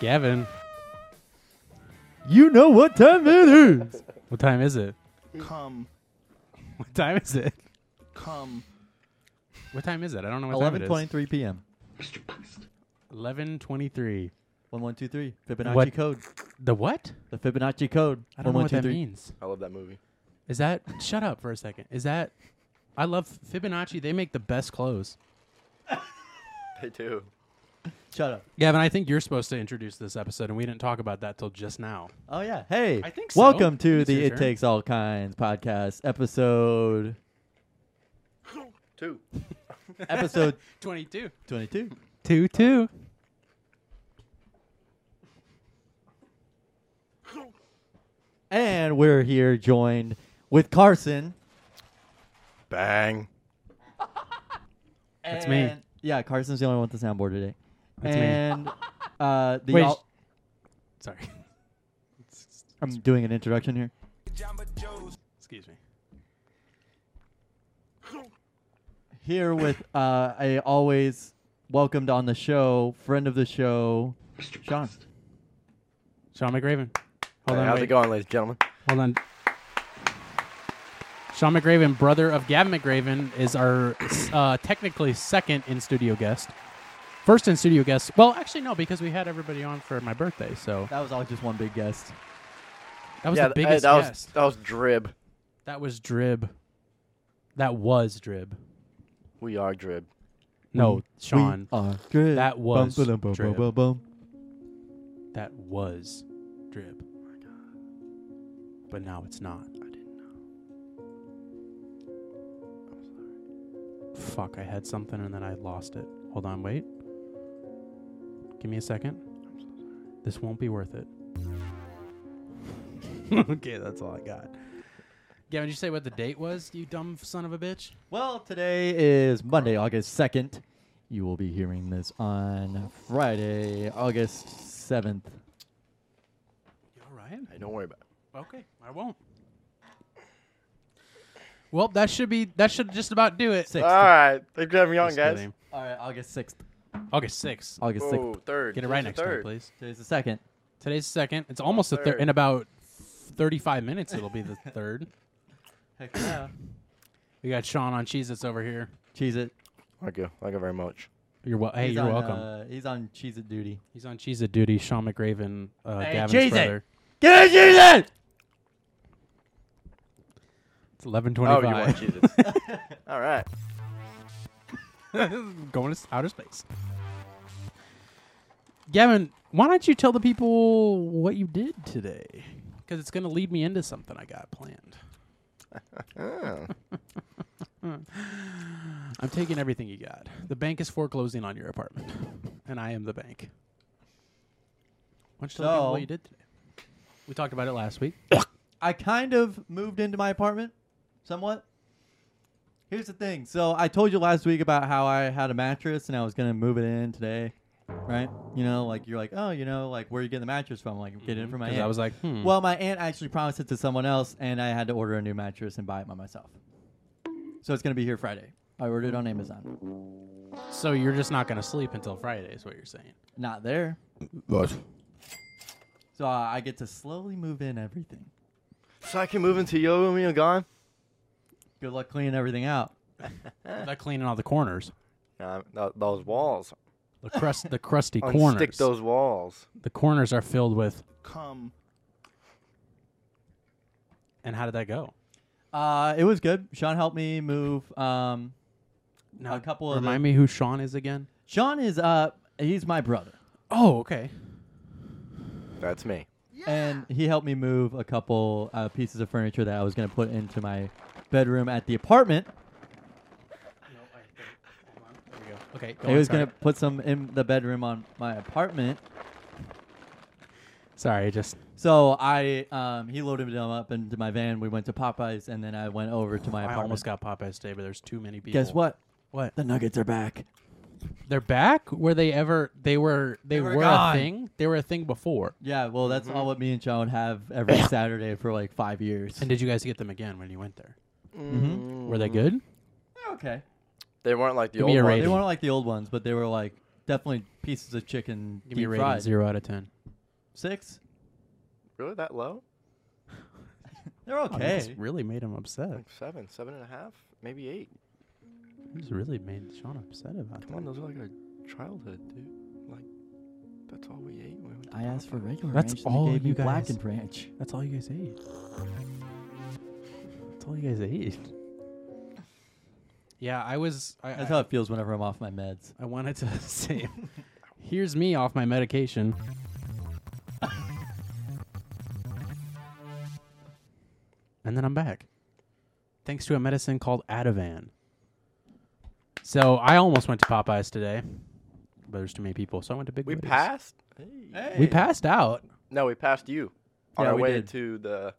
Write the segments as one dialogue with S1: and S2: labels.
S1: Gavin,
S2: You know what time it is.
S1: what time is it?
S3: Come,
S1: What time is it?
S3: come.
S1: What time is it? I don't know what
S2: Eleven twenty-three p.m.
S1: Eleven twenty-three.
S2: One one two three Fibonacci
S1: What?
S2: code.
S1: The what?
S2: The Fibonacci code.
S1: I don't know what that means.
S3: I love that movie.
S1: Is that? Shut up for a second. Is that? I love Fibonacci. They make the best clothes.
S3: They do.
S2: Shut up.
S1: Gavin, I think you're supposed to introduce this episode, and we didn't talk about that till just now.
S2: Oh yeah. Hey.
S1: I think so.
S2: Welcome to
S1: It's
S2: the
S1: your
S2: It
S1: turn.
S2: Takes All Kinds podcast episode
S3: Two.
S2: episode
S1: 22.
S2: 22.
S1: 2 2.
S2: And we're here joined with Carson.
S3: Bang.
S1: That's me.
S2: and- Yeah, Carson's the only one with the soundboard today.
S1: That's me.
S2: and uh the
S1: Wait,
S2: al-
S1: Sorry.
S2: I'm doing an introduction here.
S1: Excuse me.
S2: Here with uh a always welcomed on the show, friend of the show, Sean.
S1: Sean McRaven. Hold on.
S3: how's
S1: wait.
S3: it going, ladies and gentlemen?
S1: Hold on. Sean McRaven, brother of Gavin McRaven, is our uh, technically second in studio guest. First in studio guest. Well, actually, no, because we had everybody on for my birthday. So
S2: That was all just one big guest.
S1: that was
S3: yeah,
S1: the
S3: th-
S1: biggest
S3: that was
S1: guest.
S3: that was drib.
S1: That was Drib. That was Drib.
S3: We are drib.
S1: No,
S2: We-
S1: Sean.
S2: We are good.
S1: That was
S2: bum, bum, bum,
S1: drip.
S2: bum, bum.
S1: that was Drib. But now it's not.
S3: I didn't know. I'm sorry.
S1: Fuck, I had something and then I lost it. Hold on, wait. Give me a second.
S3: I'm so sorry.
S1: This won't be worth it. okay, that's all I got. Gavin, did you say what the date was, you dumb son of a bitch?
S2: Well, today is Monday, August 2nd. You will be hearing this on Friday, August 7th.
S1: You alright?
S3: Hey, don't worry about it.
S1: Okay, I won't. Well, that should be that should just about do it.
S2: Sixth.
S3: All right. Thanks for having me on,
S1: Just
S3: guys.
S1: kidding.
S2: All right, August 6th.
S1: August sixth.
S2: August 6th.
S3: Oh, third.
S1: Get it right
S3: Today's
S1: next
S3: the
S1: time,
S3: third.
S1: please.
S2: Today's the 2nd.
S1: Today's the second. It's almost the third.
S3: third.
S1: In about thirty-five minutes, it'll be the third.
S2: Heck yeah.
S1: We got Sean on Cheez Its over here.
S2: Cheese It.
S3: Thank you. Thank you very much.
S1: You're wel- hey,
S2: He's
S1: you're
S2: on,
S1: welcome.
S2: Uh, he's on Cheese It duty.
S1: He's on Cheez It duty. Sean McRaven, uh,
S2: Hey,
S1: Gavin's
S2: Cheez It!
S1: brother.
S2: Get Cheese It!
S1: It's eleven
S3: Oh, you want
S1: twenty-five.
S3: Jesus? All right.
S1: Going to s- outer space. Gavin, why don't you tell the people what you did today? Because it's going to lead me into something I got planned.
S3: Oh.
S1: I'm taking everything you got. The bank is foreclosing on your apartment, and I am the bank. Why don't you tell the people
S2: So-
S1: what you did today? We talked about it last week.
S2: I kind of moved into my apartment somewhat. Here's the thing. So I told you last week about how I had a mattress and I was gonna move it in today. Right? You know, like you're like, oh, you know, like where you getting the mattress from? Like get it from my
S1: 'Cause
S2: aunt.
S1: I was like, hmm.
S2: well, my aunt actually promised it to someone else, and I had to order a new mattress and buy it by myself. So it's gonna be here Friday. I ordered it on Amazon.
S1: so you're just not going to sleep until Friday, is what you're saying.
S2: Not there.
S3: But.
S2: So I I get to slowly move in everything.
S3: So I can move into your room when you're gone.
S2: Good luck cleaning everything out.
S1: Not cleaning all the corners,
S3: Nah, th- those walls.
S1: the crust, the crusty corners.
S3: Unstick Oh, those walls.
S1: The corners are filled with.
S3: Come.
S1: And how did that go?
S2: Uh, it was good. Sean helped me move um,
S1: Now,
S2: a couple of
S1: remind
S2: the,
S1: me who Sean is again.
S2: Sean is uh he's my brother.
S1: Oh, okay.
S3: That's me.
S2: and he helped me move a couple uh, pieces of furniture that I was going to put into my bedroom at the apartment.
S1: Okay,
S2: he was going to put some in the bedroom on my apartment.
S1: Sorry, just
S2: So I, um, he loaded them up into my van. We went to Popeyes, and then I went over to my
S1: I
S2: apartment.
S1: almost got Popeyes today, but there's too many people.
S2: Guess what?
S1: What?
S2: The Nuggets are back.
S1: They're back? Were they ever? They were. They,
S2: They
S1: were,
S2: were
S1: a
S2: gone.
S1: thing. They were a thing before.
S2: Yeah, well, that's all what me and Sean have every Saturday for like five years.
S1: And did you guys get them again when you went there?
S3: Mm-hmm.
S1: Were they good?
S2: okay,
S3: They weren't like the
S1: Give me
S3: old
S1: a
S3: ones.
S2: they
S1: rating.
S2: weren't like the old ones, but they were like definitely pieces of chicken
S1: Give me a
S2: deep
S1: rating,
S2: fried.
S1: zero out of ten.
S2: Six.
S3: Really that low?
S2: They're
S1: Oh, you
S2: okay.
S1: just really made him upset.
S3: Like seven, seven and a half, maybe eight.
S1: You just really made Sean upset about
S3: Come on, those are like our childhood, dude. Like that's all we ate. when We went to
S4: I asked for
S3: Popeyes.
S4: regular
S1: That's
S4: ranch. and
S1: all
S4: they gave
S1: you
S4: me black
S1: guys-
S4: and branch.
S1: That's all you guys ate. That's all you guys ate. Yeah, I was. I,
S2: That's
S1: I,
S2: how it feels whenever I'm off my meds.
S1: I wanted to say, here's me off my medication. and then I'm back. Thanks to a medicine called Ativan. So I almost went to Popeyes today, but there's too many people, so I went to Big
S3: We
S1: Woody's.
S3: passed.
S1: We passed out.
S3: No, we passed you on
S2: Yeah,
S3: our
S2: we
S3: way
S2: did.
S3: to the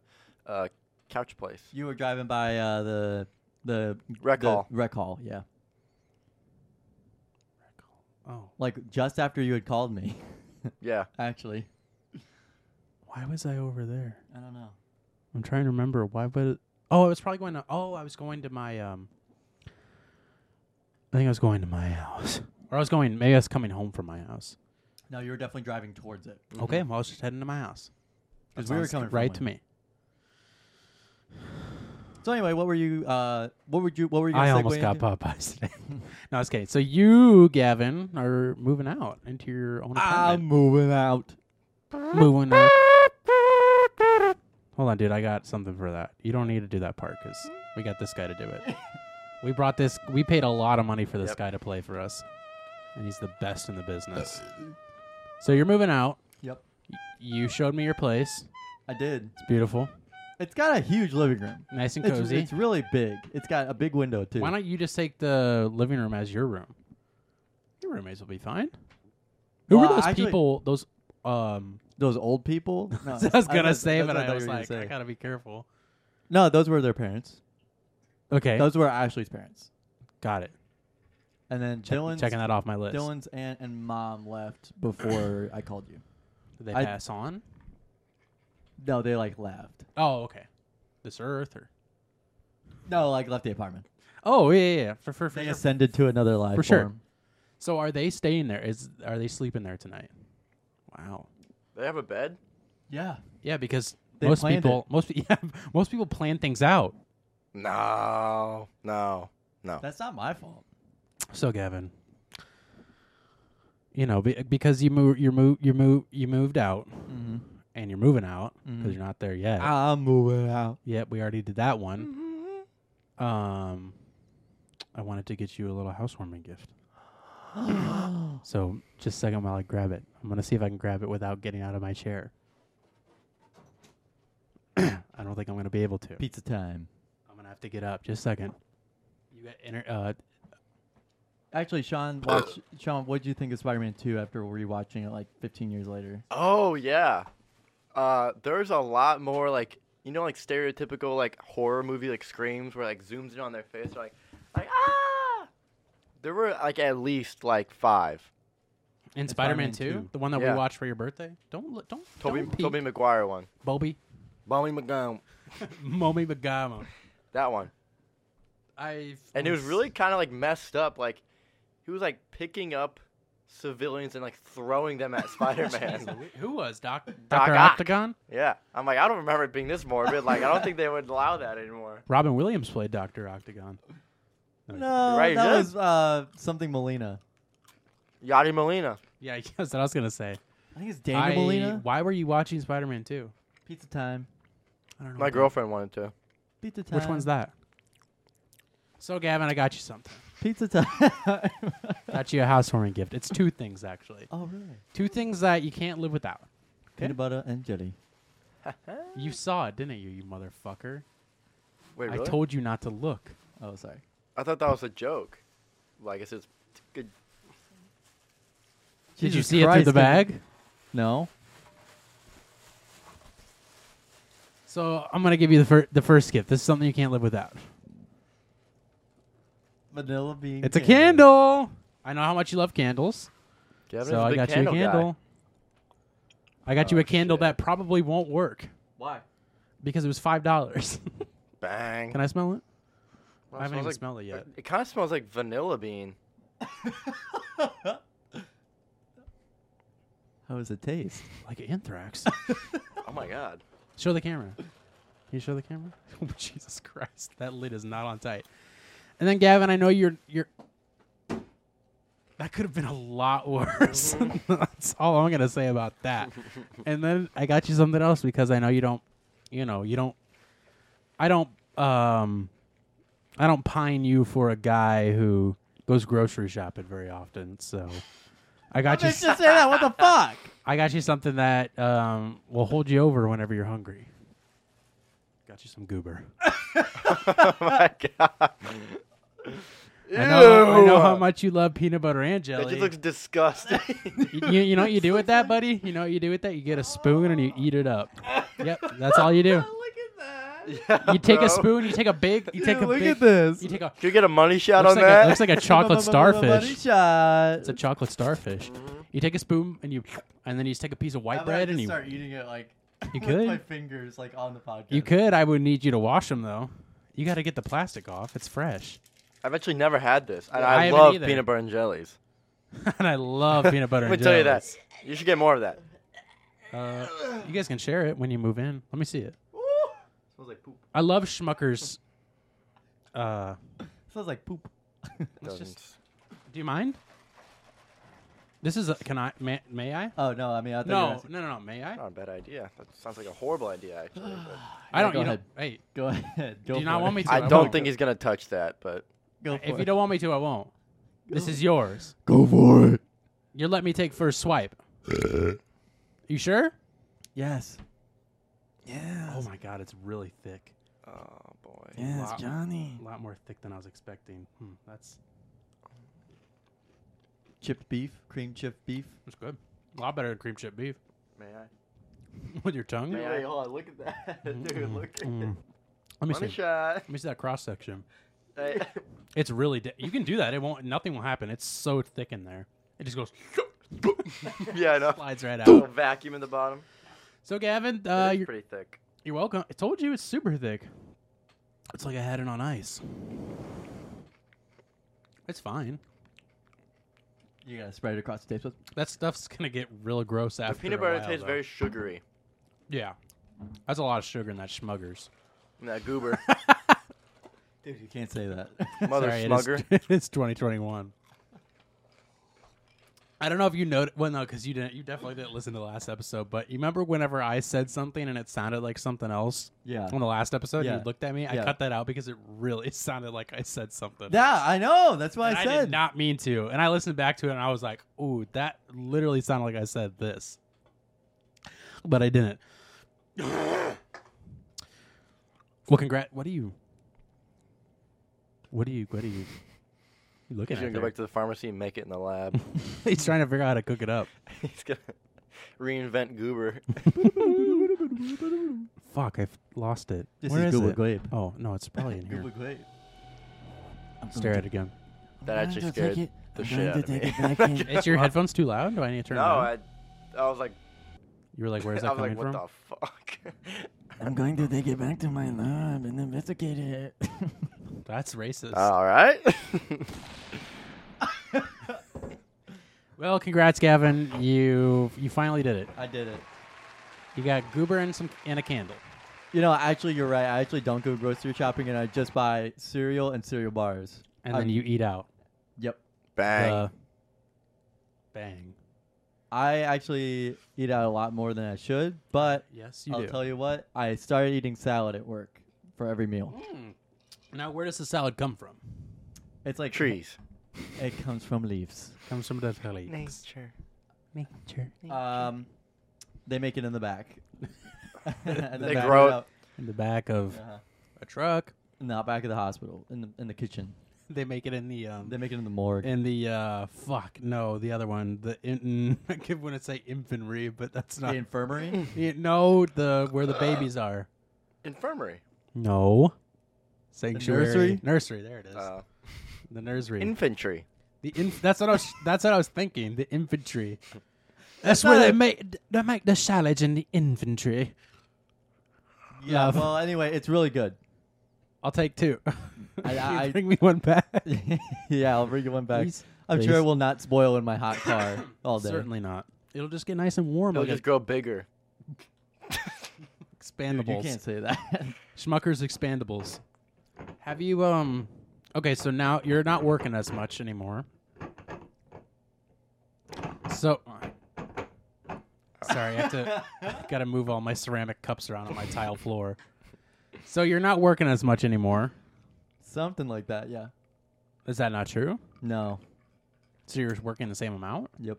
S3: uh, couch place.
S2: You were driving by uh, the the
S3: Rec
S2: the
S3: hall.
S2: Rec hall, yeah.
S1: Oh,
S2: Like just after you had called me,
S3: Yeah,
S2: actually.
S1: why was I over there?
S2: I don't know.
S1: I'm trying to remember why would it, oh I was probably going to oh I was going to my um I think I was going to my house or I was going maybe I was coming home from my house.
S2: No, you were definitely driving towards it
S1: Okay, well I was just heading to my house
S2: because
S1: That
S2: Mm-hmm. we were
S1: sounds
S2: coming
S1: right
S2: from
S1: to me.
S2: one. So anyway, what were you? Uh, what would you? What were you? Gonna
S1: I almost
S2: segue
S1: got
S2: into?
S1: Popeyes today. no, I was kidding. So you, Gavin, are moving out into your own
S2: I'm
S1: apartment.
S2: moving out.
S1: moving out. Hold on, dude. I got something for that. You don't need to do that part because we got this guy to do it. we brought this. We paid a lot of money for this
S3: Yep.
S1: guy to play for us, and he's the best in the business. so you're moving out.
S2: Yep,
S1: Y- You showed me your place.
S2: I did.
S1: It's beautiful,
S2: It's got a huge living room.
S1: nice and
S2: It's,
S1: cozy.
S2: it's really big. It's got a big window too.
S1: Why don't you just take the living room as your room? Your roommates will be fine. Who
S2: Well,
S1: were those
S2: actually-
S1: people? Those um.
S2: Those old people? No,
S1: I was gonna
S2: that's-
S1: say,
S2: that's
S1: but
S2: what
S1: I
S2: thought
S1: was
S2: you were gonna
S1: like,
S2: say.
S1: I gotta be careful.
S2: no, those were their parents.
S1: Okay,
S2: Those were Ashley's parents.
S1: got it.
S2: And then
S1: Check-
S2: Dylan's
S1: checking that off my list.
S2: Dylan's aunt and mom left.
S4: Before I called you.
S1: Did they
S2: I-
S1: pass on?
S2: No, they like left.
S1: Oh, okay. This earth or
S2: No, like left the apartment.
S1: Oh, yeah, yeah, yeah. For for, for
S2: They
S1: sure.
S2: ascended to another life
S1: For sure.
S2: form.
S1: So are they staying there? Is are they sleeping there tonight? Wow.
S3: they have a bed.
S2: Yeah.
S1: Yeah, because
S2: They
S1: most
S2: planned
S1: people most pe- yeah, most people plan things out.
S3: No, no, no.
S2: That's not my fault.
S1: So Gavin, you know, be, because you move you move you move you moved out
S2: Mm-hmm.
S1: and you're moving out because
S2: Mhm.
S1: you're not there yet.
S2: I'm moving out.
S1: Yep, we already did that one.
S3: Mm-hmm.
S1: Um, I wanted to get you a little housewarming gift. so just a second while I grab it. I'm gonna see if I can grab it without getting out of my chair. I don't think I'm gonna be able to.
S2: Pizza time.
S1: I'm gonna have to get up. Just a second. You got inter- uh,
S2: Actually, Sean, watch, Sean, what did you think of Spider-Man 2 after rewatching it like 15 years later?
S3: Oh yeah. Uh, there's a lot more like you know like stereotypical like horror movie like screams where like zooms in on their face like like ah. There were like at least like five.
S1: in
S2: It's
S1: Spider-Man
S2: Spider-Man
S1: Two,
S2: 2.
S1: the one that
S3: Yeah.
S1: we watched for your birthday. Don't look. Don't.
S3: Toby
S1: don't peek.
S3: Toby McGuire one.
S1: Bobby,
S3: Bobby McGum.
S1: Momi Bagamo.
S3: That one.
S1: I.
S3: And it was really kind of like messed up. Like he was like picking up civilians and like throwing them at Spider Man.
S1: Who was Doc?
S3: Doc
S1: Doctor
S3: Ock.
S1: Octagon.
S3: yeah, I'm like I don't remember it being this morbid. Like I don't think they would allow that anymore.
S1: Robin Williams played Doctor Octagon.
S2: No,
S3: Right,
S2: that
S3: yeah.
S2: was uh, something Molina.
S3: Yadi Molina.
S1: Yeah, I guess that's what I was gonna say.
S2: I think it's Daniel
S1: I-
S2: Molina.
S1: Why were you watching Spider-Man 2?
S2: Pizza time.
S1: I don't know.
S3: My
S1: what
S3: girlfriend wanted to.
S2: Pizza time.
S1: that- Which one's that? So, Gavin, I got you something.
S2: Pizza time.
S1: That's your housewarming gift. It's two things actually.
S2: oh, really?
S1: Two things that you can't live without.
S2: Peanut butter and jelly.
S1: You saw it, didn't you, you motherfucker?
S3: Wait,
S1: I
S3: really?
S1: told you not to look.
S2: Oh, sorry.
S3: I thought that was a joke. Like it's just it's good.
S1: Did you
S2: Jesus
S1: see it
S2: Christ,
S1: through the
S2: did-
S1: bag?
S2: No.
S1: So I'm gonna give you the fir- the first gift. This is something you can't live without.
S2: Vanilla bean.
S1: It's a
S2: candy.
S1: candle. I know how much you love candles,
S3: Gavin
S1: so
S3: is a
S1: I
S3: big
S1: got you a
S3: candle guy.
S1: candle. I got you
S3: Oh,
S1: a candle
S3: shit.
S1: that probably won't work
S2: Why?
S1: because it was five dollars.
S3: Bang.
S1: Can I smell it?
S3: Well,
S1: I haven't
S3: smells
S1: even
S3: like-
S1: smelled it yet.
S3: It kind of smells like vanilla bean.
S2: How does it taste?
S1: Like anthrax.
S3: Oh my god.
S1: show the camera. Can you show the camera? Oh, Jesus Christ, that lid is not on tight. And then Gavin, I know you're you're. That could have been a lot worse. That's all I'm gonna say about that. and then I got you something else because I know you don't, you know, you don't. I don't. Um, I don't pine you for a guy who goes grocery shopping very often. So, I got you.
S2: Bitch, just say that. What the fuck?
S1: I got you something that um, will hold you over whenever you're hungry. Got you some goober.
S3: oh my god. Ew.
S1: I know, I know how much you love peanut butter and
S3: That
S1: jelly.
S3: just looks disgusting.
S1: you, you- you know what you do with that, buddy? You know what you do with that? You get a spoon and you eat it up. Yep, that's all you do.
S2: Oh, at that.
S3: Yeah,
S1: You take
S3: bro.
S1: a spoon, you take a big, you take a
S2: look
S1: big,
S2: at this.
S1: you take a.
S3: Can you get a money shot
S1: Looks
S3: on
S1: like,
S3: that?
S1: a, looks like a chocolate
S2: Money
S1: starfish.
S2: shot.
S1: It's a chocolate starfish. You take a spoon and you, and then you just take a piece of white bread and you.
S2: start eating it like
S1: You
S2: with
S1: could.
S2: my fingers like on the podcast.
S1: You could. I would need you to wash them though. You got to get the plastic off. It's fresh.
S3: I've actually never had this, and
S1: Yeah, I
S3: I,
S1: haven't
S3: love
S1: either.
S3: peanut butter and jellies.
S1: and I love peanut butter.
S3: Let me
S1: and
S3: tell you
S1: jellies.
S3: that. You should get more of that.
S1: Uh, you guys can share it when you move in. Let me see it.
S2: Ooh.
S3: Smells like poop.
S1: I love Schmucker's. Uh,
S2: Smells like poop.
S1: Let's just- do you mind? This is. A, can I? May, may I?
S2: Oh no, I mean I thought you were
S1: No,
S2: asking-
S1: no, no, no. May I?
S3: Not a bad idea. That sounds like a horrible idea, actually. but-
S1: I don't.
S2: go
S1: you don't-
S2: ahead.
S1: hey,
S2: Go ahead. Go
S1: do you not
S2: for
S1: want
S2: it.
S1: me to?
S3: I
S1: won't.
S3: don't think he's gonna touch that, but
S2: Go for
S1: If
S2: it.
S1: you don't want me to, I won't. This is yours.
S2: go for it.
S1: You're letting me take first swipe. you sure?
S2: Yes. Yes.
S1: Oh my God, it's really thick.
S3: oh boy.
S2: Yes,
S1: Wow.
S2: Johnny.
S1: A lot more thick than I was expecting. Hmm, that's
S2: Chipped beef, cream chipped beef.
S1: that's good. A lot better than cream chip beef
S3: May I?
S1: with your tongue.
S3: May I? Hold on, look at that, dude. Look at
S1: Mm. Let me
S3: Money
S1: see.
S3: shot.
S1: Let me see that cross section.
S3: Hey.
S1: It's really di- you can do that. It won't. Nothing will happen. It's so thick in there. It just goes
S3: yeah, I know.
S1: slides right
S3: Little
S1: out.
S3: vacuum in the bottom.
S1: So Gavin,
S3: It
S1: uh,
S3: is
S1: you're,
S3: pretty thick.
S1: you're welcome. I told you it's super thick. It's like I had it on ice. It's fine.
S2: You gotta spread it across the table.
S1: That stuff's gonna get real gross
S3: The
S1: after.
S3: peanut
S1: a
S3: butter
S1: while,
S3: tastes
S1: though.
S3: very sugary.
S1: Yeah, that's a lot of sugar in that Schmuggers.
S3: And That goober.
S2: Dude, you can't say that.
S3: Mother
S1: Sorry,
S3: smugger.
S1: It is, it's 2021. I don't know if you know. Well, no, because you didn't. You definitely didn't listen to the last episode. But you remember whenever I said something and it sounded like something else
S2: yeah.
S1: on the last episode?
S2: Yeah.
S1: You looked at me. I
S2: Yeah.
S1: cut that out because it really sounded like I said something.
S2: Yeah, I know. That's what
S1: And
S2: I
S1: I,
S2: said.
S1: did not mean to. And I listened back to it and I was like, "Ooh, that literally sounded like I said this," but I didn't. well, congrats. What do you? What do you? What do you? You looking
S3: He's gonna
S1: at
S3: go
S1: there?
S3: back to the pharmacy and make it in the lab.
S1: He's trying to figure out how to cook it up.
S3: He's gonna reinvent goober.
S1: Fuck, I've lost it.
S2: This
S1: Where
S2: is
S1: is
S2: Google
S1: it?
S2: Glabe.
S1: Oh no, it's probably in here.
S2: Google Glabe.
S1: Stare at it again.
S3: That actually scared the shit out of me.
S1: Is your headphones too loud? Do I need to turn
S3: no,
S1: it on?
S3: I, I was like,
S1: you were like, "Where's
S3: I
S1: that
S3: was
S1: coming
S3: like,
S1: from?"
S3: what the fuck?
S2: I'm going to take it back to my lab and investigate it.
S1: That's racist.
S3: All right.
S1: well, congrats, Gavin. You you finally did it.
S2: I did it.
S1: You got goober and some and a candle.
S2: You know, actually, you're right. I actually don't go grocery shopping, and I just buy cereal and cereal bars.
S1: and
S2: I-
S1: then you eat out.
S2: Yep.
S3: Bang.
S1: Uh, bang.
S2: I actually eat out a lot more than I should, but
S1: Yes, you
S2: I'll
S1: do.
S2: tell you what, I started eating salad at work for every meal.
S1: Now, where does the salad come from?
S2: It's like
S3: Trees.
S2: It comes from leaves.
S1: Comes from the valley.
S3: Nature.
S1: Nature.
S2: Um, they make it in the back. And
S3: They
S2: back it
S3: grow it.
S2: up.
S1: In the back of
S2: Uh-huh.
S1: a truck.
S2: Not back of the hospital, in the in the kitchen.
S1: They make it in the um
S2: They make it in the morgue.
S1: in the uh fuck no the other one the in, I keep want to say infantry but that's
S2: the
S1: not
S2: infirmary.
S1: Yeah, no the where the babies are
S3: Infirmary.
S1: no sanctuary
S2: nursery?
S1: nursery there it is
S3: Uh,
S1: the nursery
S3: infantry.
S1: the inf- that's what I was that's what I was thinking the infantry that's,
S2: That's
S1: where
S2: not
S1: they
S2: a-
S1: make they make the salads in the infantry
S2: yeah.
S1: Love.
S2: Well, anyway, it's really good.
S1: I'll take two
S2: I-
S1: You
S2: I-
S1: bring me one back
S2: yeah, I'll bring you one back.
S1: Please,
S2: I'm sure it
S1: please.
S2: will not spoil in my hot car all day.
S1: certainly not it'll just get nice and warm
S3: It'll
S1: like
S3: just grow bigger.
S2: Dude, you
S1: expandables
S2: can't say that.
S1: Schmucker's Expandables. Have you um okay, so now you're not working as much anymore. So Sorry, I have to got to move all my ceramic cups around on my tile floor. So you're not working as much anymore.
S2: Something like that. Yeah.
S1: Is that not true?
S2: No.
S1: So you're working the same amount?
S2: Yep.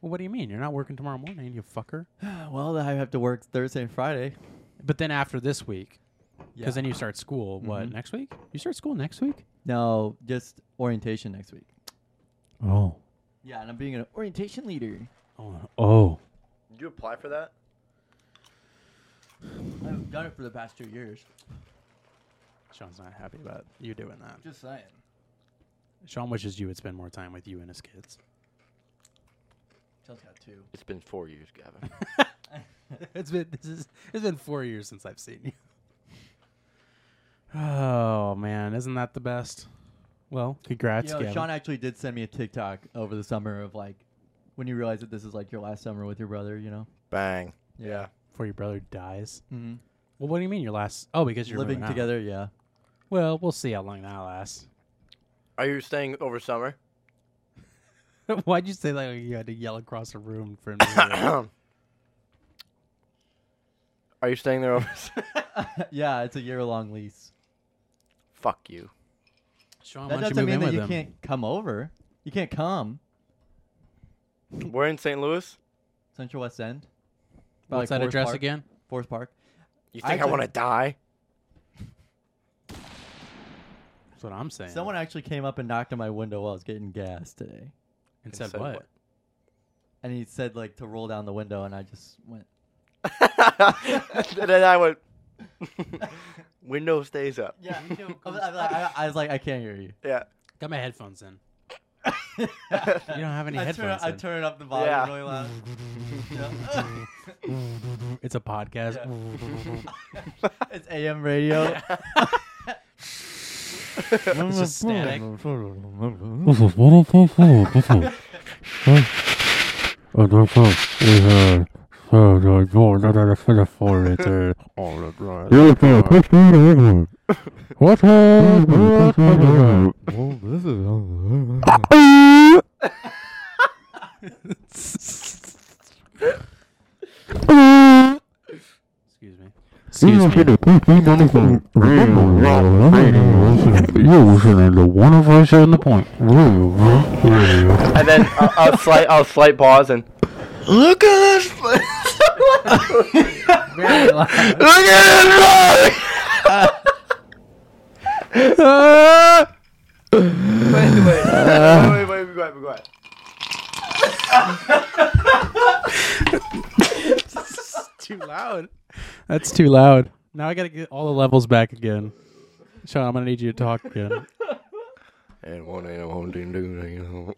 S1: Well, what do you mean? You're not working tomorrow morning, you fucker.
S2: Well, I have to work Thursday and Friday.
S1: But then after this week,
S2: Yeah.
S1: because then you start school. What
S2: Mhm.
S1: next week? You start school next week?
S2: No, just orientation next week.
S1: Oh,
S2: Yeah, and I'm being an orientation leader.
S1: oh, oh.
S3: Did you apply for that?
S2: I've done it for the past two years.
S1: Sean's not happy about you doing that.
S2: Just saying.
S1: Sean wishes you would spend more time with you and his kids.
S2: Tell's got two.
S3: It's been four years, Gavin.
S1: it's been this is it's been four years since I've seen you. Oh man, isn't that the best? Well, congrats,
S2: you know,
S1: Gavin.
S2: Sean actually did send me a TikTok over the summer of like when you realize that this is like your last summer with your brother. You know.
S3: Bang.
S1: Before your brother dies.
S2: Mm-hmm.
S1: Well, what do you mean your last? Oh, because you're
S2: Living
S1: moving out.
S2: together. Yeah.
S1: Well, we'll see how long that lasts.
S3: Are you staying over summer?
S1: Why'd you say that? Like you had to yell across the room for him. to hear?
S3: Are you staying there over summer?
S2: yeah, it's a year long lease.
S3: Fuck you.
S1: Sean,
S2: That
S1: why don't you
S2: doesn't
S1: move
S2: mean
S1: in
S2: that
S1: with
S2: you
S1: him?
S2: can't come over. You can't come.
S3: We're in St. Louis.
S2: Central West End. By,
S1: What's
S2: like,
S1: that
S2: Forest
S1: address
S2: Park-
S1: again?
S2: Forest Park.
S3: You
S2: I
S3: think I,
S2: took-
S3: want to die?
S1: That's what I'm saying.
S2: Someone actually came up and knocked on my window while I was getting gas today.
S1: and said what?
S2: And he said like to roll down the window and I just went
S3: and then I went. Window stays up.
S2: Yeah, me too. I, was- I was like- I- I was like, I can't hear you.
S3: Yeah.
S1: Got my headphones in.
S2: you don't
S1: have any
S2: I
S1: headphones
S2: Turn, I
S1: in.
S2: turn up the volume
S3: Yeah.
S2: really loud. Yeah.
S1: It's a podcast.
S2: it's AM radio.
S1: It's just static.
S4: What happened? Well, this is.
S1: Excuse me. Mm,
S4: Excuse me. You're listening to one of us on the point.
S3: And then I'll, I'll slight, I'll slight pause and look at this. Look
S2: Very loud.
S3: at this. wait, wait, wait, wait, wait, be quiet, be quiet.
S1: too loud. That's too loud. Now I gotta get all the levels back again. Sean, I'm gonna need you to talk again.
S3: And one ain't a home team, dude. ain't a home-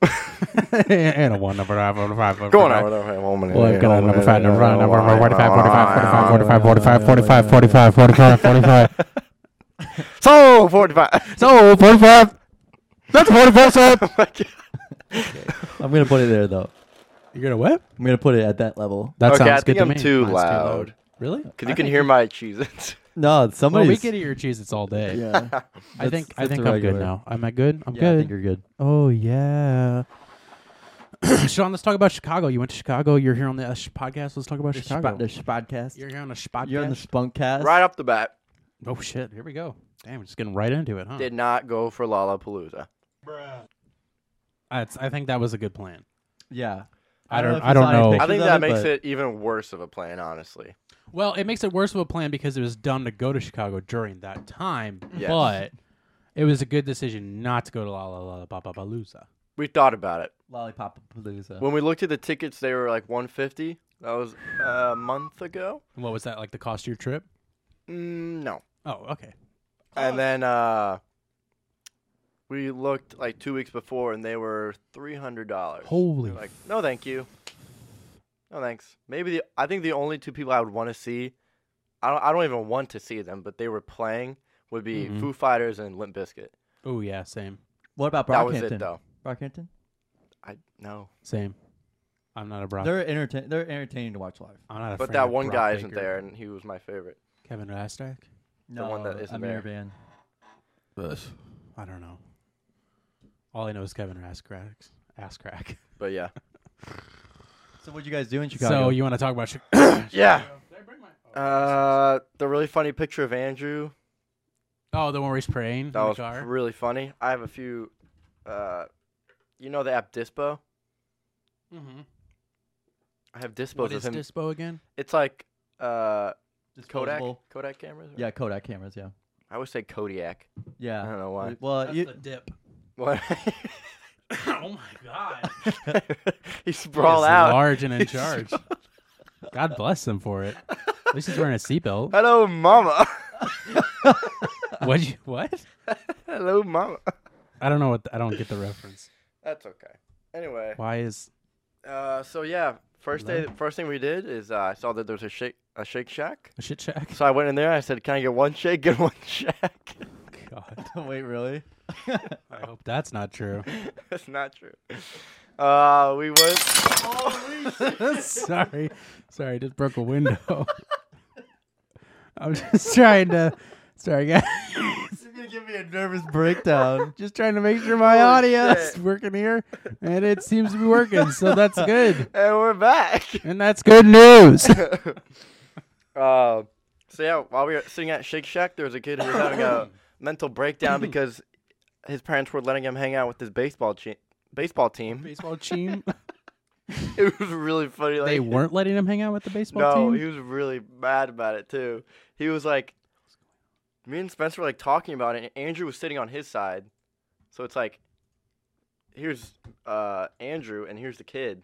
S1: and a one number five, number five, number
S3: Go on,
S1: five.
S3: I would have had one minute.
S1: Well, I've got a number five, number five, number five, forty-five, forty-five, forty-five, forty-five, forty-five, forty-five, forty-five, forty-five.
S3: So, 45.
S4: So, 45. That's 45, sir.
S3: Oh my God.
S2: I'm gonna put it there though.
S1: You're gonna what?
S2: I'm gonna put it at that level.
S1: That
S3: Okay, I
S1: sounds
S3: think
S1: good to
S3: I'm
S1: me.
S3: too
S1: Mine's
S3: loud.
S1: Really?
S3: Because you can hear my cheese.
S2: No,
S1: Well,
S2: somebody.
S1: we could eat your cheese. It's all day.
S2: Yeah,
S1: I think I think
S2: that's a
S1: I'm good
S2: regular.
S1: now. Am I good? I'm
S2: yeah, I
S1: good.
S2: think you're good.
S1: Oh yeah. Sean, let's talk about Chicago. You went to Chicago. You're here on the uh, sh- podcast. Let's talk about
S2: The
S1: Chicago.
S2: Spot, the Spodcast.
S1: You're
S2: You're,
S1: here on the sh- podcast.
S2: on the Spunkcast.
S3: right off the bat,
S1: oh shit! Here we go. Damn, we're just getting right into it, huh?
S3: did not go for Lollapalooza.
S1: That's, I think that was a good plan.
S2: Yeah.
S1: I don't-
S2: if
S1: I
S2: you
S1: don't
S2: saw any
S1: know. I Pictures
S3: I think
S2: pictures
S3: that
S2: of
S3: makes
S2: but-
S3: it even worse of a plan, honestly.
S1: Well, it makes it worse of a plan because it was dumb to go to Chicago during that time,
S3: Yes.
S1: but it was a good decision not to go to La La La La Ba Ba Balooza.
S3: We thought about it.
S2: Lollipop Palooza.
S3: When we looked at the tickets, they were like 150. That was a month ago.
S1: And What was that like? The cost of your trip?
S3: Mm, no.
S1: Oh, okay.
S3: And then uh, we looked like two weeks before, and they were three hundred dollars.
S1: Holy
S3: Like, no, thank you. No thanks. Maybe the I think the only two people I would want to see, I don't I don't even want to see them, but they were playing would be
S1: Mhm.
S3: Foo Fighters and Limp Bizkit.
S1: Oh yeah, same,
S2: what about
S3: That was it
S2: Brockhampton?
S3: though.
S2: Brockhampton?
S3: I no.
S1: same. I'm not a Brock.
S2: They're entertain. They're entertaining to watch live.
S1: I'm not a
S3: But
S1: friend
S3: that
S1: of
S3: one
S1: Brock
S3: guy isn't
S1: Baker.
S3: there, and he was my favorite.
S1: Kevin Rastak.
S2: No,
S3: one that isn't
S2: Amir
S3: there.
S2: Van.
S1: I don't know. All I know is Kevin Rastak. Ass crack.
S3: But yeah,
S2: So what you guys do in Chicago?
S1: So you want to talk about? Chi-
S3: yeah. Uh, the really funny picture of Andrew
S1: oh, the one where he's praying
S3: That
S1: in the
S3: was
S1: car.
S3: really funny. I have a few. Uh, you know the app Dispo.
S1: Mhm.
S3: I have Dispos
S1: What
S3: of
S1: is
S3: him.
S1: Dispo again?
S3: it's like uh, Kodak
S2: Disposable.
S3: Kodak cameras.
S2: Yeah, Kodak cameras. Yeah.
S3: I always say Kodiak. I
S2: Yeah.
S3: don't know why.
S2: Well, you,
S1: dip.
S3: What?
S1: oh my god.
S3: he sprawl out.
S1: large and in
S3: He's
S1: charge. God bless him for it. At least he's wearing a seatbelt.
S3: Hello, mama.
S1: What? You, what?
S3: Hello, mama.
S1: I don't know what. I don't get the reference.
S3: That's okay. Anyway,
S1: Why is?
S3: uh, so yeah, first day, first thing we did is uh, I saw that there was a shake, a Shake Shack.
S1: A shit check.
S3: So I went in there. I said, "Can I get one shake and one shack?"
S1: God,
S2: wait, really?
S1: I hope that's not true.
S3: That's not true. Uh, we went.
S1: sorry, sorry, just broke a window. I'm just trying to. Sorry, guys.
S2: You're gonna give me a nervous breakdown.
S1: Just trying to make sure my
S3: Holy
S1: audio is
S3: shit.
S1: working here, and it seems to be working. So that's good,
S3: And we're back.
S1: and that's good news.
S3: uh, so yeah, while we were sitting at Shake Shack, there was a kid who was having a mental breakdown because his parents were letting him hang out with his baseball team. Baseball team.
S1: baseball team.
S3: It was really funny. Like,
S1: They weren't letting him hang out with the baseball
S3: No,
S1: team.
S3: he was really mad about it too. He was like, me and Spencer were like talking about it, and Andrew was sitting on his side, so it's like, here's uh Andrew and here's the kid.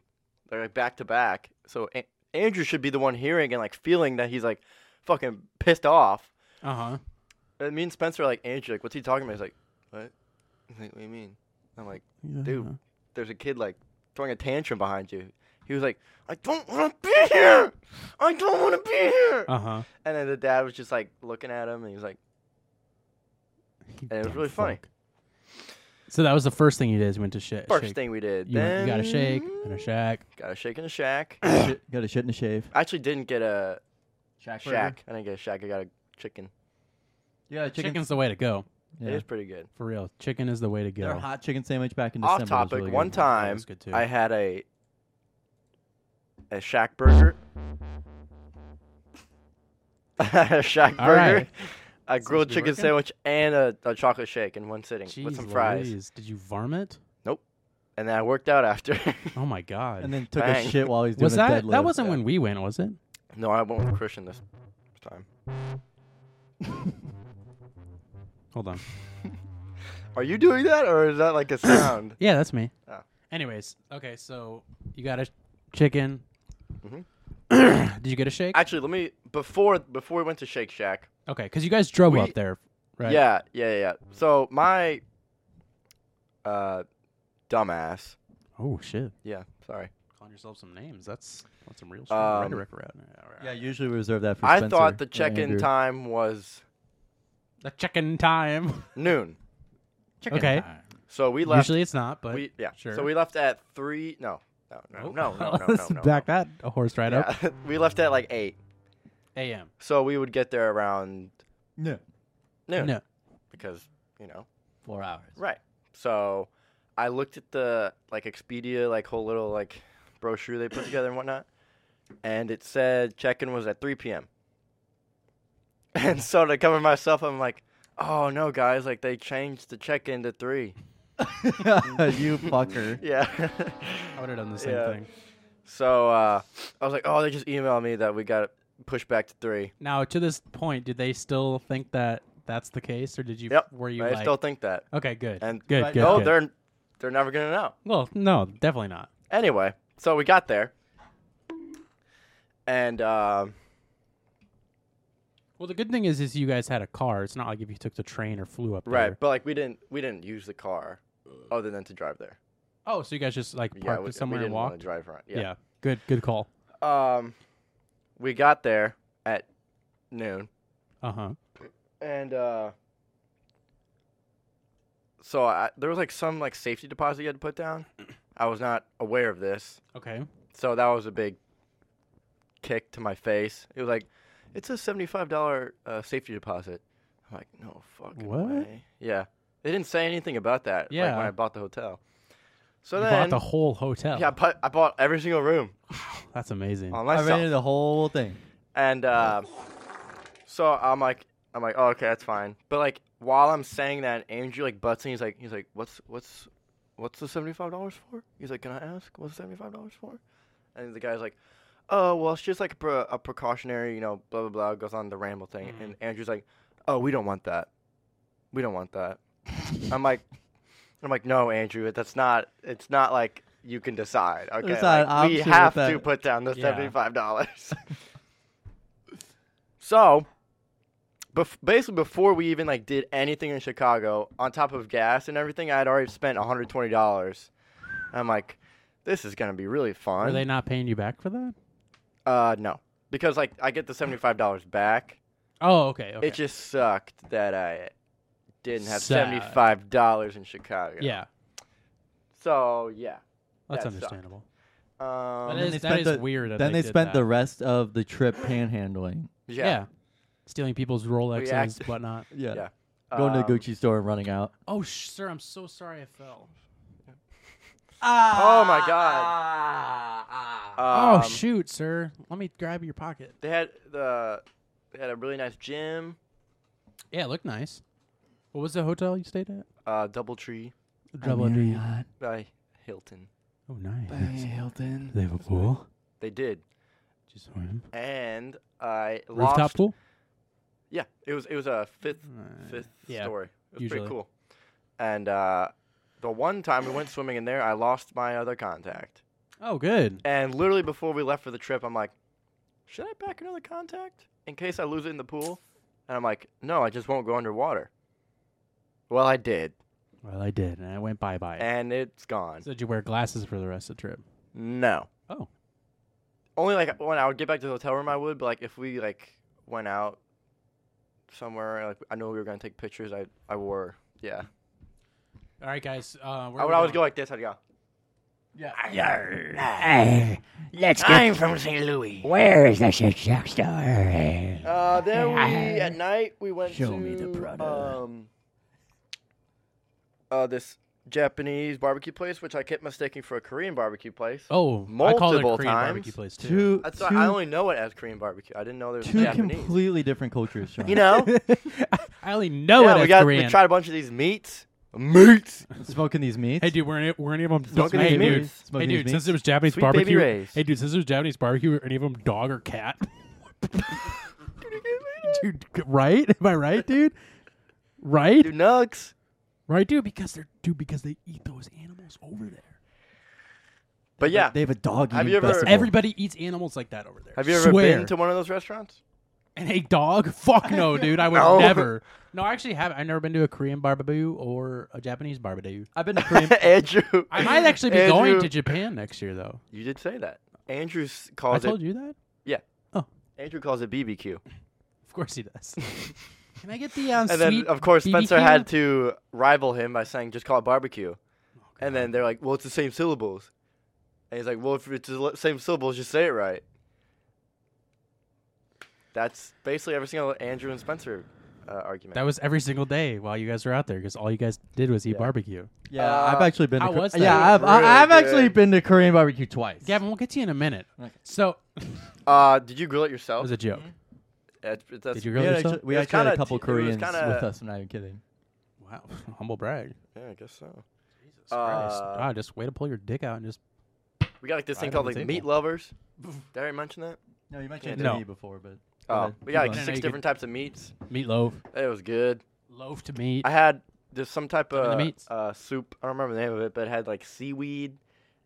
S3: They're like back to back, so a- Andrew should be the one hearing and like feeling that he's like fucking pissed off.
S1: uh huh.
S3: And me and Spencer are like, Andrew, like, what's he talking about? He's like, what? He's like, what do you mean? I'm like, dude, there's a kid like throwing a tantrum behind you. He was like, I don't want to be here. I don't want to be here.
S1: Uh huh.
S3: And then the dad was just like looking at him, and he was like,
S1: You
S3: And it was
S1: dumb
S3: really funny.
S1: fuck. So that was the first thing you did. Is went to shit.
S3: first
S1: shake.
S3: thing we did.
S1: You, went- you got a shake
S3: Then-
S1: and a shack.
S3: Got a shake and a shack. I
S2: Shit- got a shit and a shave.
S3: actually didn't get a
S2: Shack.
S3: shack. I didn't get a shack. I got a chicken.
S2: Yeah, chicken.
S1: Chicken's the way to go.
S2: Yeah.
S3: It was pretty good.
S1: For real, chicken is the way to
S2: Their
S1: go.
S2: hot chicken sandwich back in
S3: Off
S2: December. was
S3: topic.
S2: really
S3: one
S2: good.
S1: That
S3: time,
S1: was good too.
S3: I had a a shack burger. I had a shack
S1: All
S3: burger.
S1: right.
S3: A grilled
S1: to be
S3: chicken
S1: working.
S3: sandwich and a, a chocolate shake in one sitting
S1: Jeez
S3: with some fries.
S1: Louise, Did you varmint?
S3: And then I worked out after.
S1: Oh my god.
S2: And then took
S3: Bang.
S2: a shit while he's doing
S1: was
S2: a
S1: that
S2: deadlift.
S1: that wasn't when we went, was it?
S3: no, I went with Christian this time.
S1: Hold on.
S3: Are you doing that or is that like a sound?
S1: Yeah, that's me.
S3: Oh.
S1: Anyways, okay, so you got a chicken.
S3: Mhm.
S1: Did you get a shake?
S3: Actually, let me before before we went to Shake Shack.
S1: okay, because you guys drove
S3: We-
S1: up there, right?
S3: Yeah, yeah, yeah. So my uh dumbass.
S1: Oh shit.
S3: Yeah, sorry.
S1: Calling yourself some names. That's that's some real
S3: Um,
S1: rhetoric around.
S2: Yeah, usually we reserve that for
S3: I
S2: Spencer
S3: thought the
S2: and
S3: check-in
S2: Andrew.
S3: time was
S1: The chicken time.
S3: noon.
S2: Chicken
S1: okay.
S2: time.
S3: So we left
S1: Usually it's not, but
S3: we yeah.
S1: sure.
S3: So we left at 3 no. No, no,
S1: Oh,
S3: no, no, no, no,
S1: let's
S3: no,
S1: back
S3: no.
S1: that a horse right up.
S3: Yeah, we left at like 8.
S1: A.M.
S3: So we would get there around
S2: No.
S3: noon
S1: No.
S3: because, you know,
S2: Four hours.
S3: Right. So I looked at the like Expedia like whole little like brochure they put together and whatnot, and it said check-in was at 3 p.m. And so to cover myself, I'm like, oh no, guys, like they changed the check-in to three.
S2: you fucker.
S3: Yeah.
S1: I would have done the same
S3: Yeah.
S1: thing.
S3: so uh, I was like, oh, they just emailed me that we got it pushed back to three.
S1: Now, to this point, did they still think that that's the case, or did you?
S3: Yep.
S1: Were you
S3: I
S1: like?
S3: still think that.
S1: okay, good.
S3: And-
S1: good.
S2: Right,
S1: good.
S3: no,
S1: good.
S3: they're they're never gonna know.
S1: Well, no, definitely not.
S3: Anyway, so we got there, and um,
S1: Well, the good thing is, is you guys had a car. It's not like if you took the train or flew up
S3: right,
S1: there.
S3: but like we didn't we didn't use the car other than to drive there.
S1: Oh, so you guys just like
S3: yeah,
S1: parked
S3: we,
S1: it somewhere
S3: we
S1: and
S3: didn't want
S1: walked.
S3: to drive around.
S1: yeah. Good. Good call.
S3: yeah. Um, we got there at noon,
S1: Uh huh.
S3: and uh, so I, there was like some like safety deposit you had to put down. I was not aware of this,
S1: Okay.
S3: so that was a big kick to my face. It was like, it's a seventy-five dollar uh, safety deposit. I'm like, no fucking
S1: What?
S3: way. Yeah, they didn't say anything about that. like, when
S1: Yeah.
S3: I bought the hotel. So
S1: you
S3: then,
S1: bought the whole hotel.
S3: yeah, I bought, I bought every single room
S1: That's amazing.
S3: on
S2: I
S3: myself.
S2: rated the whole thing.
S3: And uh, so I'm like, I'm like, oh, okay, that's fine. But like while I'm saying that, Andrew like butts in. He's like, he's like, what's what's what's the seventy five dollars for? He's like, can I ask what's seventy five dollars for? And the guy's like, oh, well, it's just like a, pre- a precautionary, you know, blah blah blah. Goes on the ramble thing,
S2: Mm-hmm.
S3: and Andrew's like, oh, we don't want that. We don't want that. I'm like, I'm like, no, Andrew, that's not. It's not like you can decide. Okay,
S2: There's not an
S3: like, we
S2: option with
S3: have to
S2: that.
S3: put down the
S1: Yeah.
S3: seventy five dollars. So, bef- basically, before we even like did anything in Chicago, on top of gas and everything, I had already spent one hundred twenty dollars. I'm like, this is gonna be really fun.
S1: Are they not paying you back for that?
S3: uh, no, because like I get the seventy five dollars back.
S1: Oh, okay. okay.
S3: It just sucked that I didn't have
S1: Sad.
S3: seventy five dollars in Chicago.
S1: yeah.
S3: So yeah.
S1: That's
S3: that sucked.
S1: understandable.
S3: Um,
S1: That
S2: then
S1: is,
S2: they
S1: that
S2: spent
S1: is
S2: the-
S1: weird. that
S2: Then they
S1: did
S2: spent
S1: that.
S2: the rest of the trip panhandling.
S1: yeah.
S3: yeah.
S1: stealing people's Rolexes,
S3: act-
S1: whatnot.
S2: Yeah.
S3: Yeah.
S2: Going to the
S3: Um,
S2: Gucci store and running out.
S1: Oh, sh- sir, I'm so sorry I fell.
S3: Oh my god. Um,
S1: oh shoot, sir. Let me grab your pocket.
S3: They had the they had a really nice gym.
S1: Yeah, it looked nice. What was the hotel you stayed at?
S3: Uh, DoubleTree
S1: Double D.
S3: by Hilton.
S1: Oh, nice.
S2: Hilton.
S1: They have a pool.
S3: They did,
S1: Just swim.
S3: and I lost.
S1: Rooftop pool.
S3: Yeah, it was it was a fifth
S1: Uh,
S3: fifth
S1: yeah,
S3: story. It was
S1: usually.
S3: pretty cool. And uh, the one time we went swimming in there, I lost my other contact.
S1: Oh, good.
S3: And literally before we left for the trip, I'm like, should I pack another contact in case I lose it in the pool? And I'm like, no, I just won't go underwater. Well, I did,
S1: Well, I did, and I went bye bye.
S3: and it's gone.
S1: So did you wear glasses for the rest of the trip?
S3: No.
S1: Oh.
S3: Only like when I would get back to the hotel room, I would. But like if we like went out somewhere, like I know we were gonna take pictures. I I wore yeah.
S1: All right, guys. Uh, where
S3: I
S1: are
S3: would
S1: we
S3: always go
S1: going?
S3: like this. I'd go.
S5: Let's go. I'm from St. Louis. Where Mm-hmm. is the Shake Shack store?
S3: Uh, then we at night we went
S5: Show
S3: to
S5: me the Prada.
S3: um uh this Japanese barbecue place, which I kept mistaking for a Korean barbecue place.
S1: Oh, I called it
S3: multiple
S1: Korean barbecue
S3: times.
S1: place too.
S2: Two,
S3: That's
S2: two,
S3: why I only know it as Korean barbecue. I didn't know there was
S2: two
S3: Japanese.
S2: completely different cultures. Sean.
S3: you know,
S1: I only know
S3: yeah,
S1: it
S3: we
S1: as
S3: got we
S1: Korean.
S3: tried a bunch of these meats. Meats.
S2: smoking these meats.
S1: Hey dude, were any, were any of them
S3: Smoking these
S1: hey, dude,
S3: meats.
S1: hey
S2: Smoking these
S1: dude, since
S2: meats.
S1: it was Japanese
S3: Sweet baby
S1: barbecue.
S3: rays.
S1: Hey dude, since it was Japanese barbecue, were any of them dog or cat? dude, c- right? Am I right, dude? Right?
S3: Do nugs.
S1: Right, dude? Because they're dude because they eat those animals over there.
S3: But yeah,
S2: they have a dog.
S3: Have
S2: eating
S3: you ever-
S2: festival.
S1: Everybody eats animals like that over there.
S3: have you ever
S1: Swear.
S3: been to one of those restaurants?
S1: and a dog? Fuck no, dude. I would
S3: No.
S1: never. No, I actually have. I've never been to a Korean barbecue or a Japanese barbecue.
S2: I've been to Korean.
S3: Andrew,
S1: I might actually be
S3: Andrew,
S1: going to Japan next year, though.
S3: You did say that. Andrew s-
S1: I
S3: calls
S1: told
S3: it.
S1: you that.
S3: Andrew calls it BBQ.
S1: Of course he does. Can I get the um,
S3: And
S1: sweet
S3: then, of course, Spencer
S1: BBQ?
S3: had to rival him by saying, just call it barbecue.
S1: Oh,
S3: and then they're like, well, it's the same syllables. And he's like, well, if it's the li- same syllables, just say it right. That's basically every single Andrew and Spencer uh, argument.
S1: That was every single day while you guys were out there because all you guys did was eat
S3: Yeah.
S1: barbecue.
S2: Yeah,
S3: Uh,
S2: I've actually been. To
S1: how
S2: Kor-
S1: was that?
S2: Yeah, I've,
S3: Really
S2: I- I've actually
S3: good.
S2: been to Korean barbecue twice.
S1: Gavin, we'll get to you in a minute.
S2: Okay.
S1: So it
S3: uh, did you grill it yourself?
S1: was a joke.
S3: That's- that's-
S1: Did you
S2: we
S1: grill
S2: had
S1: yourself?
S2: actually, we
S3: It was
S2: actually had a
S3: kinda-
S2: couple
S3: it was
S2: Koreans
S3: kinda-
S1: Mm-hmm.
S2: with us. I'm not even kidding.
S1: Wow, humble brag.
S3: yeah, I guess so.
S1: Christ.
S3: Uh,
S1: God, just way to pull your dick out and just
S3: We got like this
S1: Right
S3: thing
S1: on
S3: called
S1: the
S3: like
S1: table.
S3: meat lovers. Did I already mention that?
S2: No, you mentioned
S1: Yeah,
S2: it to
S1: no.
S2: me before, but go
S3: Oh,
S2: ahead.
S3: we got
S2: Keep
S3: like
S1: No, no,
S2: going.
S3: six
S1: you
S3: different types of meats.
S1: meatloaf,
S3: It was good.
S1: loaf to meat.
S3: I had just some type
S1: me the
S3: of
S1: meats.
S3: uh, soup. I don't remember the name of it, but it had like seaweed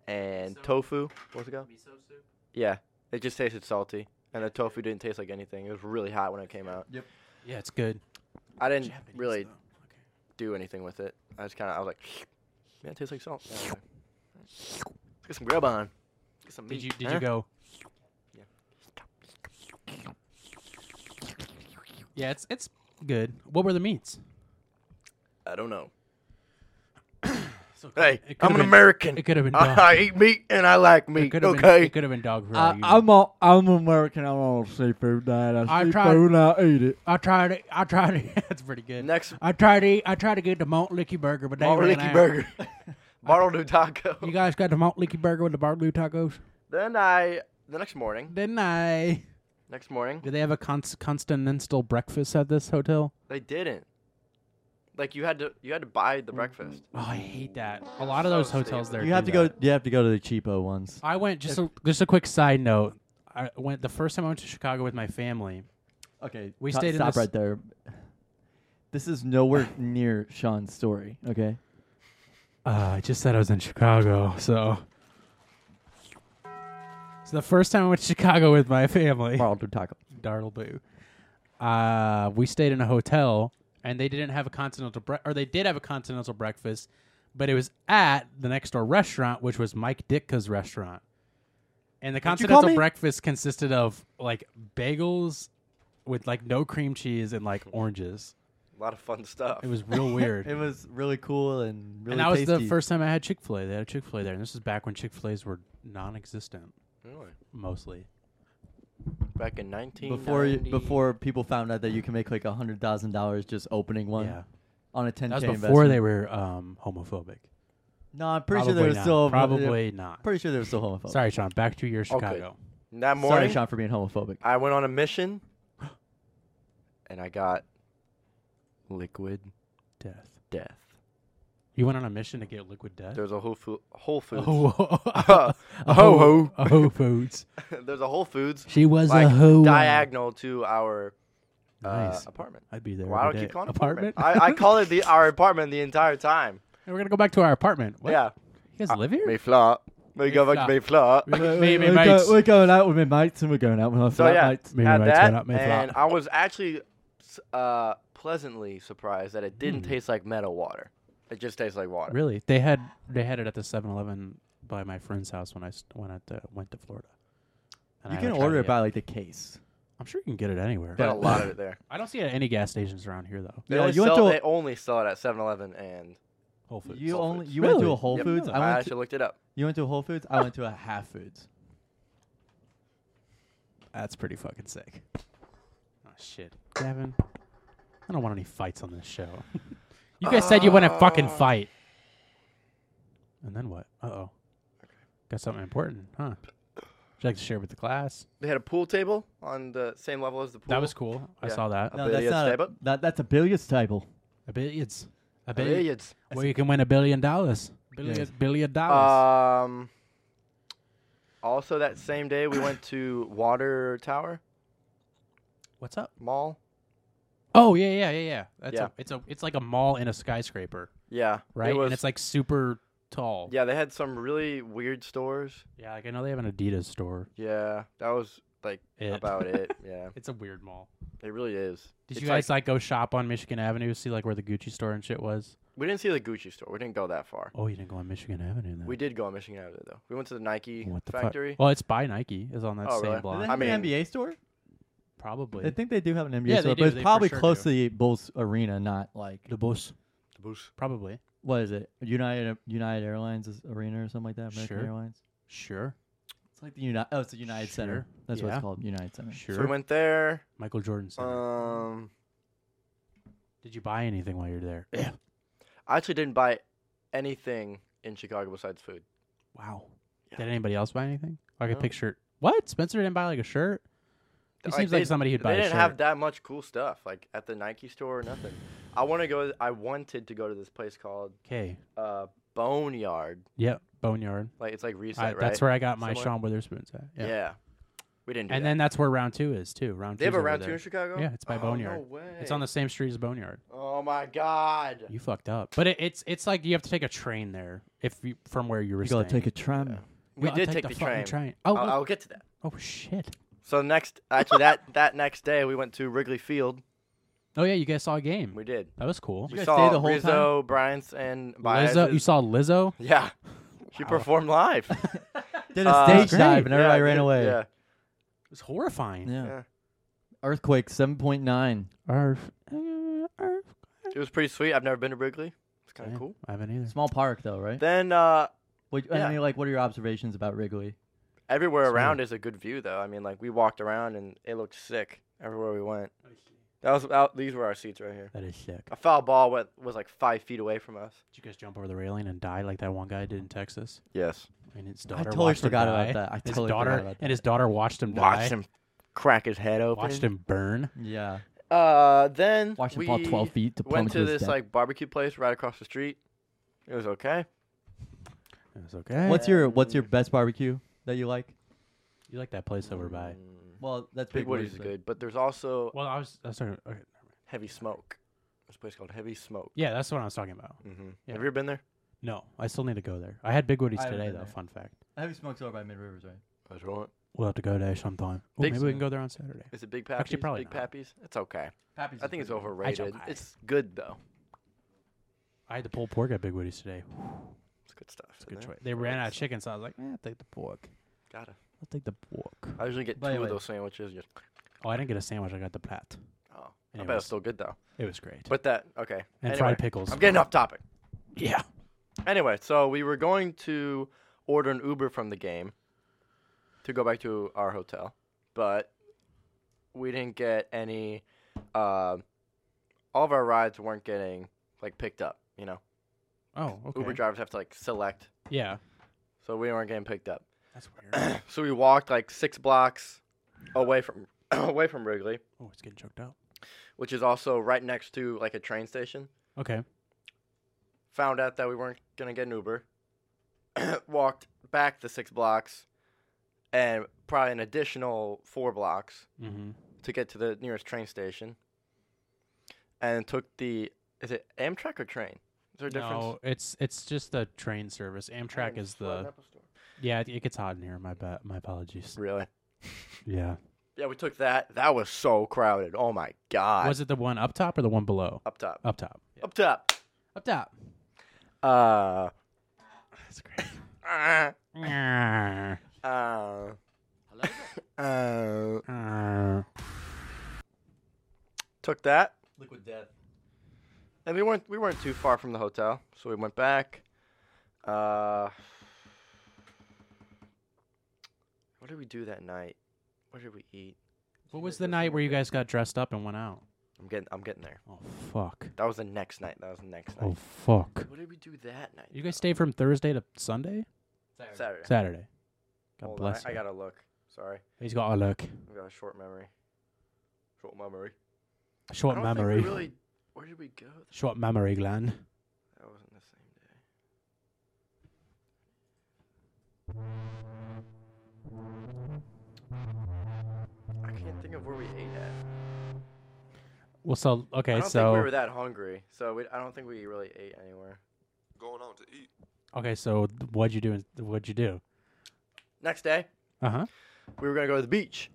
S3: and tofu. What's it called? Miso soup. Yeah, it just tasted salty, and the tofu didn't taste like anything. It was really hot when it came out.
S1: yeah, it's good.
S3: I didn't
S1: Japanese,
S3: really
S1: though.
S3: do anything with it. I just kind of I was like, man, it tastes like salt. Yeah, okay. Let's get some grub on. Get some
S1: Did
S3: meat,
S1: you did
S3: huh?
S1: you go?
S3: Yeah.
S1: Yeah, it's it's good. What were the meats?
S3: I don't know.
S1: So it could-
S3: Hey,
S1: it could
S3: I'm
S1: have
S3: an
S1: been-
S3: American.
S1: It could have been
S3: I,
S1: dog.
S3: I eat meat and I like
S1: it
S3: meat.
S1: could have been,
S3: Okay.
S1: it could have been dog for all
S2: I,
S1: you know.
S2: I'm all, I'm American. I want seafood diet. I
S1: I
S2: see
S1: tried-
S2: food, I eat it.
S1: I tried it. I tried it. That's pretty good.
S3: Next,
S1: I tried to eat, I tried to get the Montlicky burger, but they
S3: Mont
S1: ran
S3: Licky
S1: out.
S3: Burger. Bartle Taco.
S1: You guys got the Montlicky burger with the Bartloo tacos?
S3: Then I, the next morning,
S1: Didn't I?
S3: next morning,
S1: Do they have a cons- continental breakfast at this hotel?
S3: they didn't. Like you had to, you had to buy the breakfast.
S1: Oh, I hate that. A lot of those
S3: So
S1: hotels there.
S2: You have to
S1: do
S2: go.
S1: that.
S2: You have to go to the cheapo ones.
S1: I went just a, just a quick side note. I went the first time I went to Chicago with my family.
S2: Okay,
S1: Uh, We
S2: to-
S1: stayed in
S2: Stop
S1: this-
S2: right there. This is nowhere near Sean's story. Okay.
S1: Uh, I just said I was in Chicago, so. So the first time I went to Chicago with my family,
S2: Bartleby taco.
S1: Dartle Boo, uh, we stayed in a hotel, and they didn't have a continental bre- or they did have a continental breakfast, but it was at the next door restaurant, which was Mike Ditka's restaurant. And the
S2: you call
S1: continental
S2: me?
S1: breakfast consisted of like bagels with like no cream cheese and like oranges.
S3: A lot of fun stuff.
S1: It was real weird.
S2: It was really cool and really
S1: and that was the
S2: tasty.
S1: first time I had Chick Fil A. They had Chick Fil A there, and this was back when Chick Fil A's were non-existent
S3: Really?
S1: mostly.
S3: back in 19.
S2: before you, before people found out that you can make like a hundred thousand dollars just opening one
S1: Yeah,
S2: on a ten
S1: that was
S2: k
S1: before
S2: investment.
S1: they were um, homophobic.
S2: No, I'm pretty
S1: probably
S2: sure they were
S1: not.
S2: still
S1: probably not.
S2: Pretty sure they were still homophobic.
S1: Sorry, Sean. Back to your
S3: Okay.
S1: Chicago.
S3: that
S2: Sorry,
S3: morning,
S2: Sean, for being homophobic.
S3: I went on a mission, and I got liquid
S1: Death.
S3: death.
S1: You went on a mission to get liquid death.
S3: There's a Whole, Fo- Whole Foods.
S1: Oh,
S3: ho-
S2: Oh,
S1: a
S3: ho.
S1: a ho foods.
S3: There's a Whole Foods
S1: She was
S3: like
S1: a hoe.
S3: diagonal to our uh,
S1: Nice.
S3: apartment.
S1: I'd be there.
S3: Why do
S1: every
S3: I
S1: day.
S3: keep calling it
S1: apartment?
S3: I, I call it the our apartment the entire time.
S1: And we're gonna go back to our apartment. What?
S3: Yeah. Uh,
S1: You guys live here?
S3: Mayflower. We go
S1: Mayflower.
S3: back to Mayflower.
S1: Me-
S2: We're-
S1: me-
S2: we're-
S1: me
S2: we're,
S1: mates.
S2: go- we're going out with my mates and we're going out with my
S3: So
S2: flat
S3: yeah,
S2: mates.
S1: Maybe
S3: had
S1: rights went
S3: that,
S1: up, maybe
S3: and
S1: flop.
S3: I was actually s- uh, pleasantly surprised that it didn't taste like metal water. It just tastes like water.
S1: Hmm. Really? They had they had it at the 7-Eleven by my friend's house when I s- when I uh, went to Florida. And
S2: You
S1: I
S2: can
S1: tried
S2: order
S1: it.
S2: it by like the case.
S1: I'm sure you can get it anywhere.
S3: Got a lot of it there.
S1: I don't see it at any gas stations around here though.
S3: They,
S2: Yeah,
S3: only
S2: you went
S3: sell,
S2: to a-
S3: they only sell it at 7-Eleven and
S1: Whole Foods.
S2: You
S3: Whole
S2: only
S3: Foods.
S2: you went to
S1: Really?
S2: a Whole
S3: Yep.
S2: Foods.
S3: I,
S2: I went.
S3: actually
S2: To,
S3: looked it up.
S2: you went to a Whole Foods. I went to a Half Foods.
S1: That's pretty fucking sick. Oh shit, Gavin. I don't want any fights on this show. you guys said you wouldn't fucking fight. And then what? Uh oh. Got something important, huh? Would you like to share with the class?
S3: They had a pool table on the same level as the pool.
S1: That was cool. I
S3: Yeah.
S1: saw that.
S3: A
S2: No, that's
S3: billiards
S2: not a,
S3: table?
S2: that, that's a billiards table.
S1: A billions. A
S3: Hey,
S1: billion.
S3: it's-
S1: Where you can win a billion dollars. Billion,
S2: Yes.
S3: Uh,
S1: billion dollars.
S3: Um. Also, that same day we went to Water Tower
S1: What's up?
S3: Mall.
S1: Oh yeah, yeah, yeah, yeah. That's
S3: Yeah.
S1: A, it's a it's like a mall in a skyscraper,
S3: Yeah, it
S1: right?
S3: was-
S1: and it's like super tall.
S3: yeah, they had some really weird stores.
S1: yeah. Like I know they have an Adidas store.
S3: Yeah, that was like
S1: It.
S3: about it. Yeah,
S1: It's a weird mall.
S3: it really is.
S1: Did
S3: It's
S1: you guys like, go shop on Michigan Avenue, see like where the Gucci store and shit was?
S3: We didn't see the Gucci store. We didn't go that far.
S1: Oh, you didn't go on Michigan Avenue then.
S3: We did go on Michigan Avenue though. We went to the Nike
S1: What the fuck? Oh,
S3: factory.
S1: Well, it's by Nike. Is on that
S3: Oh,
S1: same
S3: really?
S2: Do they
S1: block.
S2: have
S3: I
S2: an
S3: mean-
S2: NBA store?
S1: Probably.
S2: I think they do have an NBA
S1: Yeah, they
S2: store,
S1: do.
S2: but it's
S1: They for
S2: probably
S1: sure
S2: close
S1: do.
S2: to the Bulls Arena, not like
S1: the bus.
S3: The booth.
S1: Probably.
S2: what is it? United United Airlines is- Arena or something like that. American
S1: Sure.
S2: Airlines.
S1: Sure.
S2: It's like the United. Oh, it's the United Center.
S1: Sure.
S2: That's what
S1: Yeah.
S2: it's called. United Center.
S1: Sure.
S3: So we went there.
S1: Michael Jordan Center.
S3: Um,
S1: did you buy anything while you were there? Yeah.
S3: I actually didn't buy anything in Chicago besides food.
S1: Wow. Did anybody else buy anything? Like
S3: No.
S1: a picture. What? Spencer didn't buy like a shirt. He seems like
S3: they-
S1: somebody who'd buy
S3: They
S1: a
S3: didn't
S1: shirt.
S3: have that much cool stuff like at the Nike store or nothing. I want to go. I wanted to go to this place called
S1: okay.
S3: uh, Boneyard.
S1: Yep, Boneyard.
S3: Like it's like reset,
S1: I,
S3: right?
S1: That's where I got my
S3: Somewhere?
S1: Sean Witherspoon's at.
S3: Yeah.
S1: Yeah.
S3: We didn't do
S1: and
S3: that.
S1: then that's where round two is too. Round
S3: they have
S1: two's
S3: a
S1: over
S3: round two
S1: there.
S3: in Chicago?
S1: Yeah, it's by
S3: Oh,
S1: Boneyard.
S3: No way.
S1: It's on the same street as Boneyard.
S3: Oh my god.
S1: You fucked up. But it, it's it's like you have to take a train there if you from where you were
S2: You
S1: staying.
S2: gotta take a tram.
S1: You
S3: we
S1: gotta
S3: did
S1: take
S3: take,
S1: the
S3: the
S1: fucking
S3: train.
S1: train. Oh,
S3: I'll,
S1: we-
S3: I'll get to that.
S1: Oh shit.
S3: So next, actually, that that next day we went to Wrigley Field.
S1: Oh yeah, you guys saw a game.
S3: We did.
S1: That was cool.
S3: We
S2: guys
S3: saw
S2: stayed the whole
S3: Rizzo, Bryant's, and Baez.
S1: Lizzo, you saw Lizzo.
S3: Yeah, she performed live.
S2: Did a
S3: Uh,
S2: stage
S1: great.
S2: dive and
S3: Yeah,
S2: everybody
S3: we
S2: ran
S3: did-
S2: away.
S3: Yeah.
S1: It was horrifying.
S2: Yeah.
S3: Yeah.
S2: Earthquake 7.9.
S1: Arf, uh, arf.
S3: It was pretty sweet. I've never been to Wrigley. It's kind
S1: Yeah,
S3: of cool.
S1: I haven't either.
S2: Small park though, right?
S3: Then uh,
S2: What,
S3: yeah.
S2: I mean, like, what are your observations about Wrigley?
S3: everywhere around is a good view, though. I mean, like we walked around and it looked sick everywhere we went. That was out. These were our seats right here.
S1: That is sick.
S3: A foul ball went, was like five feet away from us.
S1: Did you guys jump over the railing and die like that one guy did in Texas?
S3: Yes.
S1: And his daughter
S2: Mm. totally
S1: watched him
S2: forgot about
S1: die.
S2: that. I
S1: his
S2: totally
S1: daughter
S2: forgot about
S1: and his daughter watched him die.
S3: Watched him crack his head open.
S1: Watched him burn.
S2: Yeah.
S3: Uh, then
S2: Watched him
S3: we
S2: fall 12 feet to
S3: went
S2: plummet
S3: to
S2: his
S3: this
S2: death.
S3: like barbecue place right across the street. It was okay.
S1: It was okay.
S2: What's your What's your best barbecue that you like?
S1: you like that place over by?
S2: Well, that's
S3: Mm. Big Woody's
S2: Woody's
S3: is good, but there's also
S1: Well, I was. That's sorry. Okay.
S3: Heavy Smoke. There's a place called Heavy Smoke.
S1: Yeah, that's what I was talking about.
S3: Mm-hmm.
S1: Yeah.
S3: Have you ever been there?
S1: No, I still need to go there. I had Big Woody's
S2: I haven't
S1: today
S2: been
S1: though.
S2: there.
S1: Fun fact.
S2: Heavy Smoke's over by Mid Rivers, right?
S3: That's right.
S1: We'll have to go there sometime. Ooh,
S3: Big
S1: maybe we can go there on Saturday.
S3: Is it Big Pappies?
S1: probably
S3: Big
S1: not.
S3: Pappies. It's okay.
S2: Pappy's
S3: I think it's overrated.
S1: buy it.
S3: It's good though.
S1: I had the pulled pork at Big Woody's today.
S3: It's good stuff.
S1: It's a good
S3: isn't
S1: choice.
S3: it?
S1: They ran out of chicken, so I was like, eh, I'll take the pork.
S3: Gotta.
S1: I'll take the pork.
S3: I usually get
S2: By the
S3: two of
S2: way-
S3: those sandwiches. Just,
S1: Oh, I didn't get a sandwich. I got the plat.
S3: oh, I bet
S1: Anyways.
S3: it's still good though.
S1: It was great.
S3: But that okay.
S1: and
S3: anyway,
S1: fried pickles.
S3: I'm getting off topic.
S1: yeah.
S3: Anyway, so we were going to order an Uber from the game to go back to our hotel, but we didn't get any. Uh, all of our rides weren't getting like picked up. You know,
S1: Oh, okay.
S3: Uber drivers have to like select,
S1: Yeah.
S3: so we weren't getting picked up.
S1: That's weird.
S3: So we walked like six blocks away from away from Wrigley,
S1: oh, it's getting choked up.
S3: which is also right next to like a train station.
S1: Okay.
S3: found out that we weren't gonna get an Uber, walked back the six blocks, and probably an additional four blocks
S1: Mm-hmm.
S3: to get to the nearest train station, and took the is it Amtrak or train? Is there a difference?
S1: No, it's it's just the train service. Amtrak is the yeah. It, it gets hot in here. My ba- my apologies.
S3: really.
S1: Yeah.
S3: Yeah, we took that. That was so crowded. Oh my god!
S1: Was it the one up top or the one below?
S3: up top?
S1: Up top.
S3: Up top.
S1: Up top.
S3: Uh.
S1: That's great.
S3: Uh.
S1: Arr,
S3: Hello. uh.
S1: arr.
S3: Took that.
S2: Liquid Death.
S3: And we weren't we weren't too far from the hotel, so we went back. Uh, what did we do that night? What did we eat?
S1: What was the night where you guys got dressed up and went out?
S3: I'm getting I'm getting there.
S1: Oh fuck.
S3: That was the next night. That was the next night.
S1: Oh fuck.
S3: What did we do that night?
S1: You guys stayed from Thursday to Sunday?
S3: Saturday.
S1: Saturday. God
S3: Hold on,
S1: bless
S3: I, I
S1: you.
S3: gotta look. Sorry,
S1: He's got a look.
S3: I've got a short memory. Short memory.
S1: Short
S3: I don't think we
S1: memory.
S3: really. Where did we go?
S1: Short memory, Glenn.
S3: That wasn't the same day. I can't think of where we ate at.
S1: Well, so okay,
S3: I don't
S1: so
S3: think we were that hungry, so we, I don't think we really ate anywhere.
S6: going on to eat.
S1: okay, so what'd you do? in- What'd you do?
S3: Next day,
S1: Uh
S2: Uh-huh.
S1: huh.
S3: we were gonna go to the beach,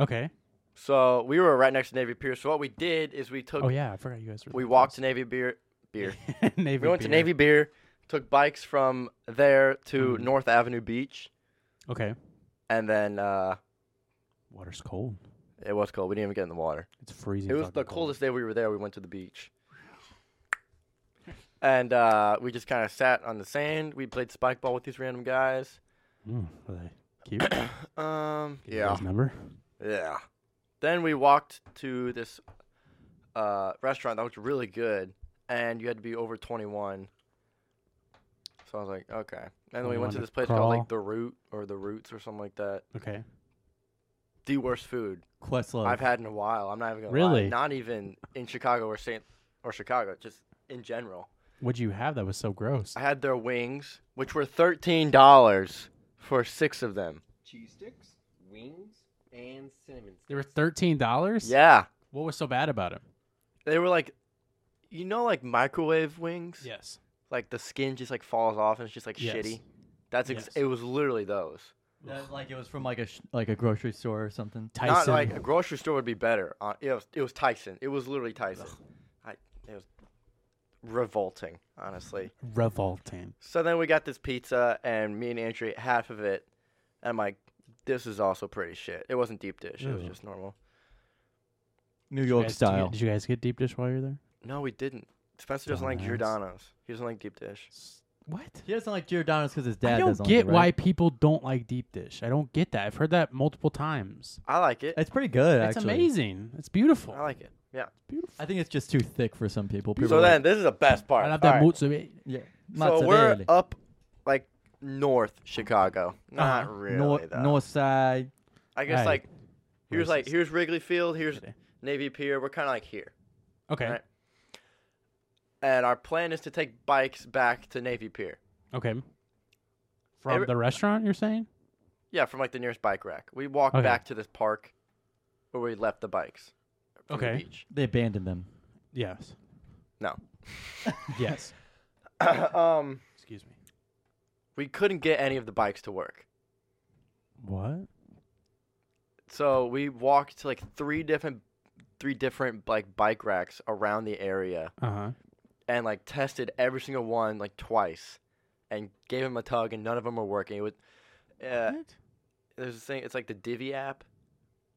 S1: Okay.
S3: so we were right next to Navy Pier. So what we did is we took,
S1: Oh yeah, I forgot you guys were.
S3: we
S1: that
S3: walked to Navy Beer, beer.
S1: close. Navy.
S3: we went to
S1: beer.
S3: Navy Beer, took bikes from there to
S1: Mhm.
S3: North Avenue Beach,
S1: Okay.
S3: and then uh,
S1: Water's cold.
S3: it was cold. We didn't even get in the water.
S1: It's freezing.
S3: It was
S1: fucking
S3: the
S1: cold.
S3: coldest day we were there. We went to the beach. And uh, we just kind of sat on the sand. We played spike ball with these random guys.
S1: Mm, were they cute? Give
S3: Um,
S1: you guys Number.
S3: yeah. Then we walked to this uh, restaurant that was really good, and you had to be over 21. So I was like, okay. And then we went to
S1: 21 to
S3: this place called
S1: crawl.
S3: like the Root or the Roots or something like that.
S1: Okay.
S3: The worst food
S2: Questlove.
S3: I've had in a while. I'm not even gonna lie.
S1: Really?
S3: Not even in Chicago or Saint or Chicago, just in general.
S1: What'd you have that was so gross?
S3: I had their wings, which were thirteen dollars for six of them.
S6: Cheese sticks, wings, and cinnamon sticks.
S1: They were thirteen dollars.
S3: Yeah,
S1: What was so bad about them?
S3: they were like, you know, like microwave wings.
S1: Yes.
S3: Like the skin just like falls off and it's just like
S1: Yes.
S3: shitty. That's ex-
S1: Yes.
S3: it was literally those.
S2: That, like it was from like a sh- like a grocery store or something.
S1: Tyson.
S3: Not like a grocery store would be better. Uh, it was it was Tyson. It was literally Tyson. I, it was revolting, honestly.
S1: revolting.
S3: So then we got this pizza, and me and Andrew ate half of it. And I'm like, this is also pretty shit. It wasn't deep dish. It was
S1: Ew.
S3: just normal.
S2: New York
S1: Guys, did you-
S2: style.
S1: Did you guys get deep dish while you were there?
S3: No, we didn't. Spencer doesn't like
S1: Dumbass.
S3: Giordano's. He doesn't like deep dish.
S1: What?
S2: He doesn't like Giordano's because his dad
S1: I don't
S2: doesn't
S1: get
S2: like it,
S1: why
S2: right?
S1: people don't like deep dish. I don't get that. I've heard that multiple times.
S3: I like it.
S2: It's pretty good.
S1: It's
S2: actually.
S1: amazing. It's beautiful.
S3: I like it. Yeah.
S2: I think it's just too thick for some people. people
S3: So
S2: are
S3: then, this is the best part.
S1: I love
S3: All
S1: that
S3: right.
S1: mozzarella.
S2: yeah.
S3: So we're up, like north Chicago. Not
S1: Uh-huh.
S3: really.
S2: north,
S3: though.
S2: north side.
S3: I guess
S1: Right.
S3: like here's like
S1: Racist.
S3: here's Wrigley Field. Here's Navy Pier. We're kind of like here,
S1: Okay.
S3: Right. and our plan is to take bikes back to Navy Pier.
S1: Okay. From
S3: Every-
S1: the restaurant, you're saying?
S3: Yeah, from like the nearest bike rack. We walk
S1: Okay.
S3: back to this park where we left the bikes. from the
S1: Okay.
S3: beach.
S2: They abandoned them.
S1: Yes.
S3: No.
S1: yes.
S3: um,
S1: Excuse me.
S3: we couldn't get any of the bikes to work,
S1: What?
S3: so we walked to like three different, three different like bike racks around the area,
S1: Uh huh.
S3: and like tested every single one like twice, and gave them a tug, and none of them were working. It was, uh, there's a thing. It's like the Divvy app,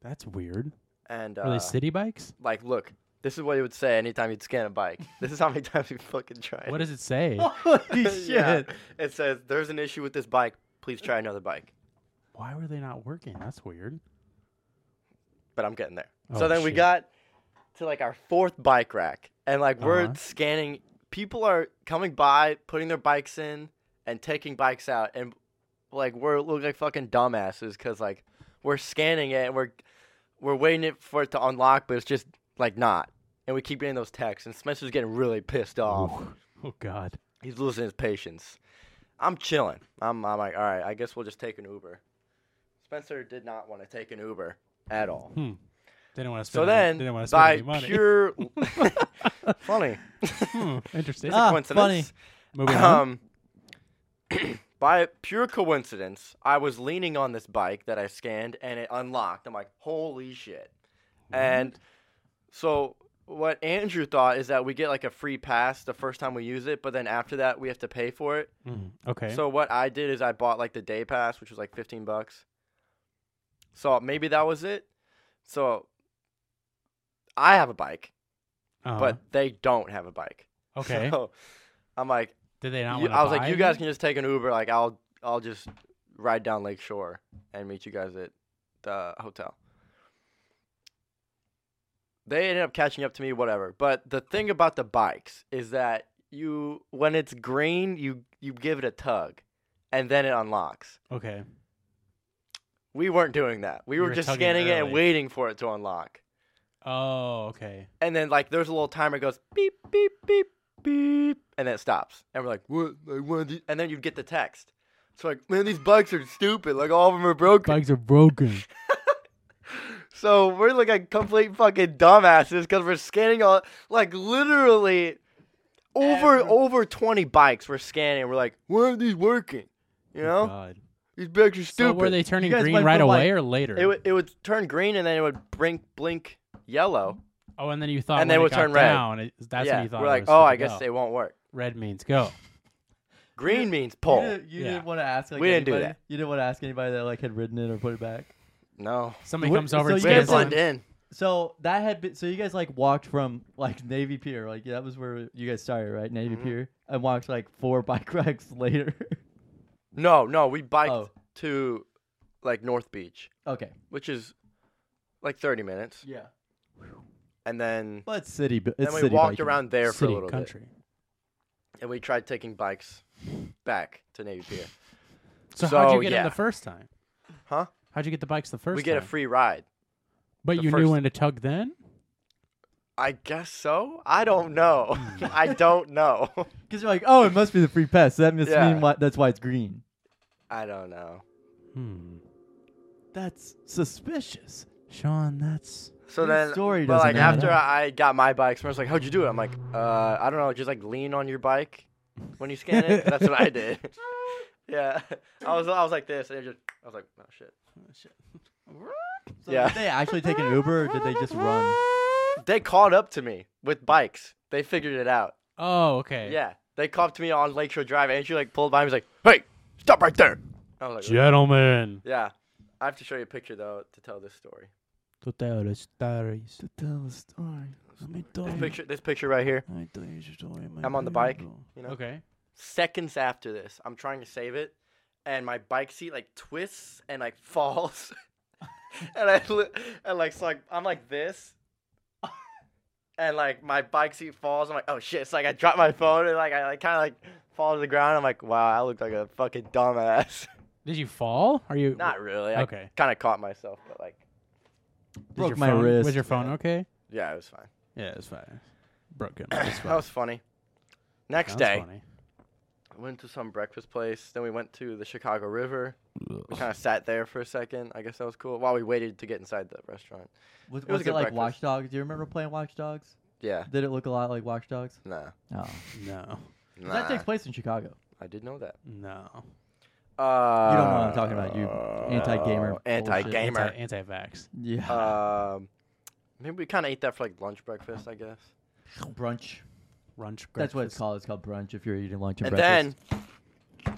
S1: That's weird.
S3: and
S1: Are
S3: uh,
S1: they city bikes?
S3: like look, this is what it would say anytime you'd scan a bike. this is how many times you fucking tried.
S1: What does it say?
S2: Holy
S3: Yeah. It says there's an issue with this bike. Please try another bike.
S1: Why were they not working? That's weird.
S3: But I'm getting there.
S1: Oh,
S3: so then we
S1: shit.
S3: got to like our fourth bike rack, and like
S1: Uh-huh.
S3: we're scanning. People are coming by, putting their bikes in, and taking bikes out, and like we're look like fucking dumbasses because like we're scanning it and we're we're waiting it for it to unlock, but it's just like not. And we keep getting those texts, and Spencer's getting really pissed off.
S1: Oh, oh God.
S3: He's losing his patience. I'm chilling. I'm, I'm like, all right, I guess we'll just take an Uber. Spencer did not want to take an Uber at all.
S1: Hmm. They didn't want to spend.
S3: So
S1: any-
S3: then,
S1: they didn't want to spend
S3: by
S1: any money.
S3: pure funny
S1: Hmm, interesting.
S2: Ah,
S3: coincidence,
S1: Moving on.
S3: um, by pure coincidence, I was leaning on this bike that I scanned, and it unlocked. I'm like, holy shit! And so what Andrew thought is that we get like a free pass the first time we use it, but then after that we have to pay for it.
S1: Mm, okay.
S3: So what I did is I bought like the day pass, which was like fifteen bucks. So maybe that was it. So I have a bike,
S1: Uh-huh.
S3: but they don't have a bike.
S1: okay.
S3: So I'm like,
S1: Did they not?
S3: you-
S1: wanna
S3: I was
S1: buy
S3: like, you guys
S1: it?
S3: can just take an Uber. Like I'll, I'll just ride down Lake Shore and meet you guys at the hotel. They ended up catching up to me, whatever. But the thing about the bikes is that you, when it's green, you you give it a tug, and then it unlocks.
S1: Okay.
S3: We weren't doing that. We
S1: You
S3: were,
S1: were
S3: just
S1: tugging
S3: scanning it and
S1: early.
S3: waiting for it to unlock.
S1: Oh, okay.
S3: And then like there's a little timer that goes beep beep beep beep, and then it stops. And we're like, what? Like one of these? And then you get the text. So like, man, these bikes are stupid. Like all of them are broken.
S1: Bikes are broken.
S3: So we're like a complete fucking dumbasses because we're scanning all like literally over over twenty bikes. We're scanning. We're like, why aren't these working? You know,
S1: God.
S3: these bikes are stupid.
S1: So were they turning
S2: guys
S1: green
S2: went
S1: right
S2: from, like-
S1: away or later?
S3: It would it would turn green and then it would blink blink yellow.
S1: oh, and then you thought when
S3: and then
S1: it
S3: would
S1: got
S3: turn red.
S1: down, it- that's
S3: yeah,
S1: when you thought.
S3: we're
S1: it
S3: like,
S1: was
S3: oh,
S1: good
S3: I
S1: to
S3: guess
S1: go.
S3: they won't work.
S1: Red means go.
S3: Green means
S2: You
S3: pull.
S2: didn't, you
S1: Yeah.
S2: didn't want to ask. Like,
S3: We didn't do
S2: anybody-
S3: that.
S2: You didn't want to ask anybody that like had ridden it or put it back.
S3: No,
S1: Somebody
S2: What-
S1: comes over
S2: so
S1: and
S2: you
S3: we didn't
S2: guys
S1: stands
S2: like-
S1: on.
S3: blend in.
S2: So that had been. So you guys like walked from like Navy Pier, like that was where you guys started, right? Navy
S3: Mm-hmm.
S2: Pier, and walked like four bike racks later.
S3: No, no, we biked
S2: Oh.
S3: to like North Beach,
S2: okay.
S3: which is like 30 minutes,
S2: Yeah.
S3: and then
S2: But it's city. bu- It's
S3: then we
S2: city
S3: walked
S2: biking.
S3: around there for a
S1: City
S3: little
S1: country.
S3: bit, and we tried taking bikes back to Navy Pier.
S1: So, how'd
S3: So,
S1: you get
S3: yeah.
S1: them the first time?
S3: Huh?
S1: How'd you get the bikes the first?
S3: we get a
S1: time?
S3: free ride.
S1: But
S3: the
S1: you knew
S3: first-
S1: when to tug then.
S3: I guess so. I don't know. I don't know.
S2: Because you're like, oh, it must be the free pest. So that must
S3: Yeah.
S2: mean why, that's why it's green.
S3: I don't know.
S1: Hmm.
S2: That's suspicious.
S1: Sean, that's
S3: So
S2: Your
S3: then,
S2: story
S3: but like
S2: doesn't add
S3: after
S2: up.
S3: I got my bike, someone's like, "How'd you do it?" I'm like, "Uh, I don't know. Just like lean on your bike when you scan it." That's what I did. yeah, I was I was like this, and it just I was like, "Oh shit."
S2: So
S3: Yeah.
S2: Did they actually take an Uber or did they just run?
S3: They caught up to me with bikes. They figured it out.
S1: Oh, okay.
S3: Yeah, they caught up to me on Lakeshore Drive, and she like pulled by me. and was like, "Hey, stop right there." I was like,
S1: Gentlemen.
S3: "Yeah." I have to show you a picture though to tell this story.
S1: To tell the stories.
S2: To tell a story. Let me tell
S3: This picture, this picture right here.
S2: I tell you a story.
S3: I'm on the bike. You know.
S1: Okay.
S3: seconds after this, I'm trying to save it, and my bike seat like twists and like falls, and I li- and like so like I'm like this, and like my bike seat falls. I'm like oh shit! So like I drop my phone and like I like kind of like fall to the ground. I'm like wow, I look like a fucking dumbass.
S1: Did you fall? Are you
S3: Not really. I
S1: Okay.
S3: Kind of caught myself, but like
S1: Did
S2: Broke
S1: your
S2: my
S1: phone-
S2: wrist.
S1: Was your phone okay?
S3: yeah, it was fine.
S1: Yeah, it's fine. Broken. It's
S3: That was funny. Next day.
S1: Funny.
S3: went to some breakfast place. Then we went to the Chicago River. We kind of sat there for a second. I guess that was cool while we waited to get inside the restaurant.
S2: Was,
S3: It
S2: was
S3: was
S2: it,
S3: a good
S2: like
S3: breakfast.
S2: Watch Dogs? Do you remember playing Watch Dogs?
S3: Yeah.
S2: Did it look a lot like Watch Dogs?
S3: Nah.
S2: Oh.
S1: No,
S3: nah.
S2: That takes place in Chicago.
S3: I did know that.
S1: no.
S3: Uh,
S2: You don't know what I'm talking about, you anti-gamer bullshit.
S3: Anti-gamer.
S1: Anti, anti-vax.
S2: Yeah.
S3: Um, maybe we kind of ate that for like lunch, breakfast, I guess.
S2: brunch.
S1: Brunch.
S2: That's what
S1: breakfast.
S2: it's called. It's called brunch if you're eating lunch and,
S3: And
S2: breakfast.
S3: then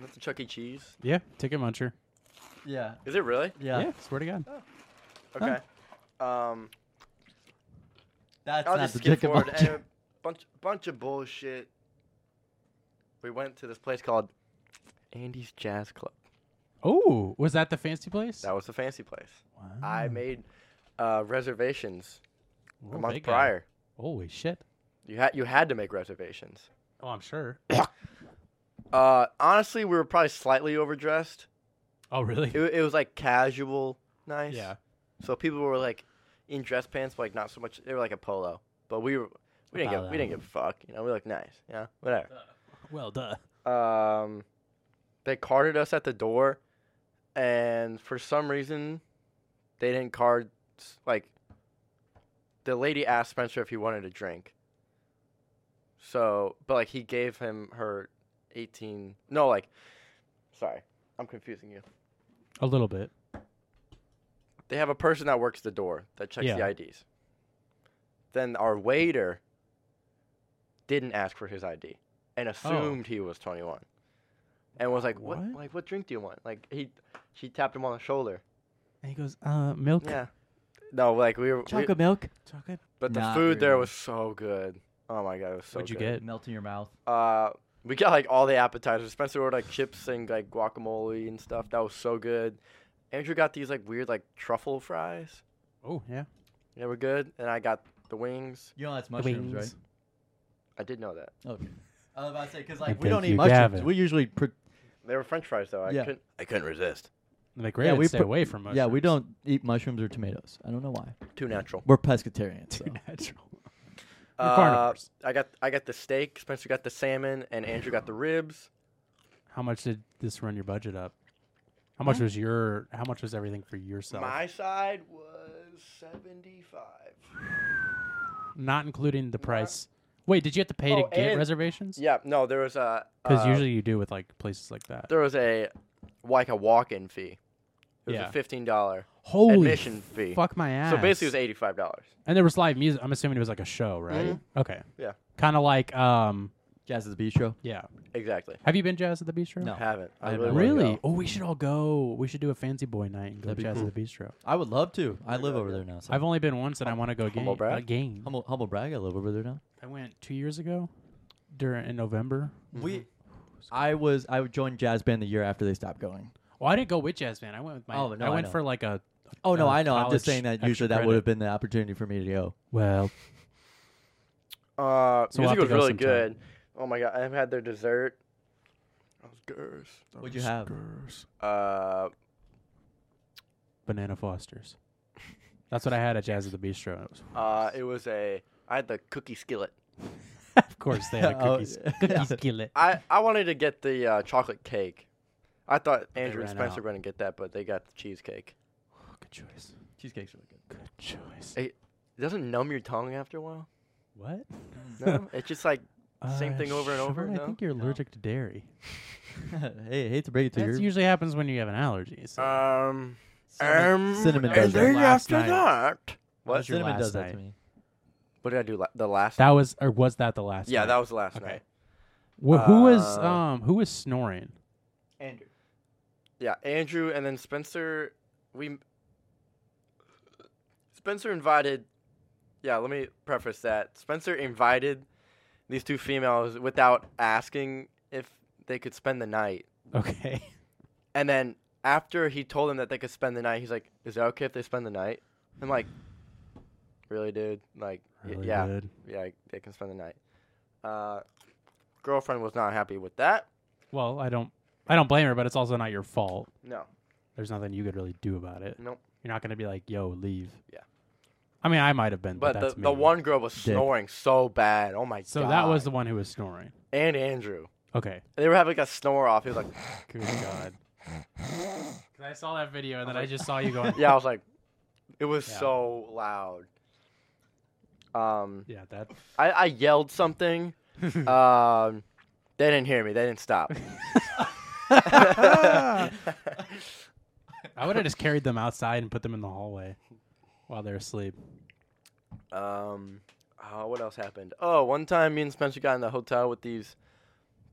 S3: that's a Chuck E. Cheese.
S1: Yeah, ticket muncher.
S2: Yeah.
S3: Is it really?
S2: Yeah.
S1: yeah, swear to God.
S3: Okay. Um,
S2: That's
S3: I'll
S2: not
S3: just
S2: the
S3: skip
S2: chicken
S3: forward.
S2: munch.
S3: And a bunch, bunch of bullshit. We went to this place called Andy's Jazz Club.
S1: Oh, was that the fancy place?
S3: That was the fancy place.
S1: wow.
S3: I made uh, reservations
S1: Oh,
S3: a month
S1: big guy.
S3: prior.
S1: Holy shit.
S3: You had you had to make reservations.
S1: Oh, I'm sure.
S3: Uh, honestly, we were probably slightly overdressed.
S1: Oh, really?
S3: It, wa- it was like casual, nice.
S1: Yeah.
S3: So people were like in dress pants, but like not so much. They were like a polo, but we were we didn't give we didn't give a fuck. You know, we looked nice. Yeah, whatever.
S1: Well, duh.
S3: Um, they carded us at the door, and for some reason, they didn't card. s- Like, the lady asked Spencer if he wanted a drink. So, but like he gave him her eighteen. No, like, sorry, I'm confusing you.
S1: A little bit.
S3: They have a person that works the door that checks
S1: Yeah.
S3: the IDs. Then our waiter didn't ask for his ID and assumed he was 21. And was like, what?
S1: What?
S3: Like, what drink do you want? Like, he, she tapped him on the shoulder.
S1: And he goes, uh, milk,
S3: Yeah. No, like we were, we-
S2: Chocolate milk.
S1: chocolate.
S3: but the
S2: Not
S3: food there
S2: really.
S3: was so good. Oh my god, it was so.
S1: What'd you
S3: good.
S1: get?
S2: Melt in your mouth.
S3: Uh, we got like all the appetizers. Spencer ordered like chips and like guacamole and stuff. That was so good. Andrew got these like weird like truffle fries.
S1: Oh, yeah.
S3: They were good, and I got the wings.
S2: You know that's
S1: The
S2: mushrooms,
S1: wings.
S3: I did know that.
S2: right? Okay. I was about to say because
S1: I
S2: like we don't
S1: beg
S2: eat
S1: you,
S2: mushrooms.
S1: Gavin.
S2: We usually pr-
S3: They were French fries though. I
S2: Yeah.
S3: couldn't. I couldn't resist.
S1: Like, great.
S2: Yeah, we
S1: stay
S2: put-
S1: away from mushrooms.
S2: yeah we don't eat mushrooms or tomatoes. I don't know why.
S3: Too natural.
S2: We're pescatarians.
S1: Too
S2: so.
S1: natural. We're
S3: Uh,
S1: carnivores.
S3: I got I got the steak. Spencer got the salmon, and Andrew got the ribs. Uh,
S1: How much did this run your budget up? How much was your? How much was everything for yourself?
S3: My side was seventy five.
S1: Not including the price. Wait, did you have to pay
S3: Oh,
S1: to get
S3: and-
S1: reservations?
S3: Yeah. No, there was a
S1: Because
S3: uh,
S1: usually you do with like places like that.
S3: there was a like a walk in fee. It was
S1: Yeah.
S3: a fifteen dollar
S1: Holy
S3: admission fee.
S1: fuck my ass.
S3: So basically, it was eighty five dollars.
S1: and there was live music. I'm assuming it was like a show, right? Okay.
S3: Mm-hmm. Yeah.
S1: Kind of like um
S2: Jazz is a bistro.
S1: yeah.
S3: Exactly.
S1: Have you been jazz at the bistro?
S2: No.
S3: Haven't.
S2: I
S3: I, really?
S2: haven't.
S3: wanna
S1: Really?
S3: go.
S1: Oh, we should all go. We should do a fancy boy night and go
S2: That'd be
S1: jazz
S2: cool.
S1: at the bistro.
S2: I would love to. I live over there now. So.
S1: I've only been once, and I want to go again.
S3: Humble brag?
S1: Again.
S2: humble, humble brag. I live over there now.
S1: I went two years ago, during in November.
S2: We. I was. I joined jazz band the year after they stopped going.
S1: Well, Oh, I didn't go with jazz band. I went with my.
S2: Oh, no,
S1: I
S2: I
S1: went
S2: know.
S1: for like a.
S2: Oh no,
S1: uh,
S2: I know. I'm
S1: college
S2: just saying that
S1: extra
S2: usually that
S1: credit.
S2: would have been the opportunity for me to go.
S1: Well,
S3: Uh,
S1: So we'll have
S3: music
S1: to
S3: was
S1: go
S3: really
S1: sometime.
S3: good. Oh my god, I've had their dessert. I was gross.
S2: What'd you have?
S3: Uh,
S1: Banana Fosters. That's what I had at Jazz at the Bistro. It was-
S3: Uh, it was a. I had the cookie skillet.
S1: of course, they had a
S2: Oh,
S1: cookies,
S2: yeah.
S1: cookie skillet.
S3: I, I wanted to get the uh, chocolate cake. I thought Andrew
S1: ran
S3: and Spencer
S1: out.
S3: were gonna get that, but they got the cheesecake.
S1: Good choice.
S2: Cheesecake's really good.
S1: Good choice.
S3: It doesn't numb your tongue after a while.
S1: What?
S3: No, it's just like Same
S1: Uh,
S3: thing over and over,
S1: Sean, I
S3: no?
S1: think you're allergic to dairy.
S2: hey, hate to break it to
S1: That
S2: you.
S1: usually happens when you have an allergy. So.
S3: um
S2: Cinnamon-
S3: um,
S2: cinnamon
S3: and
S2: does that
S3: then
S1: last
S3: after
S1: night.
S3: that,
S1: What
S3: what?
S1: was your
S2: Cinnamon
S1: last
S2: does that
S1: night?
S2: to me.
S3: What did I do? La- the last.
S1: that was or was that the last?
S3: yeah,
S1: night?
S3: that was the last
S1: Okay.
S3: night.
S1: Wh- who was
S3: uh,
S1: um who was snoring?
S2: Andrew.
S3: Yeah, Andrew and then Spencer. We Spencer invited. Yeah, let me preface that. Spencer invited these two females without asking if they could spend the night,
S1: Okay.
S3: and then after he told them that they could spend the night, he's like, "Is that okay if they spend the night?" I'm like, "Really, dude? Like, y-
S1: Really
S3: yeah,
S1: good.
S3: yeah, they can spend the night." Uh, girlfriend was not happy with that.
S1: Well, I don't I don't blame her, but it's also not your fault.
S3: No,
S1: There's nothing you could really do about it.
S3: Nope.
S1: You're not gonna be like, yo, leave.
S3: Yeah.
S1: I mean, I might have been, but,
S3: but,
S1: that's
S3: the
S1: me.
S3: the one girl was snoring so bad. Oh my
S1: So
S3: god!
S1: that was the one who was snoring.
S3: and Andrew.
S1: Okay.
S3: They were having like a snore off. He was like,
S1: Good God. I saw that video and then I just saw you going.
S3: "Yeah." I was like, "It was
S1: Yeah.
S3: so loud." Um,
S1: Yeah, that.
S3: I, I yelled something. um, they didn't hear me. They didn't stop.
S1: I would have just carried them outside and put them in the hallway while they're asleep.
S3: um, oh, what else happened? Oh, one time me and Spencer got in the hotel with these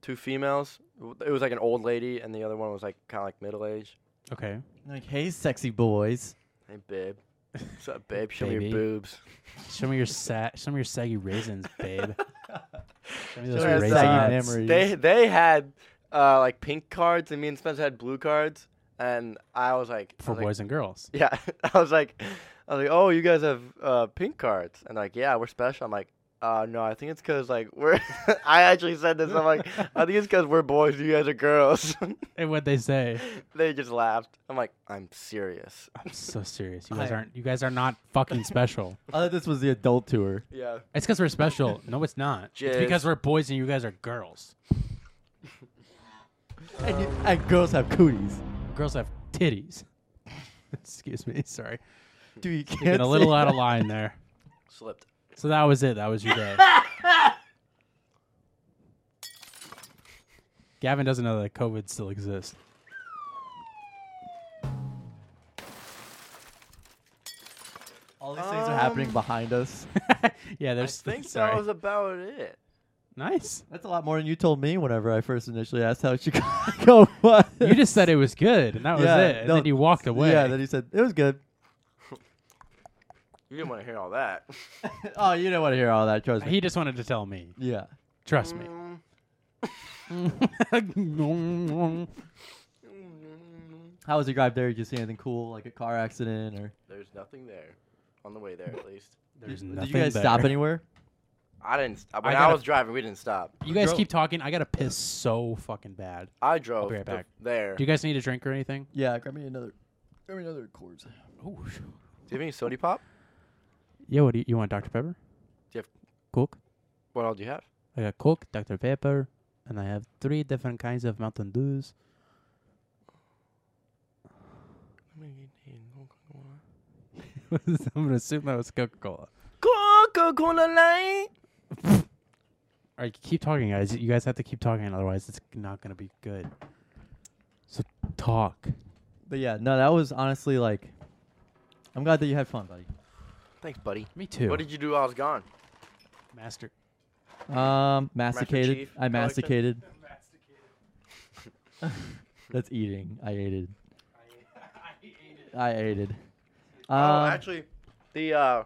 S3: two females. It was like an old lady, and the other one was like kind of like middle aged.
S1: Okay.
S2: Like, hey, sexy boys.
S3: Hey, babe. What's up, babe? Show me
S1: Baby.
S3: your boobs.
S1: Show me your sa- some of your saggy raisins, babe. Show me those
S3: Show me your
S1: raisins.
S3: saggy
S2: memory.
S3: They they had uh, like pink cards, and me and Spencer had blue cards, and I was like, I
S1: for
S3: was like-
S1: boys and girls.
S3: yeah, I was like, I was like, oh, you guys have uh, pink cards, and like, yeah, we're special. I'm like, uh, no, I think it's because like we're. I actually said this. I'm like, I think it's because we're boys. You guys are girls.
S1: And what they say,
S3: they just laughed. I'm like, I'm serious.
S1: I'm so serious. You guys
S2: I-
S1: aren't. You guys are not fucking special.
S2: I thought Oh, this was the adult tour.
S3: Yeah.
S1: It's because we're special. No, it's not. It's
S3: Jizz.
S1: because we're boys and you guys are girls.
S2: and, you, and girls have cooties.
S1: Girls have titties. Excuse me. Sorry.
S2: Dude, you can't.
S1: Been a little
S2: say-
S1: out of line there.
S3: Slipped.
S1: So that was it. That was your day. Gavin doesn't know that COVID still exists.
S2: All these things are happening
S3: Um,
S2: behind us.
S1: yeah,
S3: I
S1: there's.
S3: think
S1: sorry.
S3: that was about it.
S1: nice.
S2: That's a lot more than you told me whenever I first initially asked how Chicago was.
S1: You just said it was good, and that was
S2: Yeah,
S1: it. And
S2: no,
S1: then you walked away.
S2: Yeah, then he said it was good.
S3: You didn't want to hear all that.
S2: Oh, you don't want to hear all that, trust me.
S1: he just wanted to tell me.
S2: yeah.
S1: Trust me.
S3: Mm.
S2: How was your drive there? Did you see anything cool, like a car accident or?
S3: There's nothing there. On the way there, at least.
S1: There's
S2: Did
S1: nothing
S2: you guys
S1: there.
S2: stop anywhere?
S3: I didn't. St- when
S1: I
S3: I,
S1: gotta-
S3: was driving, we didn't stop.
S1: You guys
S2: Drove-
S1: keep talking. I gotta piss so fucking bad.
S3: I drove
S1: be right
S3: to-
S1: back.
S3: there.
S1: Do you guys need a drink or anything?
S2: Yeah, grab me another. Grab me another Coors.
S1: Oh,
S3: Do you have any soda pop?
S1: yeah. What do you, you want, Dr Pepper?
S3: Do you have-
S1: Coke?
S3: What all do you have?
S1: I got Coke, Dr Pepper, and I have three different kinds of Mountain Dews. I'm gonna assume that was Coca Cola.
S3: Coca Cola Light.
S1: All right, keep talking, guys. You guys have to keep talking, otherwise it's not gonna be good. So talk.
S2: But yeah, no, that was honestly like. I'm glad that you had fun, buddy.
S3: Thanks, buddy.
S1: Me too.
S3: What did you do while I was gone?
S1: Master?
S2: Um, masticated.
S3: Chief
S2: I
S3: collection.
S2: masticated. That's eating. I ate it. I ate it.
S3: oh,
S1: Uh,
S2: Um,
S3: actually, the uh,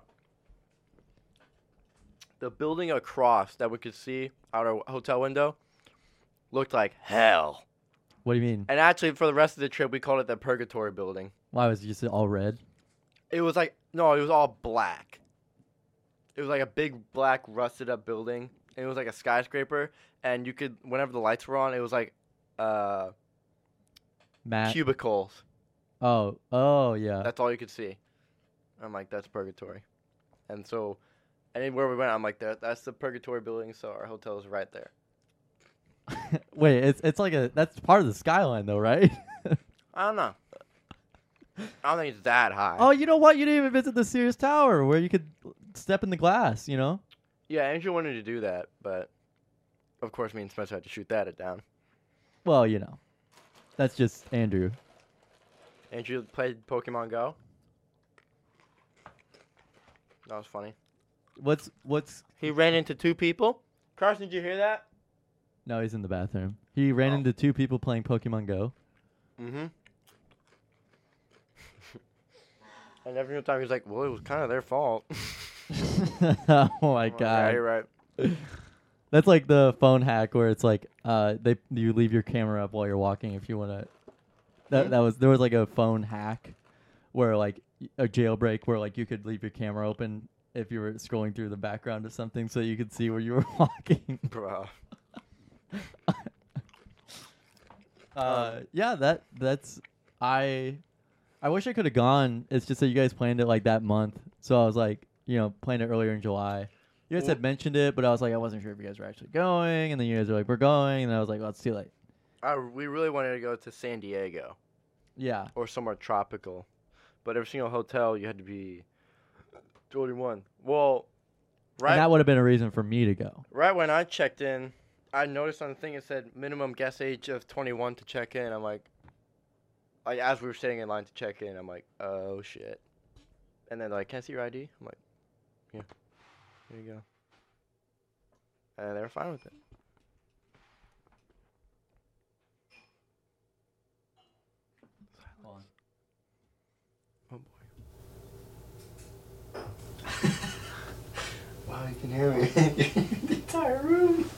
S3: the building across that we could see out our hotel window looked like hell.
S2: what do you mean?
S3: And actually, for the rest of the trip, we called it the Purgatory Building.
S2: Why was it just all red?
S3: It was like no, it was all black. It was like a big black rusted up building. And it was like a skyscraper, and you could whenever the lights were on, it was like uh
S2: Matt. Uh.
S3: cubicles.
S2: Oh, oh yeah.
S3: That's all you could see. I'm like, that's purgatory. And so anywhere we went, I'm like, that that's the purgatory building. So our hotel is right there.
S2: Wait, it's it's like a that's part of the skyline though, right?
S3: I don't know. I don't think it's that high.
S2: oh, you know what? You didn't even visit the Sears Tower where you could step in the glass. You know,
S3: yeah, Andrew wanted to do that, but of course, me and Spencer had to shoot that it down.
S2: well, you know, that's just Andrew.
S3: Andrew played Pokemon Go. That was funny.
S2: What's what's
S3: He ran into two people. Carson, did you hear that?
S2: no? He's in the bathroom. He ran
S3: Oh.
S2: into two people playing Pokemon Go.
S3: Mm-hmm. and every single time he was like, "Well, it was kind of their fault."
S2: oh my
S3: I'm like, Yeah,
S2: god,
S3: you're right.
S2: that's like the phone hack where it's like uh they you leave your camera up while you're walking if you want to.
S3: Hmm?
S2: That that was there was like a phone hack where like y- a jailbreak where like you could leave your camera open if you were scrolling through the background of something so you could see where you were walking.
S3: Bro.
S2: Uh, yeah, that that's I. I wish I could have gone. It's just that you guys planned it like that month, so I was like, you know, planned it earlier in July. You guys had mentioned it, but I was like, I wasn't sure if you guys were actually going, and then you guys were like, we're going, and I was like, well, it's too late.
S3: I, we really wanted to go to San Diego
S2: Yeah,
S3: or somewhere tropical, but every single hotel you had to be 21. Well, right,
S2: and that would have been a reason for me to go.
S3: right when I checked in, I noticed on the thing it said minimum guest age of 21 to check in. I'm like, like as we were standing in line to check in, I'm like, oh shit. And then like, can I see your ID? I'm like, yeah, here you go. And they were fine with it. Oh boy. wow, you can hear me. the entire room.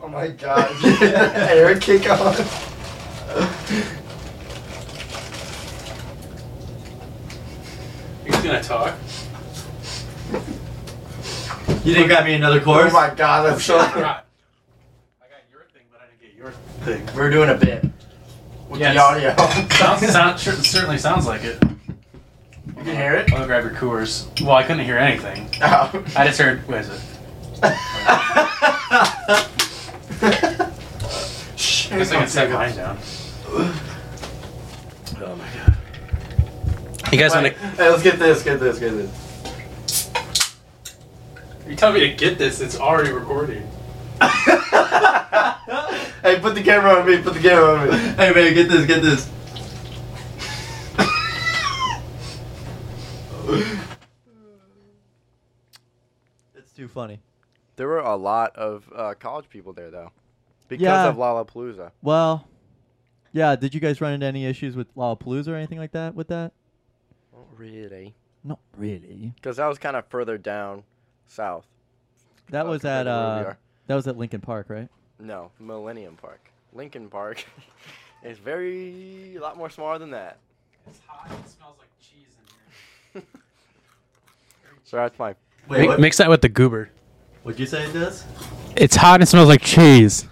S3: Oh my god. Eric kick off.
S1: He's gonna talk.
S2: You didn't grab me another
S3: Oh my god, that's so
S1: I got your thing, but I didn't get yours.
S3: We're doing a bit. With
S1: Yes.
S3: the audio.
S1: Sounds, sound, sure, certainly sounds like it.
S3: You can hear it?
S1: I'll go grab your coors. Well, I couldn't hear anything.
S3: Oh.
S1: I just heard. What is it?
S3: Shh.
S1: I guess I can set mine down. Oh my god. You guys want
S3: Wait,
S1: to?
S3: hey, let's get this, get this, get this.
S1: You tell me to get this. It's already recording.
S3: hey, put the camera on me, put the camera on me.
S2: Hey man, get this, get this. it's too funny.
S3: There were a lot of uh, college people there, though, because
S2: Yeah.
S3: of Lollapalooza.
S2: Well, yeah. Did you guys run into any issues with Lollapalooza or anything like that with that?
S3: Not Oh, really.
S2: Not really.
S3: Because that was kind of further down south.
S2: That
S3: Uh,
S2: was
S3: compared
S2: at
S3: to where we
S2: uh,
S3: are.
S2: that was at Lincoln Park, right?
S3: No, Millennium Park. Lincoln Park is very, a lot more smaller than that.
S1: It's hot. It smells like cheese in
S3: So that's my.
S1: mix that with the goober.
S2: What'd you say it does?
S1: It's hot and smells like cheese.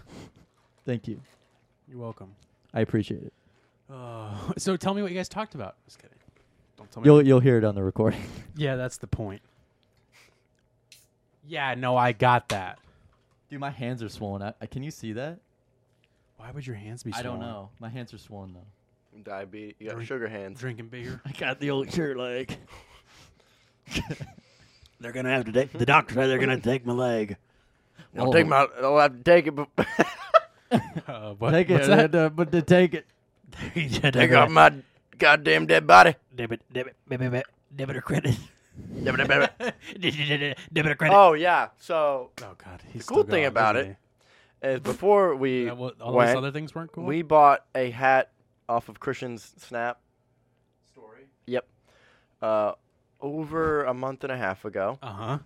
S2: Thank you.
S1: You're welcome.
S2: I appreciate it.
S1: Oh, so tell me what you guys talked about. Just kidding. Don't tell me.
S2: You'll you'll hear it on the recording.
S1: yeah, that's the point. Yeah, no, I got that.
S2: Dude, my hands are swollen. I, I- can you see that?
S1: Why would your hands be?
S2: I don't
S1: swollen?
S2: know. My hands are swollen though.
S3: Diabetes. You got
S1: Drink-
S3: sugar hands.
S1: Drinking beer.
S2: I got the old shirt leg.
S7: They're gonna have to take the doctor said they're gonna take my leg.
S3: I'll
S2: oh.
S3: take my. I'll have to take it. bef-
S1: Uh, what?
S2: Take it,
S1: Yeah,
S2: uh, but to take it.
S7: He said they're
S3: take off
S7: gonna
S3: my goddamn dead body.
S7: debit debit debit debit debit or credit.
S3: Dab- dab- dab- dab.
S7: debit or credit.
S3: oh yeah. So
S1: Oh god. He's
S3: cool thing about it uh, before we
S1: all
S3: went,
S1: those other things weren't cool.
S3: we bought a hat off of Christian's Snap
S1: story.
S3: Yep. Uh, over a month and a half ago.
S1: Uh huh.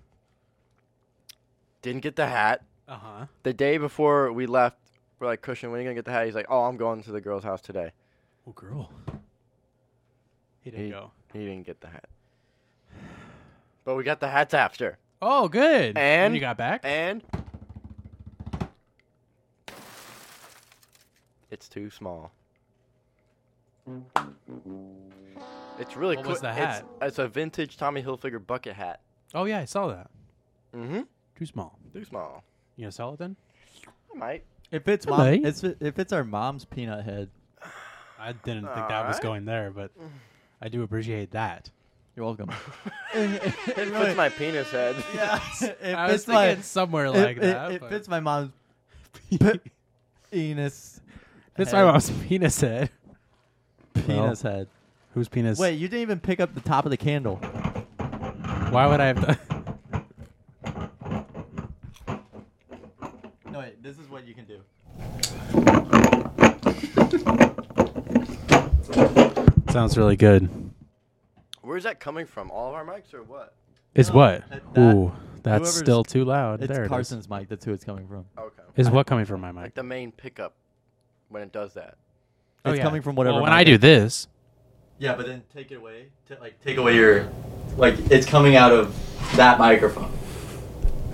S3: Didn't get the hat.
S1: Uh huh.
S3: The day before we left, we're like, Christian, when are you going to get the hat? He's like, oh, I'm going to the girl's house today.
S1: Oh girl. He didn't
S3: He-
S1: go.
S3: He didn't get the hat. But we got the hats after.
S1: Oh, good.
S3: And-
S1: you got back.
S3: And it's too small. It's really
S1: What
S3: cool.
S1: was the
S3: It's,
S1: hat?
S3: it's a vintage Tommy Hilfiger bucket hat.
S1: oh yeah, I saw that.
S3: Mm-hmm.
S1: Too small.
S3: Too small.
S1: You gonna sell it then?
S3: I might.
S2: If it's
S1: Hello.
S2: mom, it's, if it's our mom's peanut head,
S1: I didn't think that was
S3: Alright.
S1: going there, but I do appreciate that.
S2: you're welcome.
S3: It fits my penis head.
S2: yeah, it
S1: I was
S2: fits my-
S1: thinking somewhere
S2: it-
S1: like
S2: it-
S1: that.
S2: It
S1: but-
S2: fits my mom's penis
S1: That's
S2: head.
S1: why I was penis head.
S2: penis head.
S1: Whose penis?
S2: Wait, you didn't even pick up the top of the candle.
S1: why would I have done?
S2: No, wait. This is what you can do.
S1: Sounds really good.
S3: Where's that coming from? All of our mics or what?
S1: Is
S2: No,
S1: what?
S2: that- that-
S1: Ooh, that's
S2: whoever's-
S1: still too loud.
S2: It's
S1: there it is.
S2: Carson's mic. That's who it's coming from.
S3: Okay.
S1: Is what coming from my
S3: Like
S1: mic?
S3: the main pickup when it does that.
S1: Oh,
S2: it's
S1: yeah.
S2: coming from
S1: Well,
S2: whatever.
S1: when
S2: mic
S1: I
S2: it-
S1: do this,
S2: Yeah, but then take it away. T- like take away your, like it's coming out of that microphone.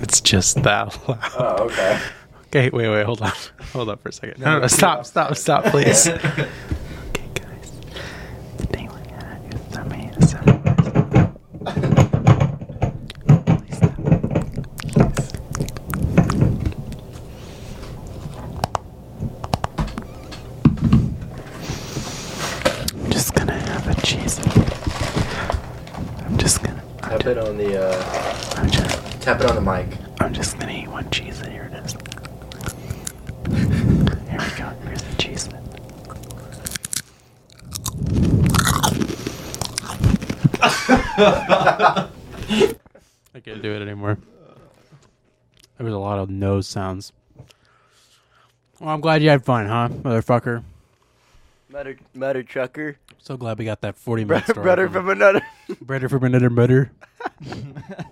S1: it's just that loud.
S3: Oh, okay.
S1: Okay, wait, wait, hold on, hold on for a second. No, no, stop, stop, stop, please.
S7: just gonna have a cheese. I'm just gonna.
S3: Tap it on the. Uh,
S7: I'm just.
S3: tap it on the mic.
S7: I'm just gonna eat one cheese. And here it is. Here we go. Here's the cheese.
S1: I can't do it anymore. There was a lot of nose sounds. Well, I'm glad you had fun, huh, motherfucker?
S3: Matter, matter, trucker.
S1: So glad we got that 40 minute story.
S3: Brother
S1: from,
S3: from another.
S1: breader from another butter.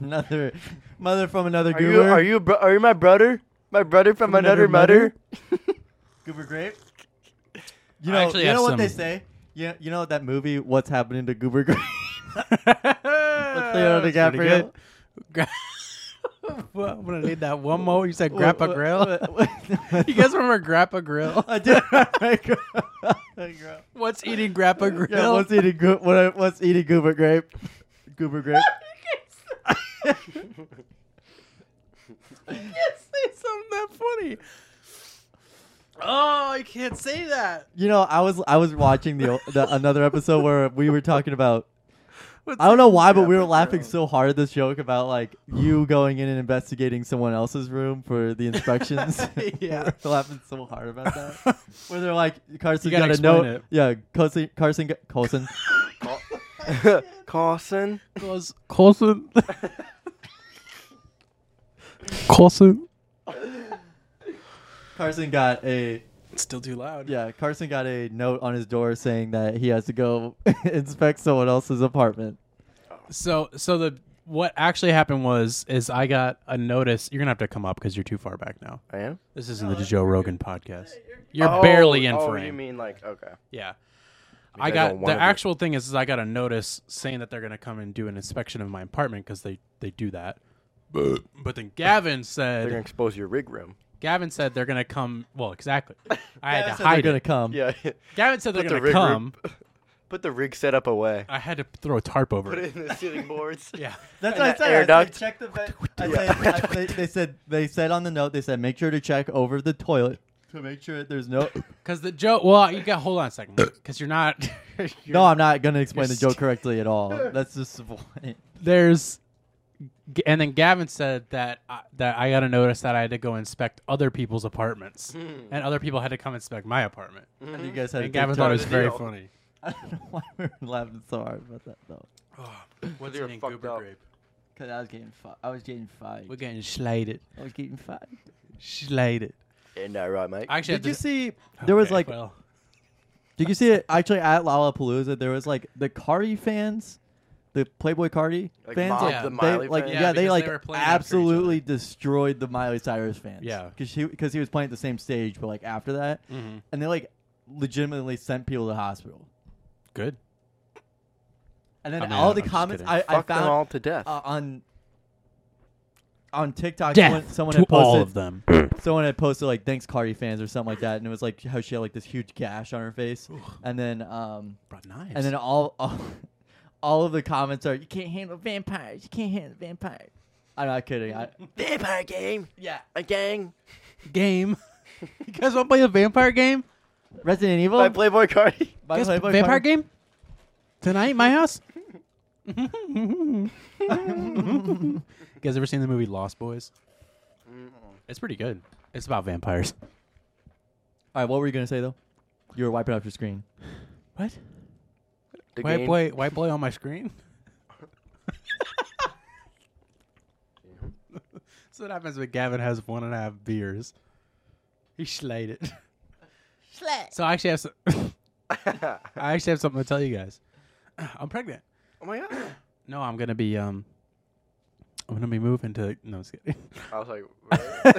S2: another mother from another
S3: Are
S2: goober.
S3: you? Are you? Bro- are you my brother? My brother from, another, mother?
S2: goober grape?
S1: I
S2: You know,
S1: actually
S2: you
S1: have
S2: know what they
S1: some-
S2: say. You you know that movie? What's happening to Goober Grape?
S1: Leonardo
S2: That's pretty good.
S1: I'm gonna need that one more. You said Grandpa
S2: What-
S1: Grill.
S2: what- what-
S1: You guys remember Grandpa Grill?
S2: I did. I grew-
S1: What's eating Grandpa Grill?
S2: yeah, what's eating goo- what, what's eating Goober Grape? Goober Grape.
S1: can't say something that funny. Oh, I can't say that.
S2: You know, I was I was watching the, the another episode where we were talking about I don't know why, but we were laughing so hard at this joke about like you going in and investigating someone else's room for the inspections.
S1: Yeah.
S2: we were laughing so hard about that. Where they're like, Carson
S1: You gotta
S2: got a
S1: explain
S2: note.
S1: it.
S2: Yeah, Carson, Carson, got- Colson.
S3: Carson.
S1: Cause Colson. Colson.
S2: Carson got a
S1: It's still too loud.
S2: yeah. Carson got a note on his door saying that he has to go inspect someone else's apartment.
S1: So so the what actually happened was is I got a notice. You're gonna have to come up because you're too far back now.
S3: I am.
S1: This isn't the Joe Rogan podcast. You're barely in
S3: oh,
S1: frame.
S3: you mean like okay?
S1: yeah.
S3: You
S1: I
S3: guys don't
S1: got
S3: wanna
S1: the
S3: be-
S1: actual thing is, is I got a notice saying that they're gonna come and do an inspection of my apartment because they they do that. But but then Gavin
S3: They're
S1: said
S3: gonna expose your rig room.
S1: Gavin said they're gonna come. Well, exactly. I had
S2: Gavin
S1: to
S2: said they're
S1: hide
S2: gonna
S1: it.
S2: come.
S3: Yeah.
S1: Gavin said they're
S3: Put the
S1: gonna
S3: rig room-
S1: come.
S3: Put the rig setup away.
S1: I had to throw a tarp over
S3: Put
S1: it.
S3: it in the ceiling boards.
S1: Yeah.
S2: That's what
S3: And
S2: I
S3: the
S2: said.
S3: air
S2: I said
S3: duct.
S2: check the vent. I said, I- they, they said they said on the note they said make sure to check over the toilet to make sure there's no.
S1: Because the joke. Well, you got hold on a second. Because you're not. you're-
S2: no, I'm not gonna explain the
S1: you're
S2: joke
S1: st-
S2: correctly at all. That's just the point.
S1: there's G- and then Gavin said that I, that I got to notice that I had to go inspect other people's apartments, and other people had to come inspect my apartment.
S2: And you guys had. a
S1: And
S2: good
S1: Gavin thought it
S2: time.
S1: was
S3: the
S1: very
S3: deal.
S1: funny.
S2: I don't know why we were laughing so hard about that though.
S1: What's
S3: they were
S1: your name?
S3: fucked
S1: Goober
S3: up.
S1: Grape.
S2: Cause I was getting fi- I was getting fired.
S1: We're getting slated.
S2: I was getting fired.
S1: Slated.
S3: Isn't that right, Mike?
S1: I actually
S2: Did
S1: had
S2: you
S1: to-
S2: see? There was
S1: Okay,
S2: like.
S1: well,
S2: Did you see it? Actually, at Lollapalooza, there was like the Cardi fans, the Playboy Cardi
S3: Like
S2: fans.
S3: mobbed
S2: like,
S1: the
S3: Miley
S2: they, like,
S3: fans?
S2: yeah,
S1: Yeah,
S2: they
S1: because
S2: like
S1: they were playing after each
S2: absolutely destroyed the Miley Cyrus fans.
S1: Yeah.
S2: because he because he was playing at the same stage, but like after that,
S1: mhm.
S2: and they like legitimately sent people to the hospital.
S1: good.
S2: And then
S1: I mean,
S2: all
S1: I'm
S2: the
S1: just
S2: comments
S1: kidding.
S2: I, I
S3: Fuck them
S2: found
S3: all to death.
S2: uh, on on TikTok, someone,
S1: Death
S2: someone
S1: to
S2: had posted
S1: all of them.
S2: someone had posted like thanks Cardi fans or something like that, and it was like how she had like this huge gash on her face, and then um
S1: Brought knives.
S2: and then all, all all of the comments are you can't handle vampires, you can't handle vampires. I'm not kidding. I,
S3: Vampire game.
S2: yeah,
S3: A gang.
S1: game. you guys want to play a vampire game?
S2: Resident Evil
S3: By Playboy Cardi.
S2: by
S1: Guess
S2: Playboy
S1: vampire
S2: Cardi-
S1: game tonight, in my house. you guys ever seen the movie Lost Boys? It's pretty good. It's about vampires.
S2: All right, what were you gonna say though? You were wiping off your screen.
S1: What?
S3: The
S1: White
S3: game.
S1: boy, white boy on my screen. That's what happens when Gavin has one and a half beers. He slayed it. So I actually have some, I actually have something to tell you guys. I'm pregnant.
S3: Oh my god.
S1: No, I'm gonna be um, I'm gonna be moving to no. I'm just
S3: I was like,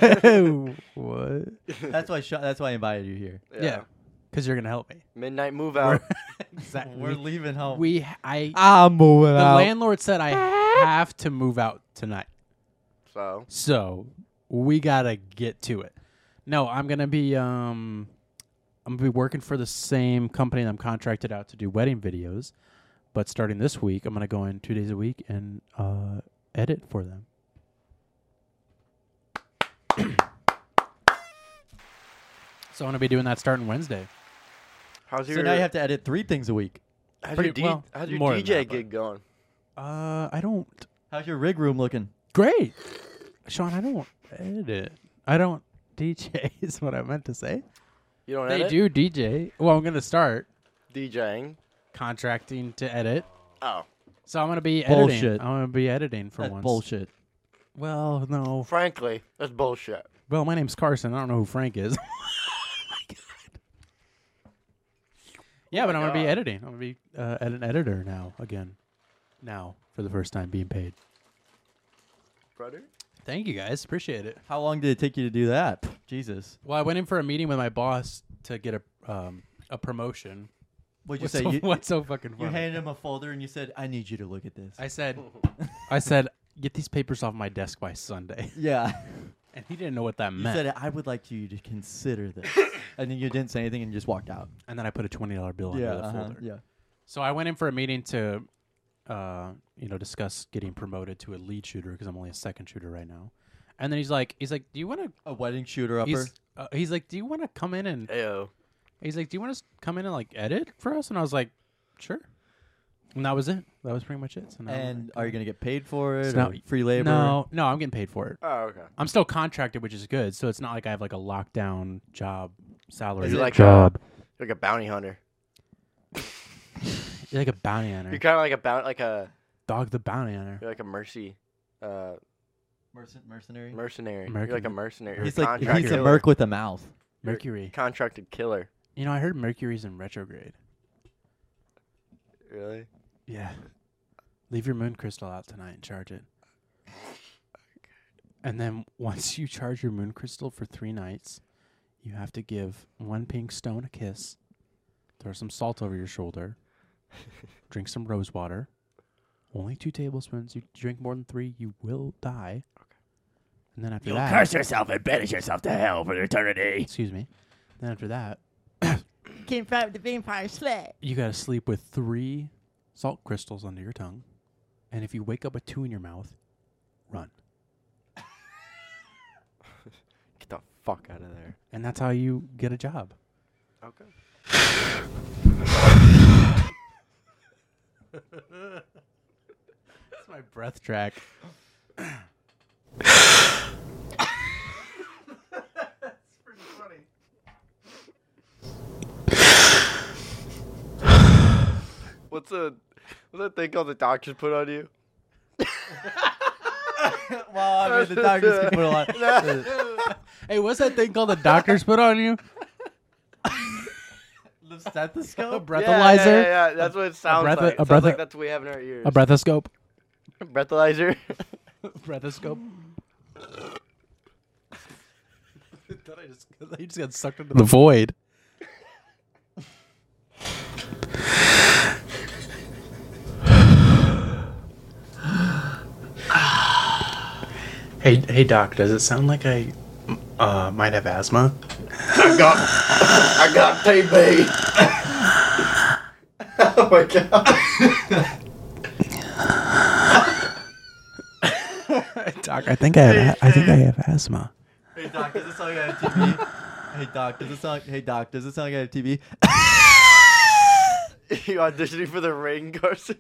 S3: really?
S1: kidding. what?
S2: That's why. I Sh- that's why I invited you here.
S1: Yeah, because you're gonna help me.
S3: Midnight move out.
S1: Exactly.
S2: We're leaving home.
S1: we I
S2: I'm moving
S1: the
S2: out.
S1: landlord said I have to move out tonight.
S3: so
S1: So we gotta get to it. No, I'm gonna be um I'm gonna be working for the same company that I'm contracted out to do wedding videos. But starting this week, I'm gonna go in two days a week and uh edit for them. so I'm gonna be doing that starting Wednesday.
S3: how's your
S2: so now you have to edit three things a week.
S3: how's
S1: pretty-
S3: your, D,
S1: well,
S3: how's your
S1: more than
S3: DJ
S1: that, but-
S3: gig going?
S1: Uh I don't
S2: How's your rig room looking?
S1: Great. Sean, I don't edit. I don't DJ is what I meant to say.
S3: You don't
S1: They
S3: edit?
S1: do DJ. Well, I'm gonna start
S3: DJing.
S1: contracting to edit.
S3: Oh,
S1: So I'm gonna be
S2: Bullshit.
S1: editing. I'm gonna be editing for
S2: That's
S1: once.
S2: bullshit.
S1: Well, no.
S3: frankly, that's bullshit.
S1: Well, my name's Carson. I don't know who Frank is. Oh Yeah, but I'm
S2: Oh
S1: gonna be
S3: God.
S1: editing. I'm gonna be uh, at an editor now again. Now for the first time being paid.
S3: Brother?
S1: Thank you guys. Appreciate it.
S2: How long did it take you to do that? Pff, Jesus.
S1: Well, I went in for a meeting with my boss to get a um, a promotion.
S2: What'd you
S1: What's,
S2: say?
S1: so,
S2: you,
S1: what's so fucking funny?
S2: you handed him a folder and you said, "I need you to look at this."
S1: I said, I said, get these papers off my desk by Sunday,
S2: yeah.
S1: and he didn't know what that
S2: You
S1: meant.
S2: said, "I would like you to consider this," and then you didn't say anything and just walked out.
S1: and then I put a twenty dollar bill under the
S2: uh-huh,
S1: folder.
S2: yeah.
S1: So I went in for a meeting to, uh, you know, discuss getting promoted to a lead shooter because I'm only a second shooter right now. And then he's like, he's like, do you want to?
S2: A wedding shooter upper. Eh.
S1: He's, uh, he's like, do you want to come in and?
S3: Ayo.
S1: He's like, do you want to come in and like edit for us? And I was like, sure. And that was it. That was pretty much it. So now I'm
S2: and
S1: like,
S2: are you gonna get paid for it?
S1: So now-
S2: or free labor?
S1: No, no, I'm getting paid for it.
S3: Oh, okay.
S1: I'm still contracted, which is good. So it's not like I have like a lockdown job salary.
S3: You're like, uh,
S4: job.
S3: you're like a bounty hunter.
S1: You're like a bounty hunter.
S3: You're kind of like a bounty, like a
S1: Dog the bounty hunter.
S3: you're like a mercy, uh,
S2: Mercen- mercenary.
S3: mercenary.
S1: American-
S3: You're like a mercenary. You're
S2: He's
S3: a
S2: like
S3: contract
S2: he's a
S3: killer.
S2: merc with a mouth.
S1: Mercury.
S3: contracted killer.
S1: You know, I heard Mercury's in retrograde.
S3: Really?
S1: Yeah. Leave your moon crystal out tonight and charge it. And then once you charge your moon crystal for three nights, you have to give one pink stone a kiss, throw some salt over your shoulder, drink some rose water. Only two tablespoons. You drink more than three, you will die. And then after
S5: You'll
S1: that,
S5: curse yourself and banish yourself to hell for eternity.
S1: excuse me. Then after that, You gotta sleep with three salt crystals under your tongue, and if you wake up with two in your mouth, run.
S3: Get the fuck out of there.
S1: And that's how you get a job.
S3: Okay.
S1: That's my breath track.
S3: What's a what's that thing called the doctors put on you?
S2: well, I mean, the doctors can put a lot.
S1: Hey, what's that thing called the doctors put on you?
S2: the
S1: A
S2: stethoscope.
S3: Yeah, yeah,
S1: breathalyzer?
S3: Yeah, yeah, that's what it sounds
S1: breath-
S3: like.
S1: a
S3: It sounds
S1: breath-
S3: like that's what we have in our ears.
S1: A breathoscope.
S3: breathalyzer.
S1: Breathoscope. I thought I just, I thought you just got sucked into the void. Hey, hey, doc. Does it sound like I uh, might have asthma? I got, I got TB. oh my god. doc, I think I, have, I think I have asthma.
S2: Hey doc, does it sound like I have TV? hey doc, does it sound? Hey doc, does it sound like I have TV?
S3: you auditioning for the ring, Carson?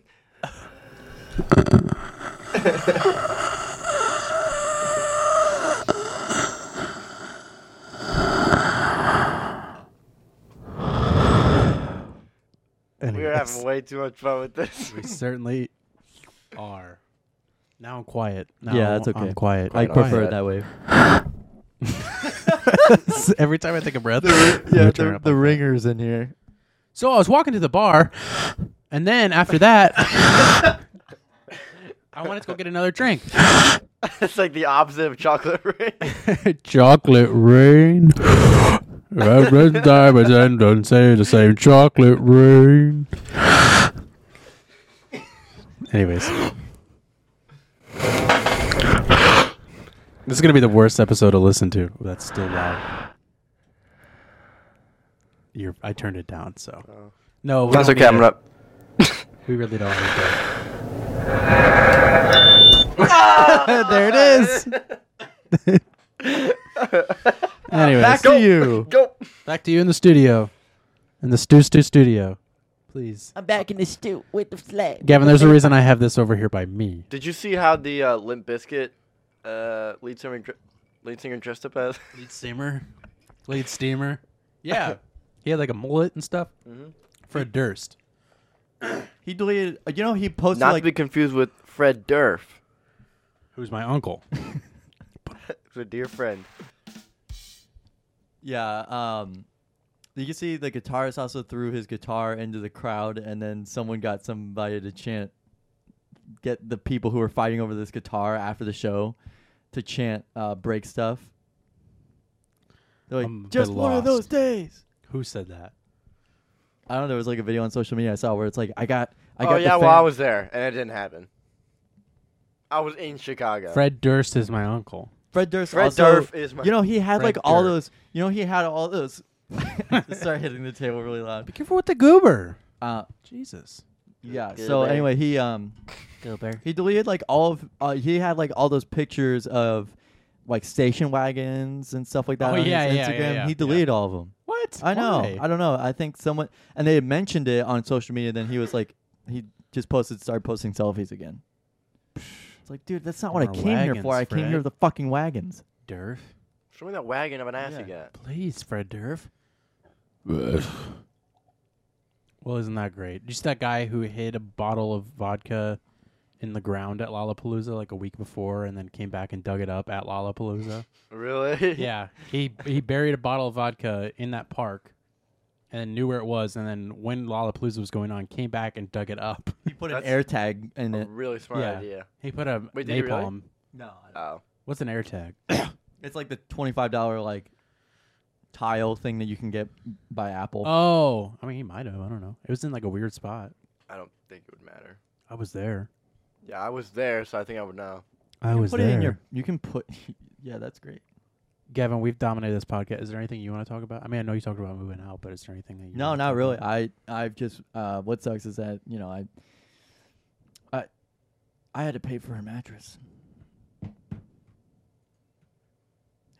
S3: We are having
S1: Anyways,
S3: way too much fun with this.
S1: we certainly are. Now I'm quiet. Now
S2: Yeah, that's okay.
S1: I'm quiet.
S2: I
S1: Quiet.
S2: prefer it that way.
S1: Every time I take a breath,
S2: Yeah,
S1: I turn it
S2: the,
S1: up
S2: the
S1: like that.
S2: ringers in here.
S8: So I was walking to the bar, and then after that, I wanted to go get another drink.
S3: it's like the opposite of chocolate ring.
S9: Chocolate rain. Red, red diamonds and don't say the same chocolate rain.
S1: Anyways. This is gonna be the worst episode to listen to. That's still loud. You're, I turned it down, so no. We don't need it.
S3: up.
S1: We really don't need that. there it is. Anyways,
S2: Back to you.
S3: Go.
S1: back to you in the studio, in the Stu Stu studio, please.
S4: I'm back in the stew with the flag.
S1: Gavin, there's a reason I have this over here by me.
S3: Did you see how the uh, Limp Biscuit uh, lead singer dr- lead singer dressed up as?
S1: Lead steamer, lead steamer. Yeah, he had like a mullet and stuff. Fred Durst.
S2: He deleted. You know, he posted
S3: Not
S2: like
S3: to be confused with Fred Durf,
S1: Who's my uncle?
S3: who's a dear friend.
S2: Yeah. Um, you can see the guitarist also threw his guitar into the crowd, and then someone got somebody to chant, get the people who were fighting over this guitar after the show to chant uh, break stuff. They're like,
S1: I'm a bit
S2: just one of those
S1: lost."
S2: days.
S1: Who said that?
S2: I don't know. There was like a video on social media I saw where it's like, I got, I got.
S3: Oh
S2: the
S3: yeah, well
S2: fan-
S3: I was there and it didn't happen. I was in Chicago.
S1: Fred Durst is my uncle.
S2: Fred Durst.
S3: Fred
S2: also,
S3: Durf is my-
S2: You know, he had
S1: Fred
S2: like all
S1: Durf.
S2: those. You know, he had all those. Start hitting the table really loud.
S1: Be careful with the goober.
S2: Uh,
S1: Jesus.
S2: yeah.
S3: Good
S2: So
S3: man.
S2: anyway, he um,
S8: Gilbert.
S2: He deleted like all of uh, he had like all those pictures of like station wagons and stuff like that
S1: Oh,
S2: on
S1: yeah,
S2: his
S1: yeah,
S2: Instagram.
S1: yeah, yeah,
S2: he deleted all of them.
S1: What?
S2: I know.
S1: Why?
S2: I don't know. I think someone and they had mentioned it on social media. Then he was like, he just posted, started posting selfies again. It's like, dude, that's not what I
S1: More
S2: came here
S1: wagons,
S2: for. I came
S1: Fred.
S2: here for the fucking wagons.
S1: Durf.
S3: Show me that wagon of an ass you got.
S1: Please, Fred Durf. Well, isn't that great? Just that guy who hid a bottle of vodka in the ground at Lollapalooza like a week before and then came back and dug it up at Lollapalooza.
S3: Really?
S1: yeah. He he buried a bottle of vodka in that park and then knew where it was and then when Lollapalooza was going on, came back and dug it up.
S2: He put an
S3: That's-
S2: air tag in
S3: A
S2: it.
S3: really smart
S1: Yeah.
S3: idea.
S1: He put a
S3: Wait, did he really?
S1: napalm.
S2: No,
S3: Oh.
S1: What's an air tag?
S2: it's like the twenty-five dollar like tile thing that you can get by Apple.
S1: Oh, I mean, he might have. I don't know. It was in like a weird spot.
S3: I don't think it would matter.
S1: I was there.
S3: Yeah, I was there, so I think I would know.
S1: I
S2: you
S1: was
S2: put
S1: there.
S2: it in your. You can put. yeah, that's great.
S1: Gavin, we've dominated this podcast. Is there anything you want to talk about? I mean, I know you talked about moving out, but is there anything that you?
S2: No,
S1: wanna
S2: not
S1: talk
S2: really.
S1: about?
S2: I I've just uh, what sucks is that you know I I I had to pay for a mattress.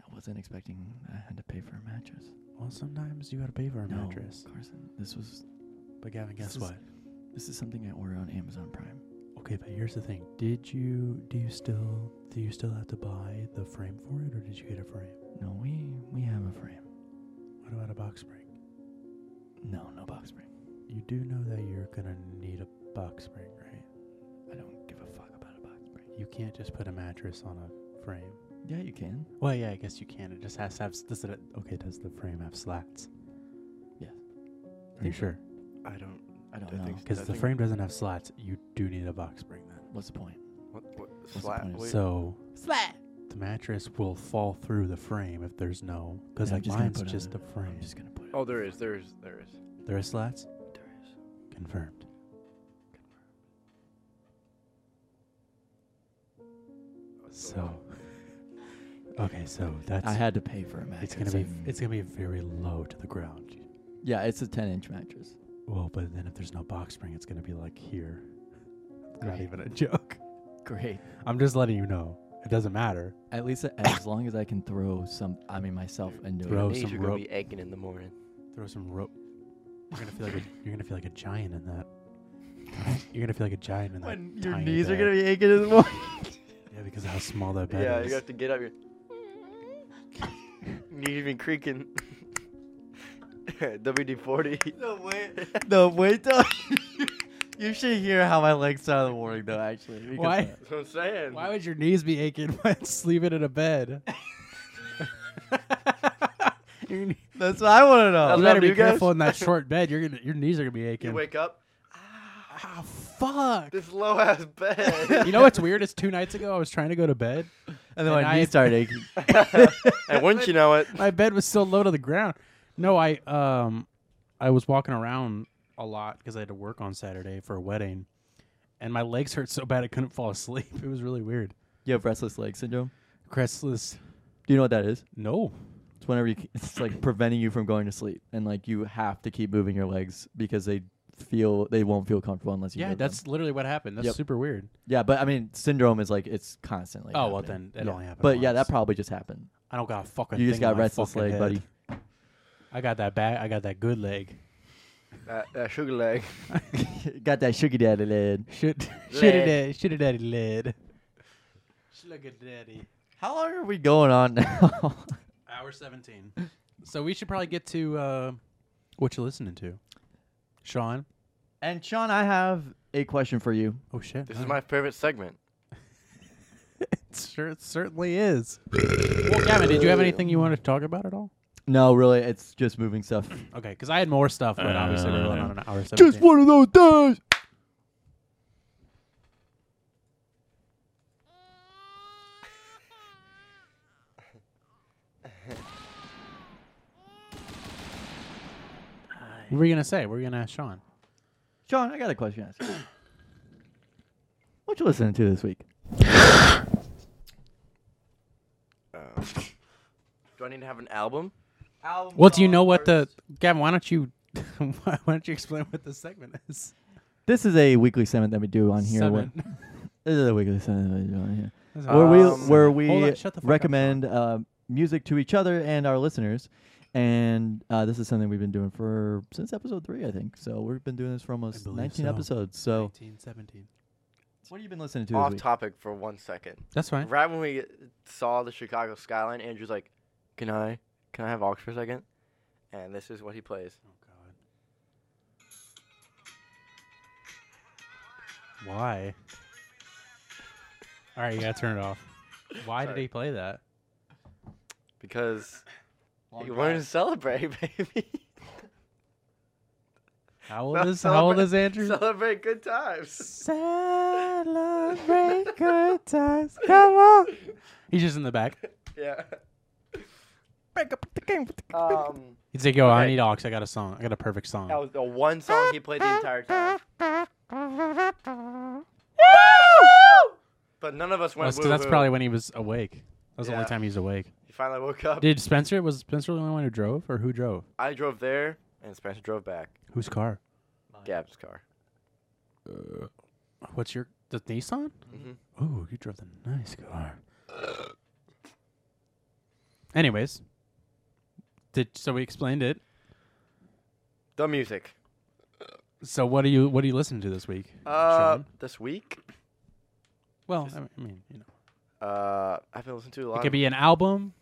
S2: I wasn't expecting I had to pay for a mattress.
S1: Well, sometimes you got to pay for a
S2: No,
S1: mattress.
S2: Carson, this was
S1: But Gavin, guess
S2: is-
S1: what?
S2: this is something I ordered on Amazon Prime.
S1: Okay, but here's the thing. Did you? Do you still? Do you still have to buy the frame for it, or did you get a frame?
S2: No, we we have a frame.
S1: What about a box spring?
S2: No, no box spring.
S1: You do know that you're gonna need a box spring, right?
S2: I don't give a fuck about a box spring.
S1: You can't just put a mattress on a frame.
S2: Yeah, you can.
S1: Well, yeah, I guess you can. It just has to have. s- Does it? Okay, does the frame have slats?
S2: Yes.
S1: Are you sure?
S3: I don't.
S2: I don't
S3: I
S2: know.
S3: think so.
S1: Because if the
S3: think-
S1: frame doesn't have slats, you do need a box spring then.
S2: What's the point?
S3: What, what,
S2: the
S3: slap,
S2: point of
S3: wait.
S1: So the mattress will fall through the frame if there's no. Because
S2: I'm
S1: like
S2: just gonna
S1: mine's
S2: put it on
S1: just
S2: the-
S1: a frame.
S2: I'm just gonna put it.
S3: oh, there is, there is, there is.
S1: There are slats. Confirmed. So Okay, so that's
S2: I had to pay for a mattress.
S1: it's gonna be it's gonna be very low to the ground.
S2: yeah, it's a ten inch mattress.
S1: Well, but then if there's no box spring, it's gonna be like here. It's not even a joke.
S2: Great.
S1: I'm just letting you know. It doesn't matter.
S2: At least as long as I can throw some, I mean myself into
S1: Throw
S2: it.
S3: Knees
S1: some
S3: are gonna
S1: rope.
S3: be aching in the morning.
S1: Throw some rope. You're gonna feel like a, you're gonna feel like a giant in that. You're gonna feel like a giant in that.
S2: When your
S1: tiny
S2: knees are
S1: bed.
S2: gonna be aching in the morning.
S1: Yeah, because of how small that bed
S3: yeah,
S1: is.
S3: you have to get up. Your knees be creaking. WD forty.
S2: No wait, no wait till you should hear how my legs sound in the morning though. Actually, because,
S1: Why?
S2: uh,
S3: That's what I'm saying.
S1: Why would your knees be aching when sleeping in a bed? You're gonna,
S2: That's what I want to know.
S3: That's
S1: you
S3: what
S1: better
S3: I'm
S1: be
S3: doing, guys.
S1: careful in that short bed. You're gonna, your knees are gonna be
S3: you
S1: aching.
S3: wake up.
S1: Ah, fuck.
S3: This low ass bed.
S1: You know what's weird? Is two nights ago I was trying to go to bed.
S2: and then my
S1: And I-
S2: knees start aching.
S3: and wouldn't you know it,
S1: My bed was so low to the ground. No, I um, I was walking around a lot because I had to work on Saturday for a wedding, and my legs hurt so bad I couldn't fall asleep. It was really weird.
S2: You have restless leg syndrome.
S1: Crestless.
S2: Do you know what that is?
S1: No.
S2: It's whenever you, c- it's like preventing you from going to sleep, and like you have to keep moving your legs because they feel they won't feel comfortable unless you.
S1: Yeah,
S2: move them.
S1: that's literally what happened. That's
S2: Yep.
S1: super weird.
S2: yeah, but I mean, syndrome is like it's constantly.
S1: Oh, well,
S2: happening.
S1: then it
S2: Yeah.
S1: only happened
S2: But yeah,
S1: once.
S2: that probably just happened.
S1: I don't got a fucking.
S2: you just
S1: thing in
S2: got
S1: my
S2: restless
S1: fucking
S2: leg,
S1: head.
S2: buddy.
S1: I got that back. I got that good leg.
S3: that, that sugar leg.
S2: got that sugar daddy lid.
S1: Should should
S3: Leg.
S1: it should it daddy lid. Should at daddy.
S2: How long are we going on now?
S1: Hour seventeen. So we should probably get to uh, what you listening to, Sean.
S2: and Sean, I have a question for you.
S1: Oh shit!
S3: This is my favorite segment.
S1: sure. It certainly is. well, Gavin, did you have anything you wanted to talk about at all?
S2: No, really, it's just moving stuff.
S1: Okay, because I had more stuff, but obviously we're going on an hour seventeen.
S2: Just one of those days.
S1: What were you gonna say? What were you gonna ask Sean?
S2: Sean, I got a question to ask. you. what you listening to this week?
S3: Do I need to have an album?
S1: Well, do you know what the Gavin? Why don't you? why don't you explain what the segment is?
S2: This is a weekly segment that we do on here.
S1: Segment.
S2: where- This is a weekly segment that we do on here.
S1: That's
S2: where we
S3: Um,
S2: where
S1: hold
S2: we
S1: on, shut the fuck up,
S2: recommend uh, music to each other and our listeners. And uh, this is something we've been doing for since episode three, I think. So we've been doing this for almost
S1: believe
S2: 19
S1: so.
S2: episodes. So
S1: 19, 17.
S2: what have you been listening to?
S3: Off
S2: this week?
S3: topic for one second.
S1: That's fine.
S3: Right when we saw the Chicago skyline, Andrew's like, "Can I, can I have Ox for a second? And this is what he plays.
S1: Why? All right, you gotta turn it off. Why did
S3: Sorry.
S1: he play that?
S3: because he wanted to celebrate, baby.
S1: How old
S3: No,
S1: is How old is Andrew?
S3: celebrate good times.
S1: Celebrate good times. Come on. He's just in the back.
S3: Yeah. Um,
S1: He's like, yo, I
S3: Okay.
S1: need aux. I got a song. I got a perfect song.
S3: that was the one song he played the entire time. But none of us
S1: Well,
S3: went.
S1: it's 'cause that's
S3: woo-woo.
S1: probably when he was awake. That was the only
S3: Yeah.
S1: time he was awake.
S3: He finally woke up.
S1: Did Spencer was Spencer the only one who drove, or who drove?
S3: I drove there, and Spencer drove back.
S1: Whose car?
S3: Gab's car.
S1: What's your the Nissan?
S3: Mm-hmm.
S1: Ooh, you drove the nice car. Anyways, did so we explained it.
S3: The music.
S1: So what do you what do you listen to this week?
S3: Uh,
S1: Sean?
S3: this week,
S1: well, I mean- I mean, you know,
S3: uh, I've been listening to a lot.
S1: it could
S3: of-
S1: be an album,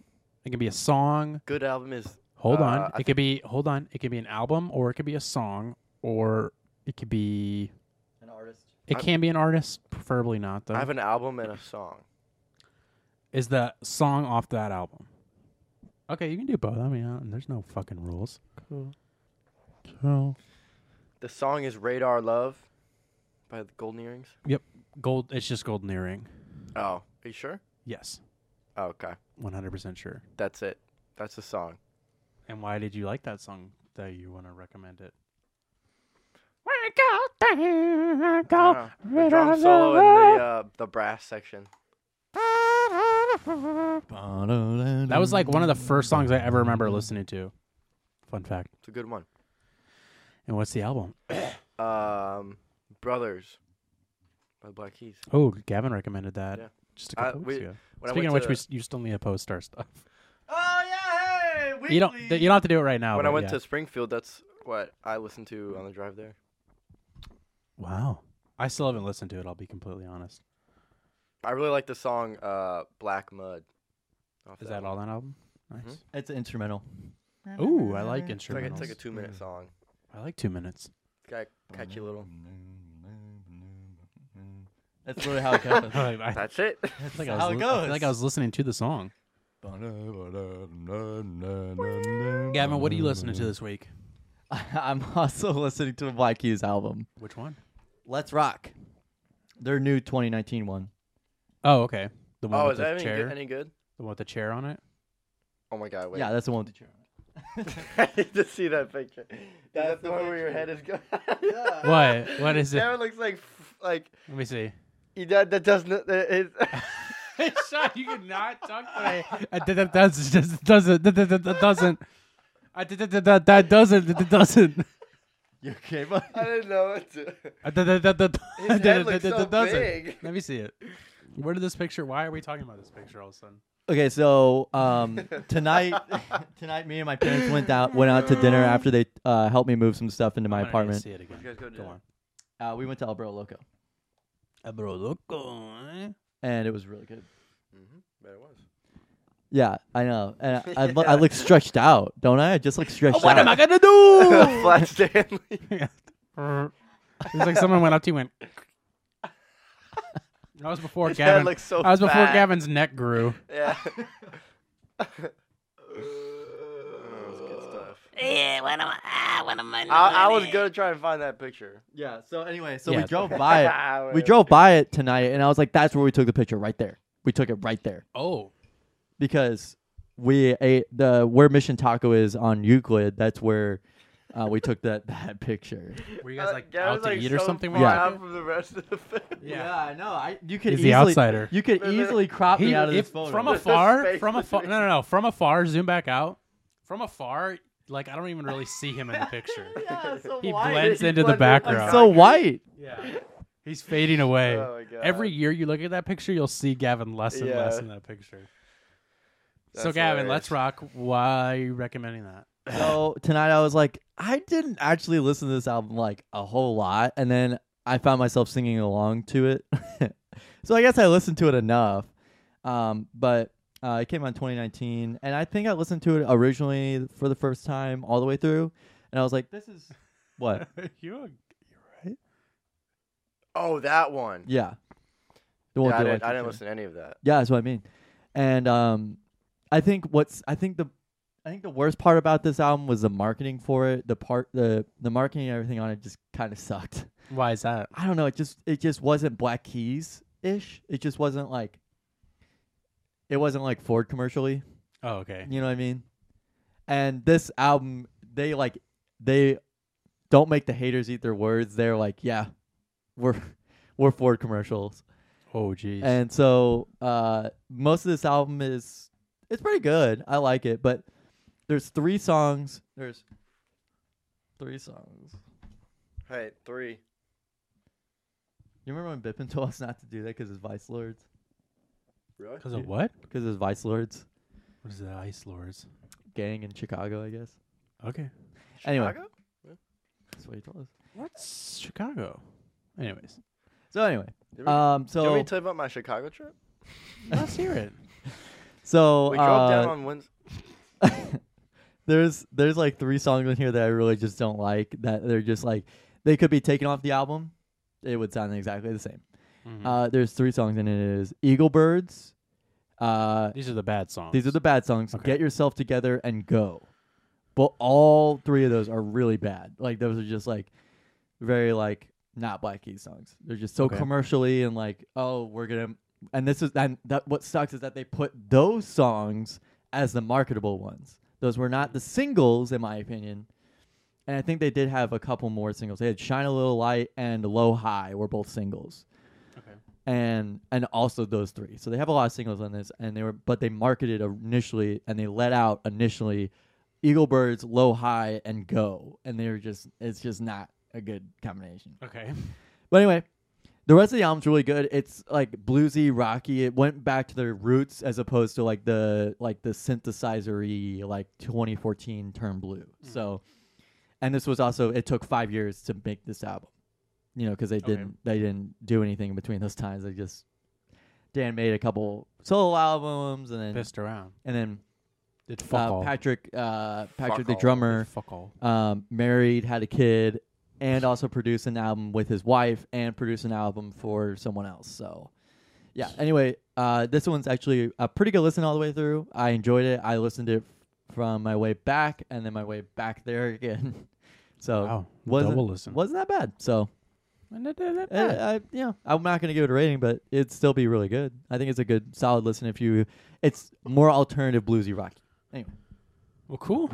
S1: it could be a song.
S3: good album is
S1: Hold
S3: Uh,
S1: on,
S3: I
S1: it could be hold on, it could be an album, or it could be a song, or it could be
S2: An artist.
S1: it
S3: I've-
S1: can be an artist, preferably not though.
S3: I have an album and a song.
S1: is the song off that album. Okay, you can do both. I mean, I there's no fucking rules. Cool. Cool.
S3: The song is Radar Love by the Golden Earrings.
S1: Gold. It's just golden earring.
S3: Oh, are you sure?
S1: Yes,
S3: Oh, okay,
S1: 100 percent sure.
S3: that's it. That's the song.
S1: And why did you like that song? That you want to recommend it?
S3: uh, I don't know. The drum solo and the uh, the brass section.
S2: That
S1: That was like one of the first songs I ever remember listening to. Fun fact.
S3: It's a good one.
S1: And what's the album?
S3: Um, Brothers by Black Keys.
S1: Oh, Gavin recommended that
S3: Yeah.
S1: just a
S3: Uh,
S1: couple weeks
S3: we-
S1: ago.
S3: When I
S1: Speaking of which,
S3: went to-
S1: we, s- you still need to post our stuff.
S2: Oh yeah, hey, weekly.
S1: You don't. You don't have to do it right now.
S3: when I
S1: but
S3: went
S1: yeah.
S3: to Springfield, that's what I listened to on the drive there.
S1: Wow. I still haven't listened to it. I'll be completely honest.
S3: I really like the song uh, Black Mud. off
S1: Is that
S3: album.
S1: all that album? Nice.
S2: It's instrumental.
S1: Ooh, I like
S3: Mm-hmm. It's like,
S1: instrumentals.
S3: it's like a two minute song.
S1: I like two minutes.
S3: It's got catchy little.
S2: That's really how it goes.
S1: I, I,
S3: That's it.
S1: feel like I
S2: how
S1: was
S2: it
S1: li- I feel
S2: goes.
S1: like I was listening to the song. Gavin, what are you listening to this week?
S2: I'm also listening to Black Keys album.
S1: Which one?
S2: Let's rock. Their new 2019 one.
S1: Oh, okay. The one
S3: oh,
S1: with
S3: is
S1: the
S3: that any
S1: chair.
S3: good, any good?
S1: the one with the chair on it.
S3: Oh my god, wait.
S2: Yeah, that's the one with the chair.
S3: I need to see that picture. Is that the, one where your head is going? yeah.
S1: What? What is it?
S3: That one looks like f- like
S1: Let me see.
S3: he- that that doesn't. that is-
S1: Sean, you cannot talk today. That doesn't. That doesn't. That doesn't. That doesn't. I did- That that- that doesn't. That doesn't.
S2: You okay, bud?
S3: I didn't know what to.
S1: I did- that- that- that-
S3: His
S1: that-
S3: head looks
S1: that-
S3: so
S1: that doesn't.
S3: big.
S1: Let me see it. Where did this picture? Why are we talking about this picture all of a sudden?
S2: Okay, so um, tonight, tonight, me and my parents went out went out to dinner after they uh, helped me move some stuff into my
S1: I'm gonna need to
S2: apartment.
S1: See it again.
S3: go
S1: Go on.
S2: Uh, we went to El Bro Loco,
S1: Abro loco. eh?
S2: and it was really good.
S3: But Mm-hmm. it was.
S2: Yeah, I know, and I, I, look- I look stretched out, don't I? I just look stretched out.
S1: Oh, What am I gonna do?
S3: Flat Stanley.
S1: It's like someone went up to you and went. That was before
S3: His
S1: Gavin.
S3: head looks so
S1: that was before
S3: fat.
S1: Gavin's neck grew.
S3: Yeah. That was good stuff.
S10: Yeah, what am I? Ah, what am I?
S3: I, I was gonna try and find that picture.
S2: Yeah. So anyway, so
S1: Yeah.
S2: we drove by it. We drove by it tonight, and I was like, "That's where we took the picture, right there. We took it right there
S1: Oh,
S2: because we ate the where Mission Taco is on Euclid. That's where uh, we took that that picture.
S1: were you guys like
S3: Uh, Gavin's,
S1: out to
S3: like,
S1: eat or
S3: so
S1: something?
S3: Far
S2: Yeah.
S3: out from the rest of the family.
S2: I know. I you could
S1: He's the easily- outsider.
S2: You could easily crop
S1: He-
S2: me out of
S1: if-
S2: this photo.
S1: From
S3: There's no
S1: afar,
S3: space
S1: from afar, no,
S3: between.
S1: no, no, from afar, zoom back out. From afar, like I don't even really see him in the picture.
S2: yeah, so
S1: He
S2: white.
S1: blends
S3: He
S1: into the
S3: blends in like
S1: background.
S2: so white.
S1: yeah, he's fading away.
S3: Oh my God.
S1: Every year you look at that picture, you'll see Gavin less and less
S3: Yeah.
S1: in that picture. so
S3: That's
S1: Gavin, let's
S3: hilarious.
S1: rock. Why are you recommending that?
S2: So tonight I was like, I didn't actually listen to this album like a whole lot, and then I found myself singing along to it. so I guess I listened to it enough. Um, but uh, it came out in 2019, and I think I listened to it originally for the first time all the way through, and I was like, this is what?
S1: you
S3: Oh, that one.
S2: yeah, the
S3: Yeah,
S2: one with the
S3: I, didn't, I didn't
S2: electric chair.
S3: listen to any of that.
S2: Yeah, that's what I mean. And um, I think what's I think the I think the worst part about this album was the marketing for it. The part the the marketing and everything on it just kind of sucked.
S1: why is that?
S2: I don't know. It just it just wasn't Black Keys ish. It just wasn't like it wasn't like Ford commercially.
S1: Oh, okay.
S2: You know what I mean? And this album, they like they don't make the haters eat their words. They're like, yeah, we're we're Ford commercials.
S1: Oh, geez.
S2: And so uh, most of this album is it's pretty good. I like it, but there's three songs. There's three songs.
S3: Hey, three.
S2: You remember when Bippin told us not to do that because it's Vice Lords?
S3: Really?
S1: Because of what?
S2: Because it's Vice Lords
S1: What is the ice lords?
S2: gang in Chicago, I guess.
S1: Okay.
S2: Anyway,
S3: Chicago?
S2: that's what he told us.
S1: What's Chicago? Anyways,
S2: So anyway,
S3: Did we,
S2: um,
S3: did we
S2: so
S3: tell you about my Chicago trip?
S1: let's hear it.
S2: so
S3: We drove
S2: uh,
S3: down on Wednesday.
S2: there's there's like three songs in here that I really just don't like. That they're just like they could be taken off the album. It would sound exactly the same. Uh, there's three songs in it. It Is Eagle Birds. Uh,
S1: These are the bad songs.
S2: these are the bad songs.
S1: Okay.
S2: Get yourself together and go. But all three of those are really bad. Like those are just like very like not Black Keys songs. They're just so
S1: Okay.
S2: commercially and like oh we're gonna and this is and that what sucks is that they put those songs as the marketable ones. Those were not the singles in my opinion. And I think they did have a couple more singles. They had Shine a Little Light and Low High were both singles.
S1: Okay.
S2: and and also those three. So they have a lot of singles on this, and they were but they marketed initially and they let out initially Eagle Birds, Low High, and Go, and they were just it's just not a good combination.
S1: Okay.
S2: But anyway, the rest of the album's really good. It's like bluesy, rocky. It went back to their roots as opposed to like the like the synthesizer like 2014 term blue.
S1: Mm-hmm.
S2: So, and this was also it took five years to make this album. You know, because they didn't they didn't do anything in between those times. They just Dan made a couple solo albums and then
S1: Pissed around.
S2: and then
S1: Did fuck
S2: uh,
S1: all.
S2: Patrick uh, Patrick the
S3: all.
S2: drummer
S1: Fuck all.
S2: um, married, had a kid, and also produced an album with his wife and produced an album for someone else. So, yeah. Anyway, uh, this one's actually a pretty good listen all the way through. I enjoyed it. I listened to it from my way back and then my way back there again. So,
S1: Wow.
S2: wasn't,
S1: Double listen.
S2: wasn't that bad. So,
S1: What?
S2: uh, I, yeah, I'm not gonna give it a rating, but it'd still be really good. I think it's a good, solid listen. If you, it's more alternative bluesy rock. Anyway,
S1: Well, cool.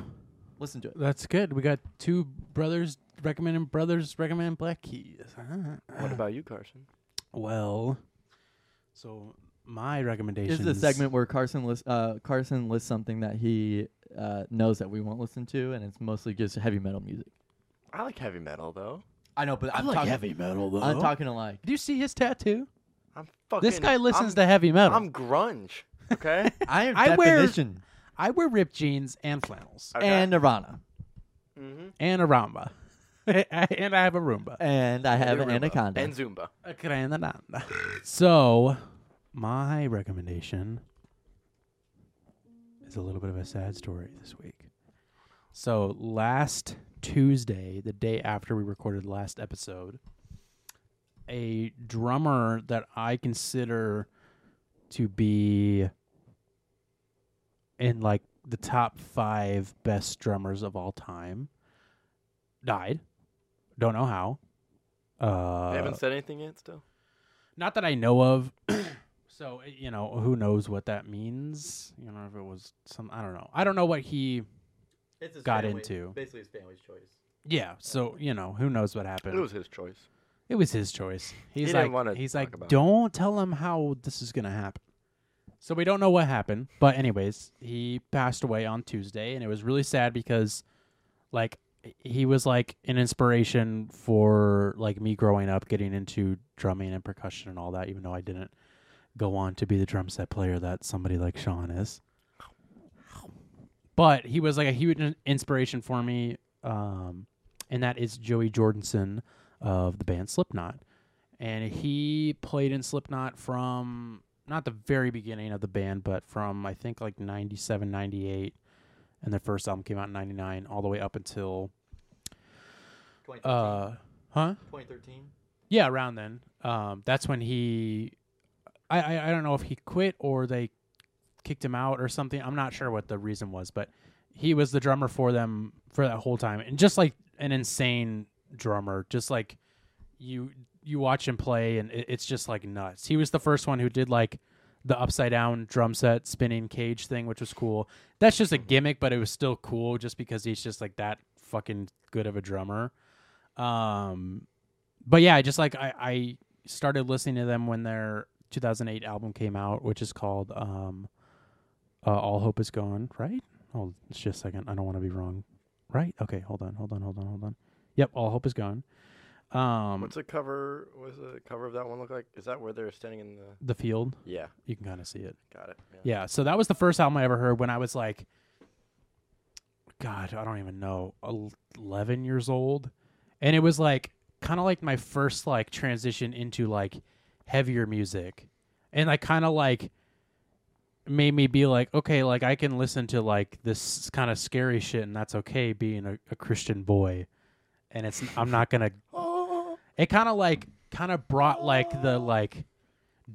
S2: listen to it.
S1: That's good. We got two brothers recommending brothers recommend Black Keys. Huh?
S3: What about you, Carson?
S1: Well, so my
S2: This
S1: recommendation
S2: is the segment where Carson lists uh, Carson lists something that he uh, knows that we won't listen to, and it's mostly just heavy metal music.
S3: I like heavy metal though.
S2: I know, but I'm talking heavy metal though. I'm talking like
S1: Do you see his tattoo?
S3: I'm fucking.
S1: This guy listens
S3: I'm,
S1: to heavy metal.
S3: I'm grunge. Okay.
S2: I am
S1: I wear-
S2: definition
S1: I wear ripped jeans and flannels
S2: and Nirvana,
S1: and a Ramba, and I have a Roomba.
S2: and I have an
S3: Zumba.
S2: anaconda.
S3: And Zumba.
S1: So, my recommendation is a little bit of a sad story this week. So, last Tuesday, the day after we recorded the last episode, a drummer that I consider to be in like the top five best drummers of all time died. Don't know how. Uh,
S3: they haven't said anything yet. Still.
S1: not that I know of. so uh, you know, who knows what that means? You know, if it was some, I don't know. I don't know what he.
S2: It's his
S1: got family- into.
S2: basically his family's choice.
S1: Yeah. So you know, who knows what
S3: It
S1: happened?
S3: was his choice.
S1: It was his choice. He's
S3: didn't
S1: like,
S3: wanna
S1: he's
S3: talk
S1: like,
S3: about it.
S1: don't tell him how this is gonna happen. So we don't know what happened, but anyways, he passed away on Tuesday, and it was really sad because, like, he was like an inspiration for like me growing up, getting into drumming and percussion and all that. Even though I didn't go on to be the drum set player that somebody like Sean is, but he was like a huge in- inspiration for me. Um, and that is Joey Jordanson of the band Slipknot and he played in Slipknot from not the very beginning of the band, but from I think like 97, 98, and their first album came out in 99, all the way up until, uh, huh?
S2: 2013.
S1: Yeah, around then. Um, that's when he, I, I I don't know if he quit or they kicked him out or something. I'm not sure what the reason was, but he was the drummer for them for that whole time, and just like an insane drummer, just like you you watch him play, and it, it's just like nuts. He was the first one who did like the upside down drum set spinning cage thing, which was cool. That's just a gimmick, but it was still cool just because he's just like that fucking good of a drummer. Um, but yeah, just like I, I started listening to them when their 2008 album came out, which is called um, uh, "All Hope Is Gone." Right? Hold just a second. I don't want to be wrong. Right? Okay. Hold on. Hold on. Hold on. Hold on. Yep. All hope is gone. Um,
S3: What's the cover? What's the cover of that one look like? Is that where they're standing in the?
S1: the field.
S3: Yeah,
S1: You can kind of see it.
S3: got it. Yeah.
S1: Yeah. So that was the first album I ever heard when I was like, God, I don't even know, el- 11 years old. And it was like, kind of like my first like transition into like heavier music. And like, kind of like, made me be like, okay, like I can listen to like this kind of scary shit and that's okay being a, a Christian boy. And it's, I'm not going to, it kind of like, kind of brought like the like,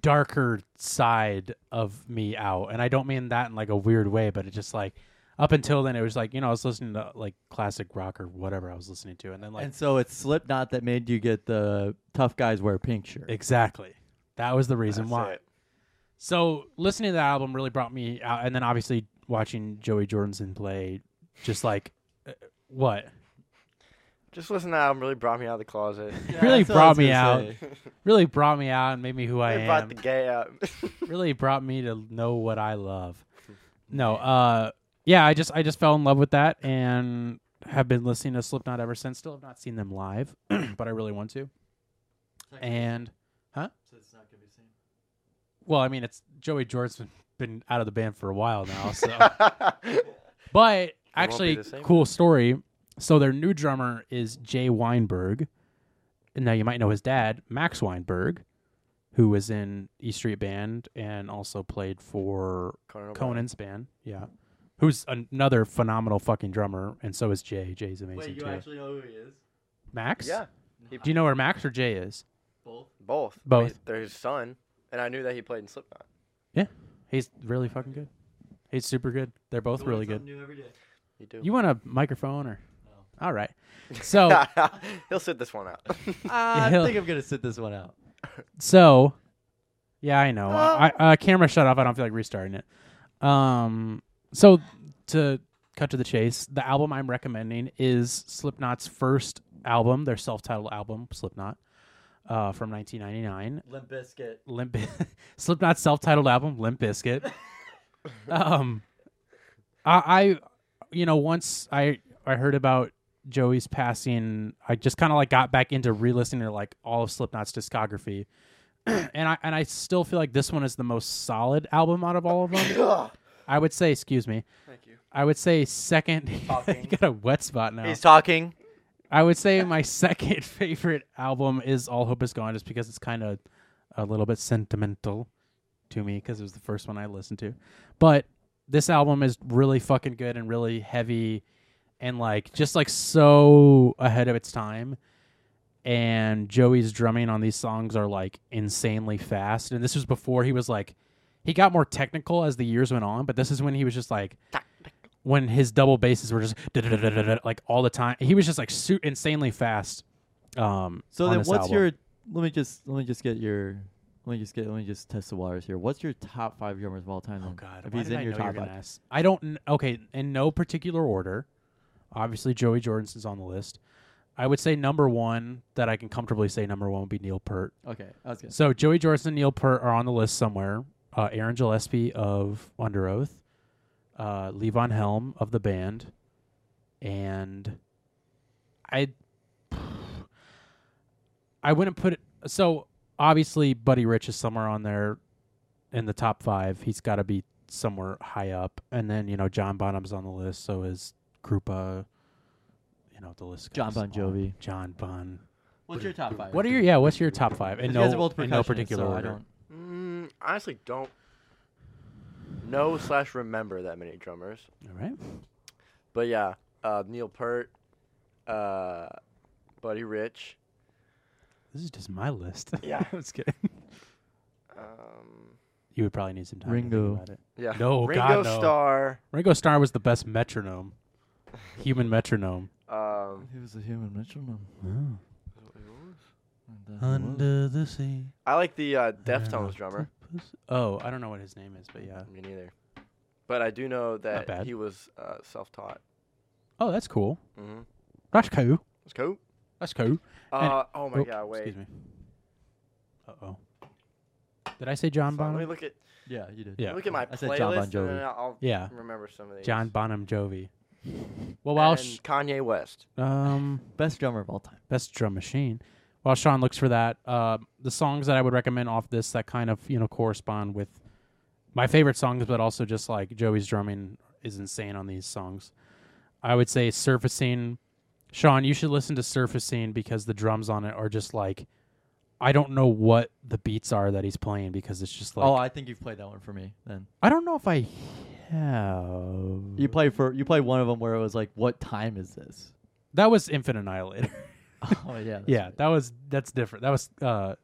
S1: darker side of me out. And I don't mean that in like a weird way, but it just like up until then it was like, you know, I was listening to like classic rock or whatever I was listening to. And then like
S2: and so it's Slipknot that made you get the tough guys wear pink shirt.
S1: Exactly. That was the reason
S3: That's
S1: why.
S3: it.
S1: So listening to that album really brought me out and then obviously watching Joey Jordanson play just like uh, what?
S3: Just listen to that album really brought me out of the closet.
S2: Yeah,
S1: really
S2: that's what I
S1: brought
S2: was
S1: me
S2: gonna
S1: out.
S2: say.
S1: Really brought me out and made me who I
S3: Really brought
S1: am.
S3: the gay out.
S1: really brought me to know what I love. No, uh, yeah, I just I just fell in love with that and have been listening to Slipknot ever since. Still have not seen them live, but I really want to. And
S2: So it's not gonna be seen.
S1: well, I mean, it's Joey Jordan's been, been out of the band for a while now, so But actually,
S3: the same.
S1: cool story. So their new drummer is Jay Weinberg. And now you might know his dad, Max Weinberg, who was in E Street Band and also played for
S3: Conan. Conan.
S1: Conan's band. Yeah. Who's an- another phenomenal fucking drummer, and so is Jay. Jay's amazing
S2: Wait, you
S1: too.
S2: actually know who he is?
S1: Max?
S3: Yeah,
S1: Do you know where Max or Jay is?
S2: Both.
S3: both. I
S1: Both.
S3: mean, They're his son, and I knew that he played in Slipknot.
S1: He's really fucking good. He's super good. They're both really good.
S2: New every day.
S3: You do.
S1: You want a microphone or?
S3: Oh.
S1: All right. So
S3: He'll sit this one out. Uh,
S2: I
S1: He'll-
S2: think I'm gonna sit this one out.
S1: So, yeah, I know. I, I uh, camera shut off. I don't feel like restarting it. Um, so to cut to the chase, the album I'm recommending is Slipknot's first album, their self-titled album, Slipknot, uh, from 1999.
S2: Limp Biscuit.
S1: Limp Slipknot's self-titled album, Limp Biscuit. um, I, I, you know, once I I heard about Joey's passing, I just kind of like got back into re-listening to like all of Slipknot's discography, and I and I still feel like this one is the most solid album out of all of them. I would say, excuse me.
S3: Thank you.
S1: I would say second. you
S3: Talking.
S1: got a wet spot now.
S3: He's talking.
S1: I would say my second favorite album is All Hope Is Gone, just because it's kind of a little bit sentimental to me because it was the first one I listened to. But this album is really fucking good and really heavy and like just like so ahead of its time. And Joey's drumming on these songs are like insanely fast. And this was before he was like, he got more technical as the years went on, but this is when he was just like, when his double basses were just like all the time. He was just like su- insanely fast. Um,
S2: So
S1: on
S2: then,
S1: this
S2: what's
S1: album.
S2: your? Let me just let me just get your. Let me just get. Let me just test the waters here. What's your top five drummers of all time?
S1: Oh
S2: then?
S1: God!
S2: if
S1: why
S2: he's
S1: did
S2: in
S1: I
S2: your
S1: know you were
S2: top
S1: gonna
S2: five,
S1: ask? I don't. kn- Okay, in no particular order. Obviously, Joey Jordanson's on the list. I would say number one that I can comfortably say number one would be Neil Peart.
S2: okay, that's good.
S1: So Joey Jordan and Neil Peart are on the list somewhere. Uh, Aaron Gillespie of Under Oath, uh, Levon Helm of the band, and I I wouldn't put it. So obviously, Buddy Rich is somewhere on there in the top five. He's got to be somewhere high up. And then you know John Bonham's on the list. So is Krupa. You know the list.
S2: John
S1: goes
S2: Bon
S1: on.
S2: Jovi.
S1: John Bon.
S2: What's your top five?
S1: What are your yeah? What's your top five? In
S2: You
S1: no,
S2: guys are both
S1: in no
S2: percussionists,
S1: particular
S2: so I
S1: order.
S2: don't-
S3: Mm, honestly, don't know slash remember that many drummers.
S1: All right.
S3: But yeah, uh, Neil Peart, uh, Buddy Rich.
S1: This is just my list.
S3: Yeah.
S1: I was kidding.
S3: Um,
S1: You would probably need some time to
S2: Ringo.
S1: think about it.
S3: yeah.
S1: No,
S3: Ringo
S1: God, no.
S3: Starr.
S1: Ringo Starr was the best metronome, human metronome.
S3: Um,
S2: He was a human metronome. And that was-
S1: Under the sea.
S3: I like the uh, Deftones drummer.
S1: Oh, I don't know what his name is, but yeah.
S3: Me neither. But I do know
S1: bad.
S3: that he was uh, self-taught.
S1: Oh, that's cool.
S3: Mm-hmm.
S1: That's cool.
S3: That's cool.
S1: That's cool.
S3: Uh, oh my
S1: Oh,
S3: God! Wait.
S1: Excuse me. Uh oh. Did I say John
S3: Hold on, let me
S1: Bonham?
S3: look at
S2: Yeah, you did.
S1: Yeah.
S3: look at my
S2: I said John Bon
S3: playlist, and then
S2: Jovi.
S3: I'll
S1: Yeah.
S3: remember some of these.
S1: John Bonham Jovi. Well, while
S3: and
S1: sh-
S3: Kanye West.
S1: um.
S2: Best drummer of all time.
S1: Best Drum Machine. While Sean looks for that, uh, the songs that I would recommend off this that kind of you know correspond with my favorite songs, but also just like Joey's drumming is insane on these songs. I would say Surfacing. Sean, you should listen to Surfacing because the drums on it are just like I don't know what the beats are that he's playing because it's just like
S2: oh, I think you've played that one for me. Then
S1: I don't know if I have.
S2: you play for you play one of them where it was like, what time is this?
S1: that was Infinite Annihilator.
S2: Oh yeah. that's
S1: yeah,
S2: right.
S1: that was that's different. That was uh,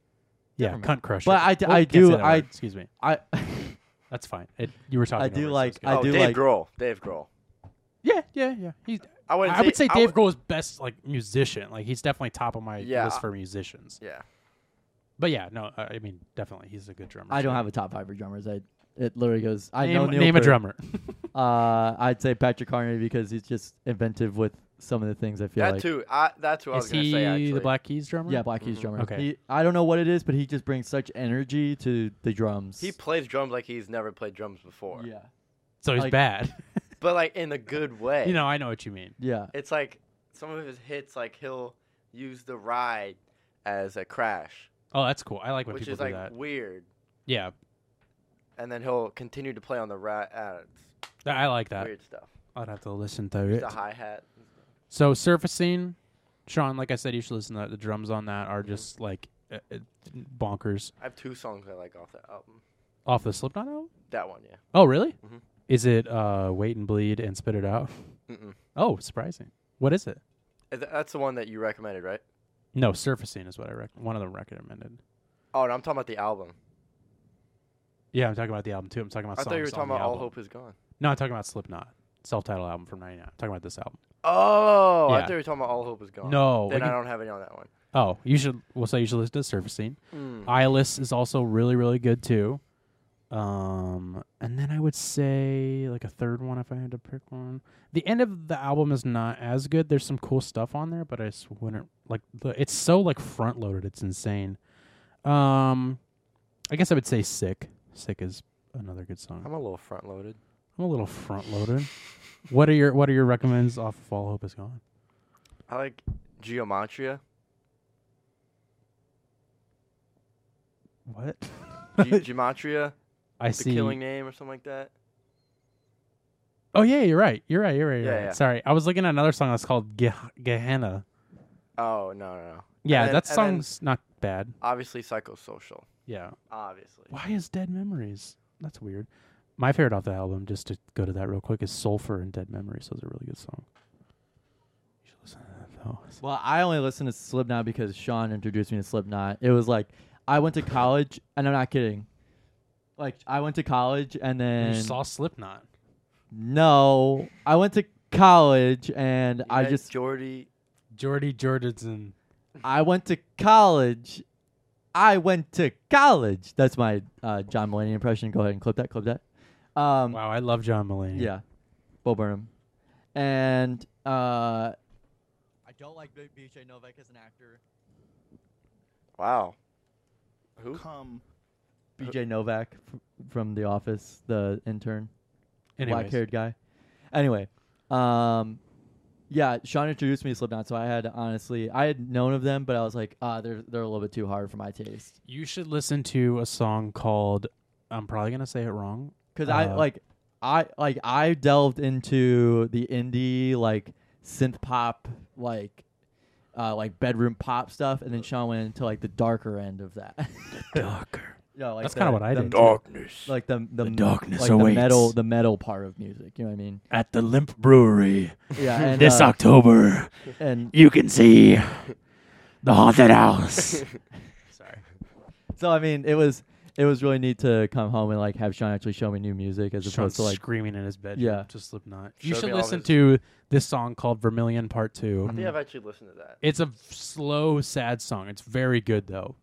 S1: yeah,
S2: Never mind.
S1: Cunt Crusher.
S2: But I d-
S1: Oh,
S2: I
S1: can't
S2: do-
S1: say that
S2: I-
S1: word. excuse me.
S2: I
S1: That's fine. It, you were talking.
S2: do
S1: over it, so
S2: like-
S1: it's good.
S2: I
S3: oh,
S2: do
S3: Dave
S2: like-
S3: Grohl. Dave Grohl.
S1: yeah, yeah, yeah. He's.
S3: I, wouldn't
S1: I would say
S3: I
S1: Dave
S3: would-
S1: Grohl is best like musician. Like he's definitely top of my
S3: Yeah.
S1: list for musicians.
S3: Yeah.
S1: But yeah, no, I I mean definitely he's a good drummer.
S2: I don't
S1: so.
S2: have a top five for drummers. I It literally goes. I
S1: name,
S2: know Neil
S1: name a
S2: Peart.
S1: drummer.
S2: Uh, I'd say Patrick Carney because he's just inventive with some of the things. I feel
S3: That
S2: like.
S3: too. I, that's what I was
S1: Is
S3: gonna
S1: he
S3: say. Actually,
S1: the Black Keys drummer?
S2: Yeah, Black Keys drummer. Mm-hmm.
S1: Okay.
S2: He, I don't know what it is, but he just brings such energy to the drums.
S3: he plays drums like he's never played drums before.
S2: yeah,
S1: So he's
S2: like-
S1: bad.
S3: But like in a good way.
S1: you know, I know what you mean.
S2: yeah.
S3: it's like some of his hits, like he'll use the ride as a crash,
S1: Oh, that's cool. I like when
S3: which
S1: people
S3: is
S1: do
S3: like
S1: that.
S3: weird.
S1: Yeah,
S3: And then he'll continue to play on the ride. Uh, it's
S1: Th- I like that.
S3: weird stuff.
S1: I'd have to listen to it.
S3: The hi hat.
S1: So surfacing, Sean, like I said, you should listen to that. The drums on that
S3: Mm-hmm.
S1: are just like uh, uh, bonkers.
S3: I have two songs I like off that album.
S1: Off the Slipknot album?
S3: That one, yeah.
S1: Oh, really?
S3: Mhm.
S1: Is it uh, "Wait and Bleed" and "Spit It Out"?
S3: Mm-mm.
S1: Oh, surprising. What is it?
S3: Is that- That's the one that you recommended, right?
S1: No, surfacing is what I rec- one of them recommended.
S3: Oh, and I'm talking about the album.
S1: Yeah, I'm talking about the album too. I'm talking about.
S3: I thought you were
S1: songs on
S3: talking
S1: the
S3: about All
S1: album.
S3: Hope Is Gone.
S1: No, I'm talking about Slipknot self-titled album from '99. I'm talking about this album.
S3: Oh, I
S1: Yeah.
S3: thought you were talking about All Hope Is Gone.
S1: No,
S3: Oh. Then
S1: like
S3: I
S1: you-
S3: don't have any on that one.
S1: Oh, you should. We'll say you should listen to surfacing.
S3: Mm.
S1: Eyeless is also really, really good too. Um, and then I would say like a third one if I had to pick one. The end of the album is not as good. There's some cool stuff on there, but I just wouldn't like. The, it's so like front loaded. It's insane. Um, I guess I would say sick. Sick is another good song.
S3: I'm a little front loaded.
S1: I'm a little front loaded. what are your What are your recommends off of All Hope Is Gone?
S3: I like Geomatria.
S1: What?
S3: Ge- Gematria,
S1: I
S3: the
S1: see.
S3: killing name or something like that.
S1: Oh yeah, you're right. You're right. You're right. You're
S3: Yeah,
S1: right.
S3: yeah.
S1: Sorry, I was looking at another song that's called Ge- Gehenna.
S3: Oh no, no, no.
S1: Yeah,
S3: then-
S1: that
S3: and then-
S1: song's not bad.
S3: Obviously psychosocial.
S1: Yeah.
S3: Obviously.
S1: Why is Dead Memories? That's weird. My favorite off the album, just to go to that real quick, is Sulfur and Dead Memories. Those are really good song. You should listen to that though.
S2: Well, I only listen to Slipknot because Sean introduced me to Slipknot. It was like I went to college, and I'm not kidding. Like I went to college, and then
S1: you saw Slipknot.
S2: no, I went to college, and
S3: You
S2: I
S3: had
S2: just
S3: Jordy.
S1: Jordy Jordanson.
S2: I went to college. I went to college. That's my uh, John Mulaney impression. Go ahead and clip that. Clip that. Um,
S1: Wow, I love John Mulaney.
S2: Yeah, Bo Burnham, and uh, I don't like Big BJ Novak as an actor.
S3: Wow. Who?
S2: Um,
S11: Come.
S2: BJ Novak f- from The Office, the intern,
S1: Anyways,
S2: black-haired guy. Anyway, um, yeah, Sean introduced me to Slipknot, so I had to honestly, I had known of them, but I was like, ah, they're they're a little bit too hard for my taste
S1: You should listen to a song called. I'm probably gonna say it wrong.
S2: because I
S1: Uh,
S2: like, I like I delved into the indie like synth pop like. Uh, like bedroom pop stuff, and then Sean went into like the darker end of that.
S1: Darker.
S2: No, like
S1: That's
S2: the-
S1: kinda what I
S2: the-
S1: did.
S3: Darkness.
S2: Like the the,
S7: darkness
S2: like the metal,
S7: awaits.
S2: the metal part of music. You know what I mean?
S7: At the Limp Brewery
S2: Yeah. And,
S7: this
S2: uh,
S7: October,
S2: and
S7: you can see the haunted house.
S2: so I mean, it was it was really neat to come home and like have Sean actually show me new music as
S1: Sean's
S2: opposed to like
S1: screaming in his bedroom
S2: Yeah.
S1: to Slipknot. You
S3: Showed
S1: should
S3: me all
S1: listen
S3: his-
S1: to this song called Vermilion Part 2.
S3: I think I've actually listened to that.
S1: It's a f- slow, sad song. It's very good, though.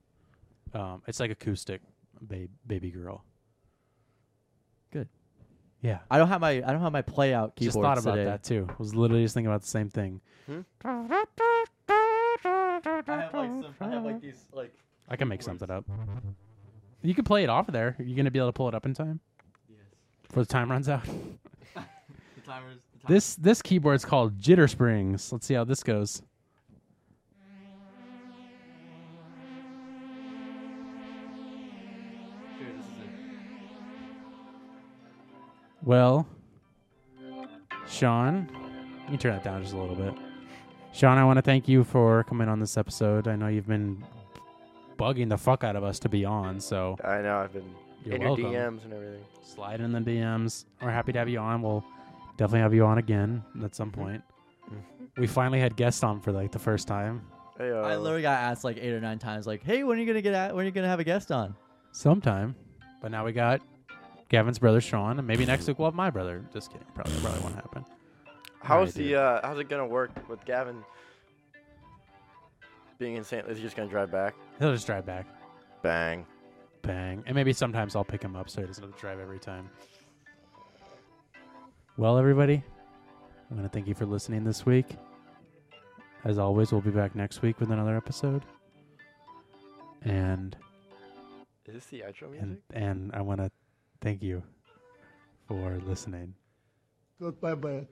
S1: Um, it's like acoustic, babe, baby girl.
S2: Good.
S1: Yeah.
S2: I don't have my I don't have my play out keyboard
S1: Just thought about
S2: today.
S1: that, too. Was literally just thinking about the same thing.
S2: I have like some, I have like these like
S1: I can make something up. You can play it off there. Are you going to be able to pull it up in time? Before the time runs out.
S2: the timers. The timers.
S1: This this keyboard's called Jitter Springs. Let's see how this goes. Well, Sean, you can turn that down just a little bit. Sean, I want to thank you for coming on this episode. I know you've been bugging the fuck out of us to be on, so
S3: I know. I've been
S1: you're
S3: in
S1: welcome.
S3: your DMs and everything.
S1: Slide in the DMs. We're happy to have you on. We'll definitely have you on again at
S3: Mm-hmm.
S1: some point. We finally had guests on for like the first time.
S3: Hey, uh,
S2: I literally got asked like eight or nine times, like, "Hey, when are you gonna get at? When are you gonna have a guest on?"
S1: sometime. But now we got Gavin's brother Sean, and maybe next week we'll have my brother. Just kidding, probably that probably won't happen.
S3: how's
S1: idea.
S3: the uh, how's it gonna work with Gavin being in St. Is he just gonna drive back?
S1: He'll just drive back.
S3: Bang.
S1: bang. And maybe sometimes I'll pick him up so he doesn't have to drive every time. Well, everybody, I want to thank you for listening this week. As always, we'll be back next week with another episode. And
S3: Is this the outro music?
S1: and and I want to thank you for listening.
S4: Goodbye, bye.